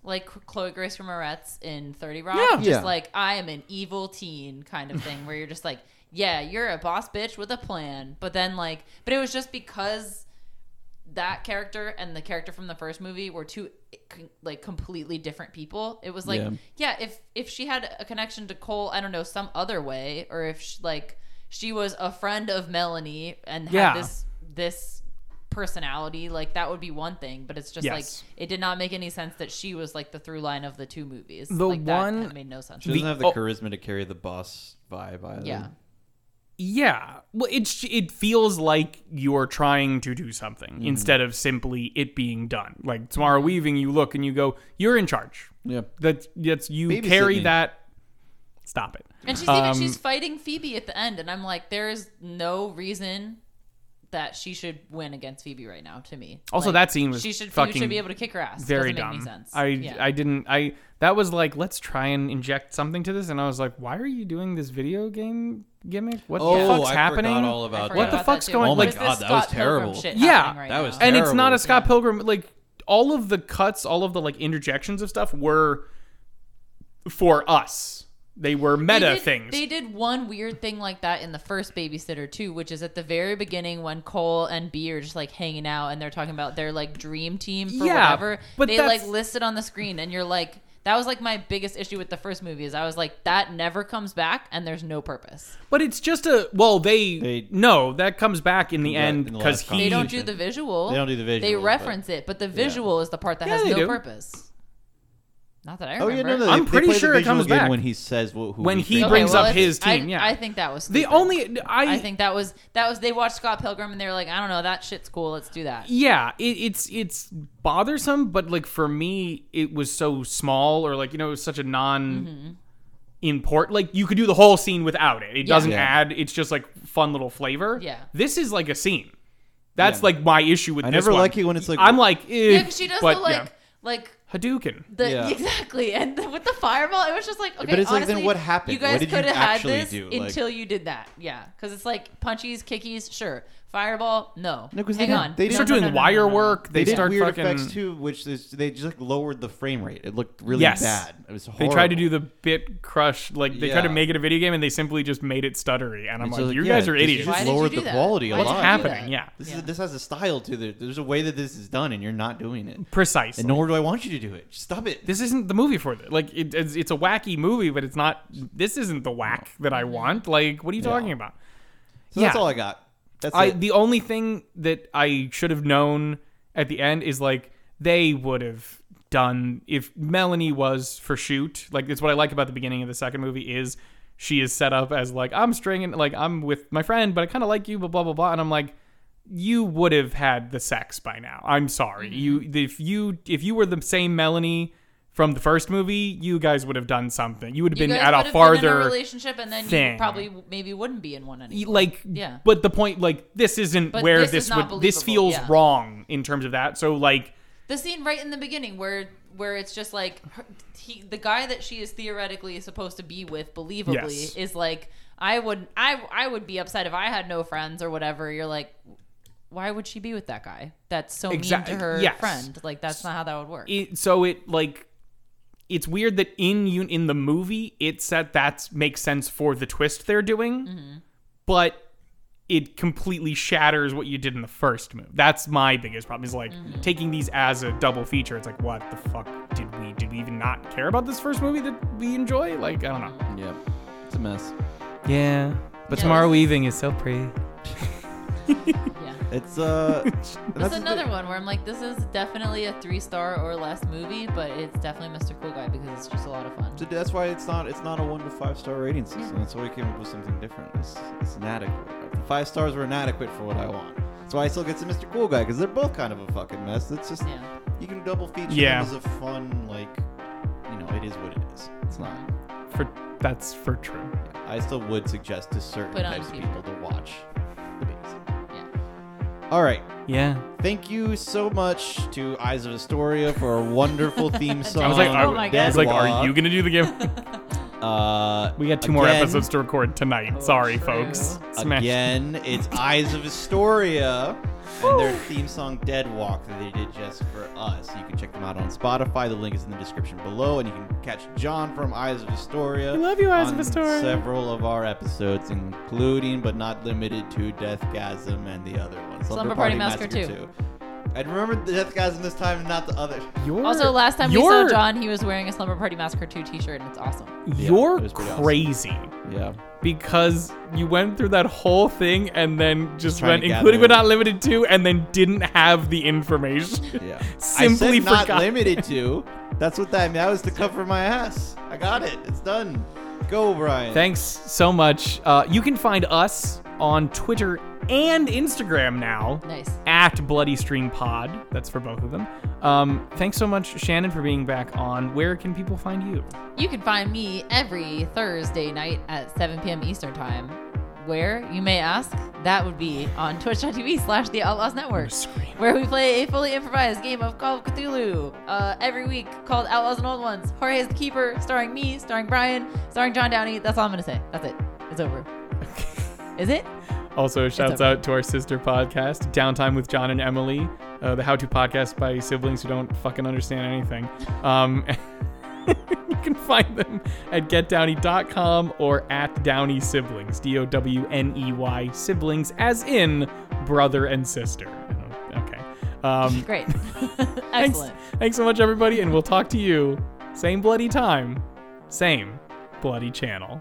Speaker 3: like Chloe Grace Moretz in 30 Rock
Speaker 1: Yeah.
Speaker 3: just
Speaker 2: Yeah.
Speaker 3: like I am an evil teen kind of thing where you're just like yeah, you're a boss bitch with a plan, but then like but it was just because that character and the character from the first movie were two like completely different people. It was like, yeah,
Speaker 2: Yeah.
Speaker 3: if if she had a connection to Cole, I don't know, some other way, or if she, like she was a friend of Melanie and had
Speaker 1: Yeah.
Speaker 3: this this personality, like that would be one thing. But it's just
Speaker 1: Yes.
Speaker 3: like it did not make any sense that she was like the through line of the two movies.
Speaker 1: The
Speaker 3: like, that-
Speaker 1: one-
Speaker 3: that, made no sense.
Speaker 2: She doesn't
Speaker 1: the-
Speaker 2: have the
Speaker 1: oh.
Speaker 2: charisma to carry the boss vibe either.
Speaker 3: yeah,
Speaker 1: Yeah. Well, it's it feels like you're trying to do something
Speaker 2: Mm-hmm.
Speaker 1: instead of simply it being done. Like Tamara Weaving, you look and you go, "You're in charge."
Speaker 2: Yeah.
Speaker 1: That's that's you
Speaker 2: Babysit
Speaker 1: carry
Speaker 2: me.
Speaker 1: that. Stop it.
Speaker 3: and she's even
Speaker 1: Um,
Speaker 3: she's fighting Phoebe at the end, and I'm like, there is no reason. That she should win against Phoebe right now. To me,
Speaker 1: Also,
Speaker 3: Like,
Speaker 1: that scene was
Speaker 3: she should
Speaker 1: fucking
Speaker 3: Phoebe should be able to kick her ass.
Speaker 1: very
Speaker 3: Doesn't
Speaker 1: dumb.
Speaker 3: Make any sense.
Speaker 1: I
Speaker 3: Yeah.
Speaker 1: I didn't I that was like let's try and inject something to this, and I was like, why are you doing this video game gimmick? What the
Speaker 2: Oh,
Speaker 1: fuck's
Speaker 2: I
Speaker 1: happening?
Speaker 2: forgot all
Speaker 3: I
Speaker 2: about
Speaker 3: forgot
Speaker 1: What the fuck-
Speaker 2: that.
Speaker 3: about
Speaker 1: fuck's
Speaker 3: too.
Speaker 1: going-
Speaker 2: Oh my
Speaker 3: There's this
Speaker 2: God, that was
Speaker 3: Scott Pilgrim
Speaker 2: terrible.
Speaker 3: shit
Speaker 1: Yeah,
Speaker 3: happening right
Speaker 2: that was
Speaker 3: now.
Speaker 1: and it's not
Speaker 2: Terrible.
Speaker 1: a Scott Pilgrim like all of the cuts, all of the like interjections of stuff were for us. They were meta
Speaker 3: they did,
Speaker 1: things.
Speaker 3: They did one weird thing like that in the first Babysitter too, which is at the very beginning when Cole and B are just like hanging out and they're talking about their like dream team for
Speaker 1: Yeah,
Speaker 3: whatever.
Speaker 1: but
Speaker 3: they
Speaker 1: that's-
Speaker 3: like listed on the screen, and you're like, that was like my biggest issue with the first movie is I was like, that never comes back, and there's no purpose.
Speaker 1: but it's just a well, they,
Speaker 2: They-
Speaker 1: no, that comes back in the
Speaker 2: Yeah,
Speaker 1: end
Speaker 2: in the
Speaker 1: because
Speaker 2: last
Speaker 1: he
Speaker 2: conversation.
Speaker 3: They don't do the visual.
Speaker 2: They don't do the
Speaker 3: They
Speaker 2: visual, but-
Speaker 3: reference it, but the visual is the part that
Speaker 1: Yeah,
Speaker 3: has
Speaker 1: they
Speaker 3: no
Speaker 1: do.
Speaker 3: purpose. Not that I
Speaker 2: Oh
Speaker 3: remember.
Speaker 2: yeah, no, no.
Speaker 1: I'm
Speaker 2: they- they
Speaker 1: pretty
Speaker 2: play the
Speaker 1: sure it
Speaker 2: visual
Speaker 1: comes
Speaker 2: again
Speaker 1: back.
Speaker 2: when he says wh- who
Speaker 1: When
Speaker 2: he,
Speaker 1: he Okay,
Speaker 2: thinks it
Speaker 1: brings
Speaker 2: is.
Speaker 1: up
Speaker 3: it's-
Speaker 1: his team,
Speaker 3: I,
Speaker 1: yeah.
Speaker 3: I think that was
Speaker 1: the
Speaker 3: stupid.
Speaker 1: only I,
Speaker 3: I think that was that was they watched Scott Pilgrim and they were like, I don't know, that shit's cool. Let's do that.
Speaker 1: yeah it, it's it's bothersome but like for me it was so small or like you know it was such a non
Speaker 3: Mm-hmm.
Speaker 1: import like you could do the whole scene without it it
Speaker 3: Yeah.
Speaker 1: doesn't
Speaker 2: Yeah.
Speaker 1: add it's just like fun little flavor
Speaker 3: Yeah.
Speaker 1: this is like a scene that's
Speaker 2: Yeah.
Speaker 1: like my issue with
Speaker 2: I
Speaker 1: this
Speaker 2: never
Speaker 1: one.
Speaker 2: like it when it's like-
Speaker 1: i'm like eh,
Speaker 3: Yeah, 'cause she does
Speaker 1: but,
Speaker 3: the like
Speaker 1: yeah.
Speaker 3: like
Speaker 1: hadouken
Speaker 3: the
Speaker 2: Yeah.
Speaker 3: exactly and the, with the fireball, it was just like okay.
Speaker 2: But it's like, then
Speaker 3: honestly,
Speaker 2: what happened?
Speaker 3: You guys
Speaker 2: What did you
Speaker 3: could have had
Speaker 2: actually
Speaker 3: this
Speaker 2: do? Like-
Speaker 3: until you did that. Yeah, because it's like punchies, kickies, sure. Fireball, no.
Speaker 2: No, 'cause they
Speaker 3: Hang
Speaker 2: did-
Speaker 3: on.
Speaker 2: they
Speaker 1: They
Speaker 2: No,
Speaker 1: start
Speaker 2: no,
Speaker 1: doing wire work. They,
Speaker 2: They, did
Speaker 1: start
Speaker 2: weird
Speaker 1: fucking.
Speaker 2: effects too, which is they just like lowered the frame rate. It looked really
Speaker 1: Yes.
Speaker 2: bad. It was
Speaker 1: They
Speaker 2: horrible.
Speaker 1: tried to do the bit crush, like they tried to
Speaker 2: Yeah.
Speaker 1: make it a video game, and they simply just made it stuttery. And I'm
Speaker 2: It's
Speaker 1: like,
Speaker 2: like,
Speaker 1: you
Speaker 2: yeah,
Speaker 1: guys are
Speaker 2: this is
Speaker 1: idiots.
Speaker 2: just
Speaker 3: Why did
Speaker 2: lowered
Speaker 3: you do
Speaker 2: the
Speaker 3: that?
Speaker 2: quality a
Speaker 3: Why did you
Speaker 2: lot.
Speaker 3: do
Speaker 1: happening?
Speaker 3: that?
Speaker 1: Yeah.
Speaker 2: This
Speaker 3: Yeah.
Speaker 2: is this has a style to it. There's a way that this is done, and you're not doing it.
Speaker 1: Precisely.
Speaker 2: And nor do I want you to do it. Stop it.
Speaker 1: this isn't the movie for it. Like it, it's, it's a wacky movie, but it's not. This isn't the whack that I want. Like, what are you
Speaker 2: Yeah.
Speaker 1: talking about?
Speaker 2: so that's all I got. That's
Speaker 1: I
Speaker 2: it.
Speaker 1: the only thing that I should have known at the end is like they would have done if Melanie was for shoot. Like it's what I like about the beginning of the second movie is she is set up as like I'm stringing like I'm with my friend, but I kind of like you, but blah blah blah, and I'm like you would have had the sex by now. I'm sorry.
Speaker 3: Mm-hmm.
Speaker 1: You if you if you were the same Melanie from the first movie, you guys would have done something. You would have
Speaker 3: You
Speaker 1: been
Speaker 3: guys
Speaker 1: at
Speaker 3: would
Speaker 1: a
Speaker 3: have
Speaker 1: farther
Speaker 3: been in a relationship, and then
Speaker 1: thing.
Speaker 3: you probably maybe wouldn't be in one anymore.
Speaker 1: y- like
Speaker 3: Yeah.
Speaker 1: but the point like this isn't
Speaker 3: But
Speaker 1: where
Speaker 3: this is
Speaker 1: this,
Speaker 3: not
Speaker 1: would this
Speaker 3: believable,
Speaker 1: feels
Speaker 3: yeah.
Speaker 1: wrong in terms of that so like
Speaker 3: The scene right in the beginning where where it's just like her, he, the guy that she is theoretically supposed to be with, believably,
Speaker 1: Yes.
Speaker 3: is like I would I I would be upset if I had no friends or whatever. You're like, why would she be with that guy? That's so
Speaker 1: Exact-
Speaker 3: mean to her
Speaker 1: yes.
Speaker 3: friend. Like that's not how that would work.
Speaker 1: it, so it like it's weird that in you in the movie it said that makes sense for the twist they're doing
Speaker 3: Mm-hmm.
Speaker 1: but it completely shatters what you did in the first move that's my biggest problem is like
Speaker 3: Mm-hmm.
Speaker 1: taking these as a double feature it's like what the fuck did we did we even not care about this first movie that we enjoy like i don't know
Speaker 2: Yep. It's a mess.
Speaker 1: yeah but
Speaker 3: Yeah, Samara this is-
Speaker 1: Weaving is so pretty.
Speaker 3: yeah.
Speaker 2: It's <laughs> uh. that's
Speaker 3: That's
Speaker 2: the
Speaker 3: another
Speaker 2: thing.
Speaker 3: one where I'm like, this is definitely a three star or less movie, but it's definitely Mr. Cool Guy because it's just a lot of fun.
Speaker 2: So that's why it's not it's not a one to five star rating system.
Speaker 3: Yeah.
Speaker 2: That's why we came up with something different. It's, it's inadequate. The five stars were inadequate for what I want. That's why I still get to Mr. Cool Guy because they're both kind of a fucking mess. It's just
Speaker 3: Yeah.
Speaker 2: you can double feature
Speaker 1: Yeah.
Speaker 2: them as a fun like, you know, it is what it is. It's not.
Speaker 1: For that's for true.
Speaker 2: I still would suggest to certain
Speaker 3: Put on
Speaker 2: types of
Speaker 3: people.
Speaker 2: people to watch the babies.
Speaker 3: Yeah.
Speaker 2: All right.
Speaker 1: Yeah.
Speaker 2: Thank you so much to Eyes of Astoria for a
Speaker 1: <laughs>
Speaker 2: wonderful theme song.
Speaker 1: I was like,
Speaker 3: Oh
Speaker 1: I,
Speaker 3: my
Speaker 1: I was
Speaker 3: God.
Speaker 1: like, are you gonna do the game?
Speaker 2: Uh,
Speaker 1: <laughs> We got two more
Speaker 2: again-
Speaker 1: episodes to record tonight. Sorry,
Speaker 3: true.
Speaker 1: folks. Smash.
Speaker 2: Again, it's Eyes of Astoria and their theme song Dead Walk that they did just for us. You can check them out on Spotify. The link is in the description below, and you can catch John from Eyes of Astoria.
Speaker 1: I love you, Eyes of
Speaker 2: on
Speaker 1: Astoria.
Speaker 2: Several of our episodes, including but not limited to Deathgasm and the other one,
Speaker 3: Slumber Party Massacre 2.
Speaker 2: I remember the Deathgasm this time and not the
Speaker 1: <laughs>
Speaker 2: other.
Speaker 1: You're,
Speaker 3: Also, last time we
Speaker 1: you're-
Speaker 3: saw John, he was wearing a Slumber Party Massacre 2 t shirt, and it's awesome.
Speaker 1: you're
Speaker 2: it was pretty awesome.
Speaker 1: crazy
Speaker 2: Yeah.
Speaker 1: because you went through that whole thing and then just
Speaker 2: Trying
Speaker 1: went,
Speaker 2: to gather-
Speaker 1: including but not limited to, and then didn't have the
Speaker 2: <laughs>
Speaker 1: information.
Speaker 2: Yeah.
Speaker 1: <laughs> Simply
Speaker 2: I said not
Speaker 1: forgot. <laughs>
Speaker 2: limited to. That's what that that was to cover my ass. I got it. It's done. Go, Brian.
Speaker 1: Thanks so much. Uh, you can find us on Twitter and Instagram now.
Speaker 3: Nice.
Speaker 1: at Bloody Stream Pod. That's for both of them. Um, thanks so much, Shannon, for being back on. Where can people find you?
Speaker 3: You can find me every Thursday night at 7 p.m. Eastern Time. Where, you may ask, that would be on twitch.tv slash the Outlaws Network,
Speaker 1: scream.
Speaker 3: where we play a fully improvised game of Call of Cthulhu uh, every week called Outlaws and Old Ones. Jorge is the Keeper, starring me, starring Brian, starring John Downey. That's all I'm going to say. That's it. It's over. Is it?
Speaker 1: Also, shouts
Speaker 3: okay.
Speaker 1: out to our sister podcast, Downtime with John and Emily, uh, the how to podcast by siblings who don't fucking understand anything. Um, <laughs> you can find them at getdowny.com or at Downey Siblings, D O W N E Y siblings, as in brother and sister. Oh, Okay. Um,
Speaker 3: Great.
Speaker 1: Thanks,
Speaker 3: <laughs> Excellent.
Speaker 1: thanks so much, everybody, and we'll talk to you same bloody time, same bloody channel.